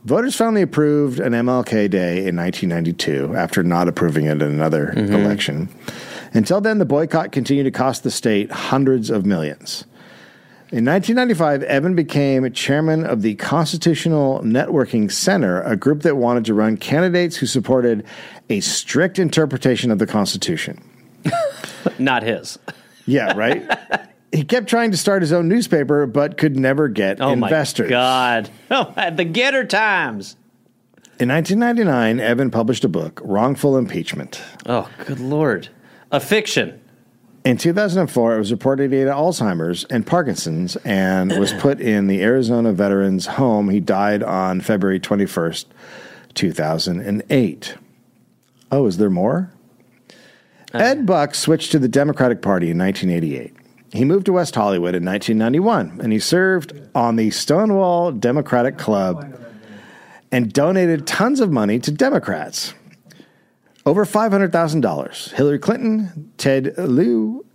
Speaker 1: Voters finally approved an MLK Day in 1992 after not approving it in another election. Until then, the boycott continued to cost the state hundreds of millions. In 1995, Evan became chairman of the Constitutional Networking Center, a group that wanted to run candidates who supported a strict interpretation of the Constitution.
Speaker 2: Not his.
Speaker 1: Yeah,
Speaker 2: <laughs>
Speaker 1: right? he kept trying to start his own newspaper, but could never get
Speaker 2: Oh
Speaker 1: investors.
Speaker 2: my god. <laughs> Oh, my- the getter times.
Speaker 1: In 1999, Evan published a book, Wrongful Impeachment.
Speaker 2: Oh, good lord. A fiction.
Speaker 1: In 2004, it was reported he had Alzheimer's and Parkinson's and was put in the Arizona Veterans Home. He died on February 21st, 2008. Oh, is there more? Ed Buck switched to the Democratic Party in 1988. He moved to West Hollywood in 1991 and he served on the Stonewall Democratic Club and donated tons of money to Democrats. Over $500,000. Hillary Clinton, Ted Lieu,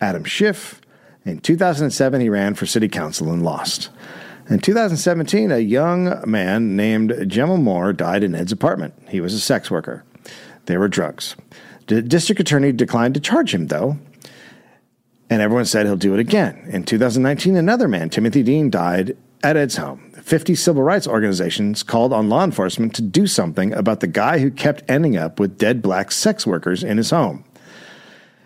Speaker 1: Adam Schiff. In 2007, he ran for city council and lost. In 2017, a young man named Gemma Moore died in Ed's apartment. He was a sex worker. There were drugs. The district attorney declined to charge him, though, and everyone said he'll do it again. In 2019, another man, Timothy Dean, died at Ed's home. 50 civil rights organizations called on law enforcement to do something about the guy who kept ending up with dead black sex workers in his home.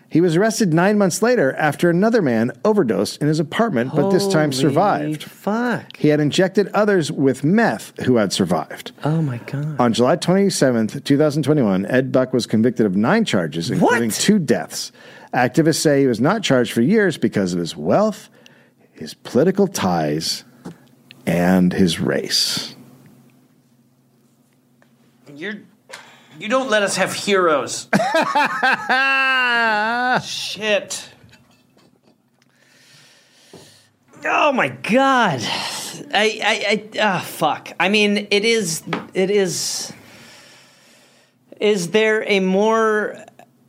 Speaker 1: He was arrested nine months later after another man overdosed in his apartment, but this time survived.
Speaker 2: Fuck.
Speaker 1: He had injected others with meth who had survived.
Speaker 2: Oh my god.
Speaker 1: On July 27th, 2021, Ed Buck was convicted of nine charges, including
Speaker 2: What?
Speaker 1: two deaths. Activists say he was not charged for years because of his wealth, his political ties, and his race.
Speaker 6: You're. You don't let us have heroes. Shit.
Speaker 2: Oh my god. I I I ah fuck. I mean, it is it is is there a more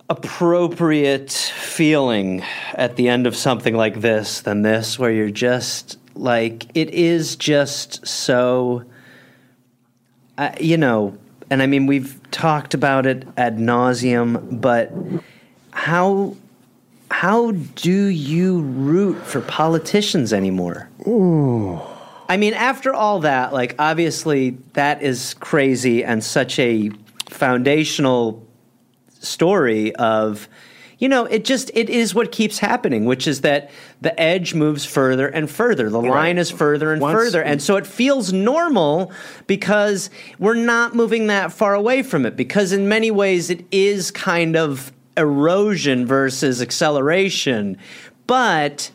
Speaker 2: appropriate feeling at the end of something like this than this where you're just like it is just so uh, you know, and I mean, we've talked about it ad nauseum, but how how do you root for politicians anymore? I mean, after all that, like obviously that is crazy and such a foundational story of you know it just it is what keeps happening which is that the edge moves further and further the line is further and
Speaker 1: Once-
Speaker 2: further and so it feels normal because we're not moving that far away from it because in many ways it is kind of erosion versus acceleration but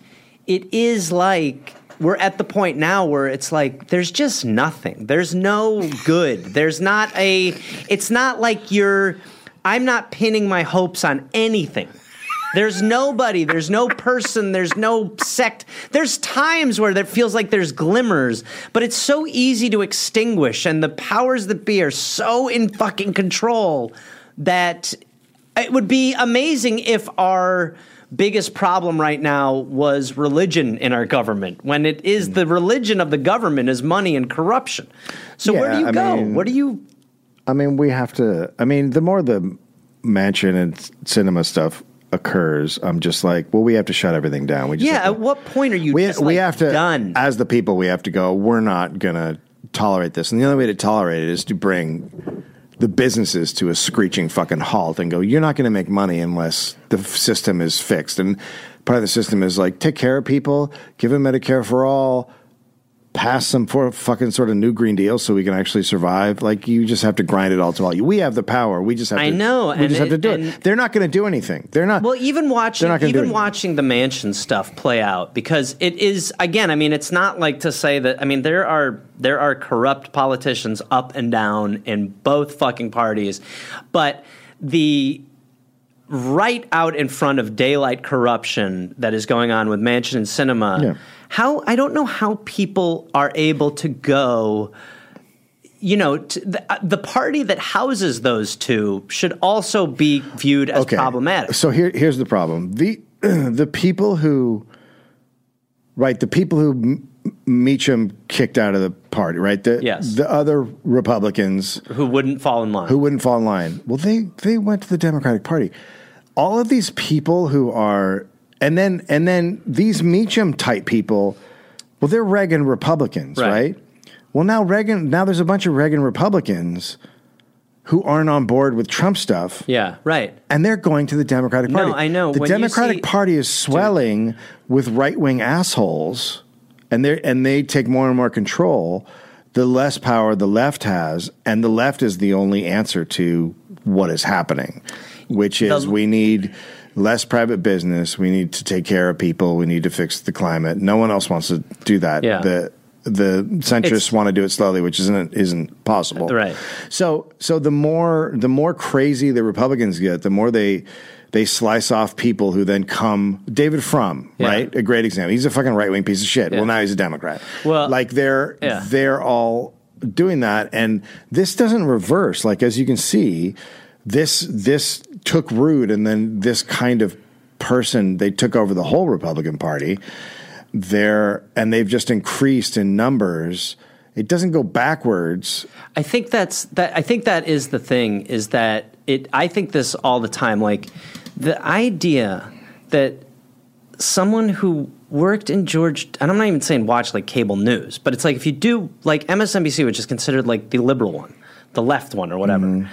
Speaker 2: it is like we're at the point now where it's like there's just nothing. There's no good. There's not a. It's not like you're. I'm not pinning my hopes on anything. There's nobody. There's no person. There's no sect. There's times where there feels like there's glimmers, but it's so easy to extinguish, and the powers that be are so in fucking control that it would be amazing if our biggest problem right now was religion in our government when it is the religion of the government is money and corruption so where
Speaker 1: Yeah,
Speaker 2: do you
Speaker 1: I
Speaker 2: go
Speaker 1: mean-
Speaker 2: what do you
Speaker 1: I mean, we have to. I mean, the more the mansion and s- cinema stuff occurs, I'm just like, well, we have to shut everything down. We just
Speaker 2: yeah
Speaker 1: have
Speaker 2: at
Speaker 1: to,
Speaker 2: what point are you
Speaker 1: we,
Speaker 2: just,
Speaker 1: we
Speaker 2: like,
Speaker 1: have to
Speaker 2: done
Speaker 1: as the people. We have to go. We're not gonna tolerate this, and the only way to tolerate it is to bring the businesses to a screeching fucking halt and go. You're not gonna make money unless the f- system is fixed. And part of the system is like take care of people, give them Medicare for all. Pass some for fucking sort of new Green Deal so we can actually survive. Like you just have to grind it all to all. We have the power. We just have.
Speaker 2: I
Speaker 1: to,
Speaker 2: know,
Speaker 1: We
Speaker 2: and
Speaker 1: just have to
Speaker 2: it-
Speaker 1: do
Speaker 2: and-
Speaker 1: it. They're not going to do anything. They're not.
Speaker 2: Well, even watching
Speaker 1: not gonna do
Speaker 2: even
Speaker 1: it.
Speaker 2: watching the mansion stuff play out because it is again. I mean, it's not like to say that. I mean, there are there are corrupt politicians up and down in both fucking parties, but the right out in front of daylight corruption that is going on with mansion and cinema.
Speaker 1: Yeah.
Speaker 2: How I don't know how people are able to go you know, t- the, uh, the party that houses those two should also be viewed as problematic.
Speaker 1: So here, here's the problem: the <clears throat> the people who, right, the people who M- Meacham kicked out of the party, right? The,
Speaker 2: Yes.
Speaker 1: the other Republicans
Speaker 2: who wouldn't fall in line.
Speaker 1: who wouldn't fall in line. Well, they they went to the Democratic Party. All of these people who are, and then and then these Meacham type people, well, they're Reagan Republicans,
Speaker 2: Right.
Speaker 1: right? Well, now Reagan, now there's a bunch of Reagan Republicans who aren't on board with Trump stuff.
Speaker 2: yeah, right.
Speaker 1: and they're going to the Democratic
Speaker 2: No,
Speaker 1: Party.
Speaker 2: I know.
Speaker 1: the
Speaker 2: When you
Speaker 1: Democratic
Speaker 2: see-
Speaker 1: Party is swelling with right wing assholes, and they and they take more and more control. The less power the left has, and the left is the only answer to what is happening, which is
Speaker 2: The-
Speaker 1: we need less private business. We need to take care of people. We need to fix the climate. No one else wants to do that.
Speaker 2: Yeah.
Speaker 1: The the centrists
Speaker 2: It's-
Speaker 1: want to do it slowly, which isn't isn't possible.
Speaker 2: Right.
Speaker 1: So so the more the more crazy the Republicans get, the more they they slice off people who then come David Frum,
Speaker 2: Yeah.
Speaker 1: right? A great example. He's a fucking right wing piece of shit.
Speaker 2: Yeah.
Speaker 1: Well now he's a Democrat.
Speaker 2: Well,
Speaker 1: like they're
Speaker 2: yeah.
Speaker 1: they're all doing that and this doesn't reverse. Like as you can see, this this took root and then this kind of person they took over the whole Republican Party there and they've just increased in numbers. It doesn't go backwards.
Speaker 2: I think that's that. I think that is the thing. Is that it? I think this all the time. Like the idea that someone who worked in George, and I'm not even saying watch like cable news, but it's like if you do like MSNBC, which is considered like the liberal one, the left one, or whatever.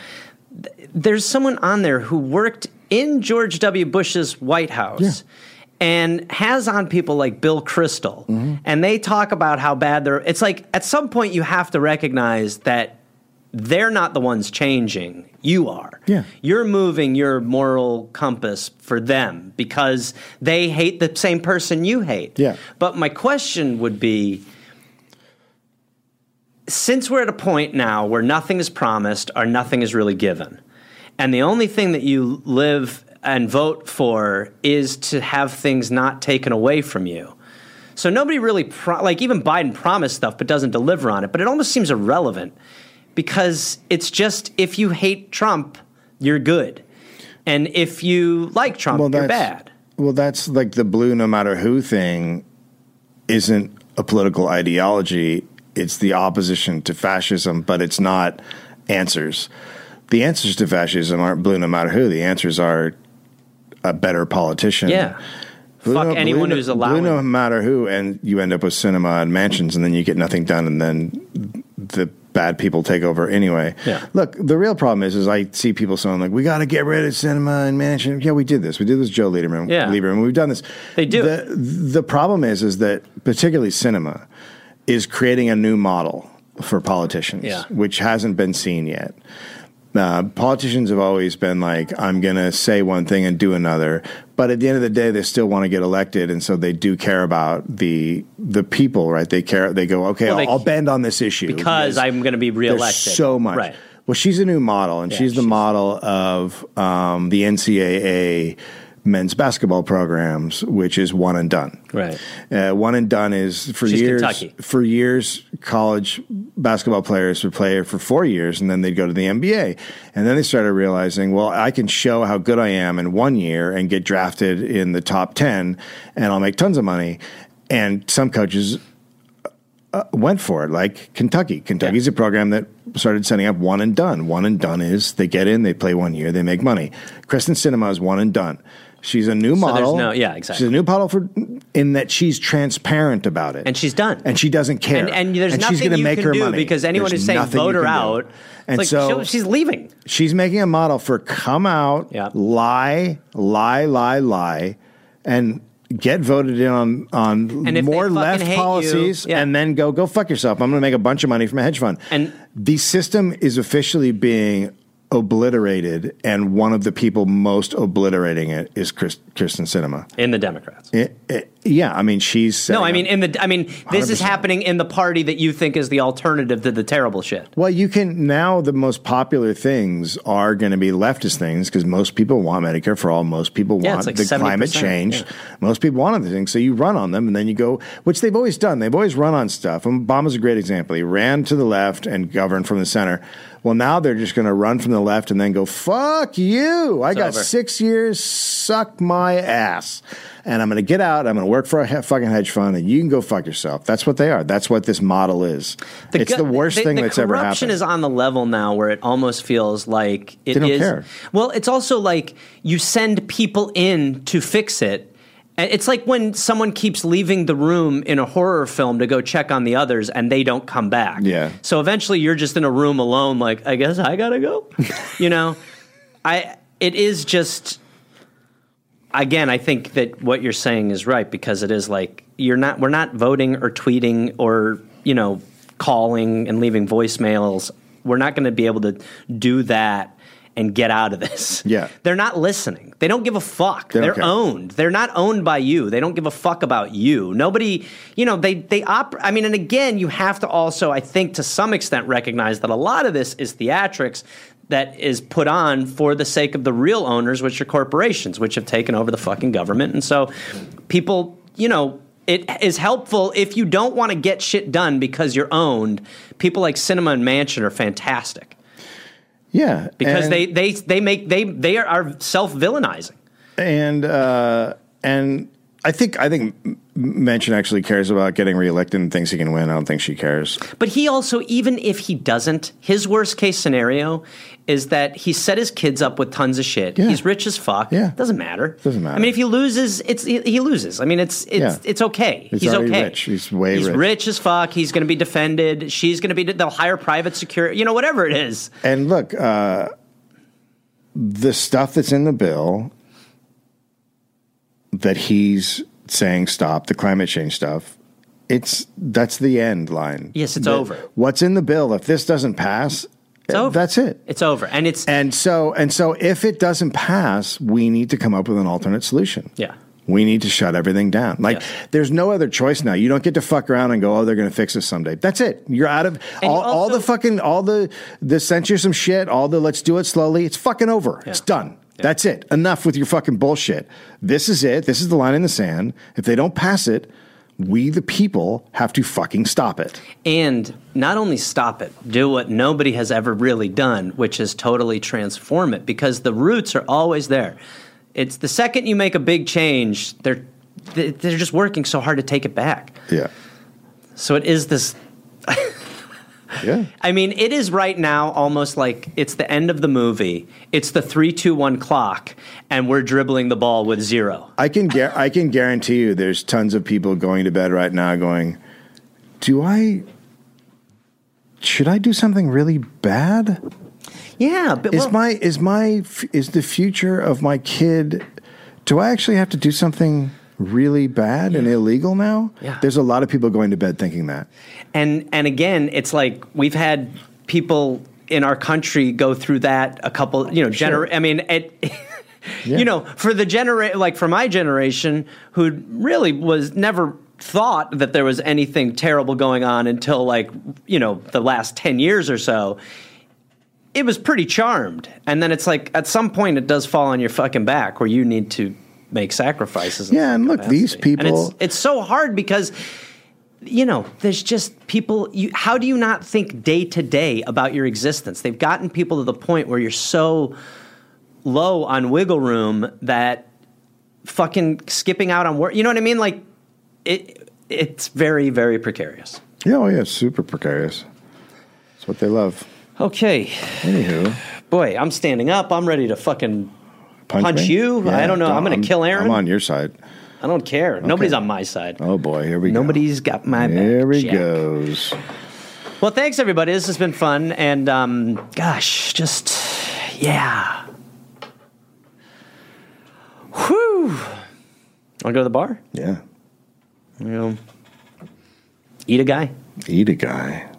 Speaker 2: th- There's someone on there who worked in George W. Bush's White House. And has on people like Bill Crystal, and they talk about how bad they're. It's like at some point you have to recognize that they're not the ones changing. You are.
Speaker 1: Yeah.
Speaker 2: You're moving your moral compass for them because they hate the same person you hate.
Speaker 1: Yeah.
Speaker 2: But my question would be since we're at a point now where nothing is promised or nothing is really given, and the only thing that you live and vote for is to have things not taken away from you. So nobody really, pro- like even Biden promised stuff but doesn't deliver on it, but it almost seems irrelevant because it's just if you hate Trump, you're good. And if you like Trump, you're bad.
Speaker 1: Well, that's like the blue no matter who thing isn't a political ideology. It's the opposition to fascism, but it's not answers. The answers to fascism aren't blue no matter who. The answers are a better politician.
Speaker 2: Yeah.
Speaker 1: Blue
Speaker 2: Fuck
Speaker 1: no- blue
Speaker 2: anyone
Speaker 1: no-
Speaker 2: who's
Speaker 1: Blue
Speaker 2: allowing.
Speaker 1: no matter who, and you end up with cinema and mansions, and then you get nothing done, and then the bad people take over anyway.
Speaker 2: Yeah.
Speaker 1: Look, the real problem is, is I see people saying like, "We got to get rid of cinema and mansion." Yeah, we did this. We did this, Joe Lieberman.
Speaker 2: Yeah.
Speaker 1: Lieberman. We've done this.
Speaker 2: They do
Speaker 1: The, the problem is, is that particularly cinema is creating a new model for politicians,
Speaker 2: Yeah.
Speaker 1: which hasn't been seen yet Uh, politicians have always been like, I'm going to say one thing and do another. But at the end of the day, they still want to get elected, and so they do care about the the people, right? They care. They go, okay,
Speaker 2: Well, they-
Speaker 1: I'll, I'll bend on this issue
Speaker 2: because I'm going to be
Speaker 1: there's
Speaker 2: reelected.
Speaker 1: so much.
Speaker 2: Right.
Speaker 1: Well, she's a new model, and she's the model of um, the NCAA men's basketball programs, which is one and done.
Speaker 2: Right.
Speaker 1: Uh, one and done is for
Speaker 2: She's
Speaker 1: years.
Speaker 2: Kentucky.
Speaker 1: For years, college basketball players would play for four years, and then they'd go to the NBA. And then they started realizing, well, I can show how good I am in one year and get drafted in the top ten, and I'll make tons of money. And some coaches uh, went for it, like Kentucky. Kentucky's a program that started setting up one and done. One and done is they get in, they play one year, they make money. Kristen Cinema is one and done. She's a new
Speaker 2: there's
Speaker 1: model.
Speaker 2: no- yeah, exactly.
Speaker 1: She's a new model for in that she's transparent about it,
Speaker 2: And she's done.
Speaker 1: and she doesn't care.
Speaker 2: And, and there's nothing
Speaker 1: she's gonna
Speaker 2: you
Speaker 1: make
Speaker 2: can
Speaker 1: her
Speaker 2: do
Speaker 1: money
Speaker 2: because anyone
Speaker 1: There's
Speaker 2: who's saying
Speaker 1: nothing you
Speaker 2: vote her
Speaker 1: can do.
Speaker 2: out,
Speaker 1: And
Speaker 2: it's like
Speaker 1: so
Speaker 2: she'll- she's leaving.
Speaker 1: She's making a model for come out,
Speaker 2: Yeah.
Speaker 1: lie, lie, lie, lie, and get voted in on on
Speaker 2: And if they
Speaker 1: more
Speaker 2: fucking
Speaker 1: left
Speaker 2: hate you-
Speaker 1: policies,
Speaker 2: yeah.
Speaker 1: and then go go fuck yourself. I'm going to make a bunch of money from a hedge fund.
Speaker 2: And-
Speaker 1: the system is officially being obliterated, and one of the people most obliterating it is Chris, Kristen Cinema.
Speaker 2: In the Democrats.
Speaker 1: Eh, yeah, I mean she's
Speaker 2: No,
Speaker 1: setting
Speaker 2: I mean
Speaker 1: up-
Speaker 2: in the. I mean this is
Speaker 1: 100%.
Speaker 2: happening in the party that you think is the alternative to the terrible shit.
Speaker 1: Well, you can now. The most popular things are going to be leftist things because most people want Medicare for all. Most people
Speaker 2: Yeah,
Speaker 1: want
Speaker 2: it's like
Speaker 1: the climate
Speaker 2: 70%,
Speaker 1: change.
Speaker 2: yeah.
Speaker 1: Most people want other things. So you run on them, and then you go, which they've always done. They've always run on stuff. And Obama's a great example. He ran to the left and governed from the center. Well, now they're just going to run from the left and then go, "Fuck you! I got
Speaker 2: over.
Speaker 1: six years. Suck my ass." And I'm going to get out. I'm going to work for a he- fucking hedge fund, and you can go fuck yourself. That's what they are. That's what this model is. it's
Speaker 2: go-
Speaker 1: the worst thing that's ever happened.
Speaker 2: Corruption is on the level now where it almost feels like it is.
Speaker 1: They don't care.
Speaker 2: Well, it's also like you send people in to fix it. And It's like when someone keeps leaving the room in a horror film to go check on the others and they don't come back.
Speaker 1: Yeah.
Speaker 2: So eventually you're just in a room alone, like, I guess I gotta go. <laughs> you know? I it is just again, I think that what you're saying is right because it is like you're not we're not voting or tweeting or, you know, calling and leaving voicemails. We're not going to be able to do that and get out of this.
Speaker 1: Yeah.
Speaker 2: They're not listening. They don't give a fuck.
Speaker 1: They
Speaker 2: They
Speaker 1: don't
Speaker 2: are
Speaker 1: care.
Speaker 2: owned. They're not owned by you. They don't give a fuck about you. Nobody, you know, they they op I mean, and again, you have to also I think to some extent recognize that a lot of this is theatrics that is put on for the sake of the real owners, which are corporations, which have taken over the fucking government. And so people, you know, it is helpful if you don't want to get shit done because you're owned. People like Cinema and Mansion are fantastic
Speaker 1: Yeah,
Speaker 2: because
Speaker 1: and,
Speaker 2: they they they make they they are self villainizing.
Speaker 1: and uh, and I think I think M- M- Manchin actually cares about getting reelected and thinks he can win. I don't think she cares.
Speaker 2: But he also, even if he doesn't, his worst case scenario is that he set his kids up with tons of shit.
Speaker 1: Yeah.
Speaker 2: He's rich as fuck.
Speaker 1: Yeah.
Speaker 2: doesn't matter.
Speaker 1: Doesn't matter.
Speaker 2: I mean, if he loses, it's he, he loses. I mean, it's it's
Speaker 1: Yeah.
Speaker 2: it's okay.
Speaker 1: He's
Speaker 2: He's
Speaker 1: already
Speaker 2: okay.
Speaker 1: rich. He's way
Speaker 2: He's
Speaker 1: rich.
Speaker 2: rich. as fuck. He's going to be defended. She's going to be. They'll hire private security. You know, whatever it is.
Speaker 1: And look, uh, the stuff that's in the bill that he's saying stop the climate change stuff. It's that's the end line.
Speaker 2: Yes, it's
Speaker 1: The-
Speaker 2: over.
Speaker 1: What's in the bill? If this doesn't pass,
Speaker 2: It's over.
Speaker 1: that's it.
Speaker 2: It's over. And it's
Speaker 1: And so and so if it doesn't pass, we need to come up with an alternate solution.
Speaker 2: Yeah.
Speaker 1: We need to shut everything down. Like
Speaker 2: Yes.
Speaker 1: there's no other choice now. You don't get to fuck around and go, "Oh, they're going to fix us someday." That's it. You're out of
Speaker 2: you
Speaker 1: all, all the
Speaker 2: also-
Speaker 1: fucking all the the censure some shit, all the let's do it slowly. It's fucking over. It's done. That's it. Enough with your fucking bullshit. This is it. This is the line in the sand. If they don't pass it, we the people have to fucking stop it.
Speaker 2: and not only stop it, do what nobody has ever really done, which is totally transform it because the roots are always there. It's the second you make a big change, they're they- they're just working so hard to take it back.
Speaker 1: Yeah.
Speaker 2: So it is this
Speaker 1: Yeah.
Speaker 2: I mean, it is right now almost like it's the end of the movie. It's the 3-2-1 clock and we're dribbling the ball with zero.
Speaker 1: I can gar- I can guarantee you there's tons of people going to bed right now going, "Do I should I do something really bad?
Speaker 2: Yeah, but
Speaker 1: Is
Speaker 2: well-
Speaker 1: my is my f- is the future of my kid do I actually have to do something really bad and illegal now?"
Speaker 2: Yeah.
Speaker 1: There's a lot of people going to bed thinking that.
Speaker 2: And and again, it's like we've had people in our country go through that a couple, you know, gener- I mean, it, <laughs> you know, for the genera like for my generation, who really was never thought that there was anything terrible going on until like, you know, the last 10 years or so. It was pretty charmed. And then it's like at some point it does fall on your fucking back where you need to make sacrifices. in
Speaker 1: Yeah,
Speaker 2: some
Speaker 1: and look, these
Speaker 2: capacity. And
Speaker 1: people-
Speaker 2: it's, it's so hard because you know, there's just people. You, how do you not think day to day about your existence? They've gotten people to the point where you're so low on wiggle room that fucking skipping out on work. You know what I mean? Like it. It's very, very precarious.
Speaker 1: Yeah, oh yeah, super precarious. That's what they love.
Speaker 2: Okay,
Speaker 1: Anywho,
Speaker 2: boy, I'm standing up. I'm ready to fucking.
Speaker 1: punch,
Speaker 2: Punch
Speaker 1: me?
Speaker 2: you? I don't know. I'm gonna kill Aaron?
Speaker 1: I'm on your side.
Speaker 2: I don't care. Nobody's on my side.
Speaker 1: Oh boy, here we
Speaker 2: Nobody's got my
Speaker 1: go.
Speaker 2: back.
Speaker 1: Here he
Speaker 2: Jack.
Speaker 1: goes.
Speaker 2: Well, thanks everybody. This has been fun, and um, gosh, just yeah. Whew. I'll go to the bar.
Speaker 1: Yeah,
Speaker 2: You know, eat a guy.
Speaker 1: eat a guy.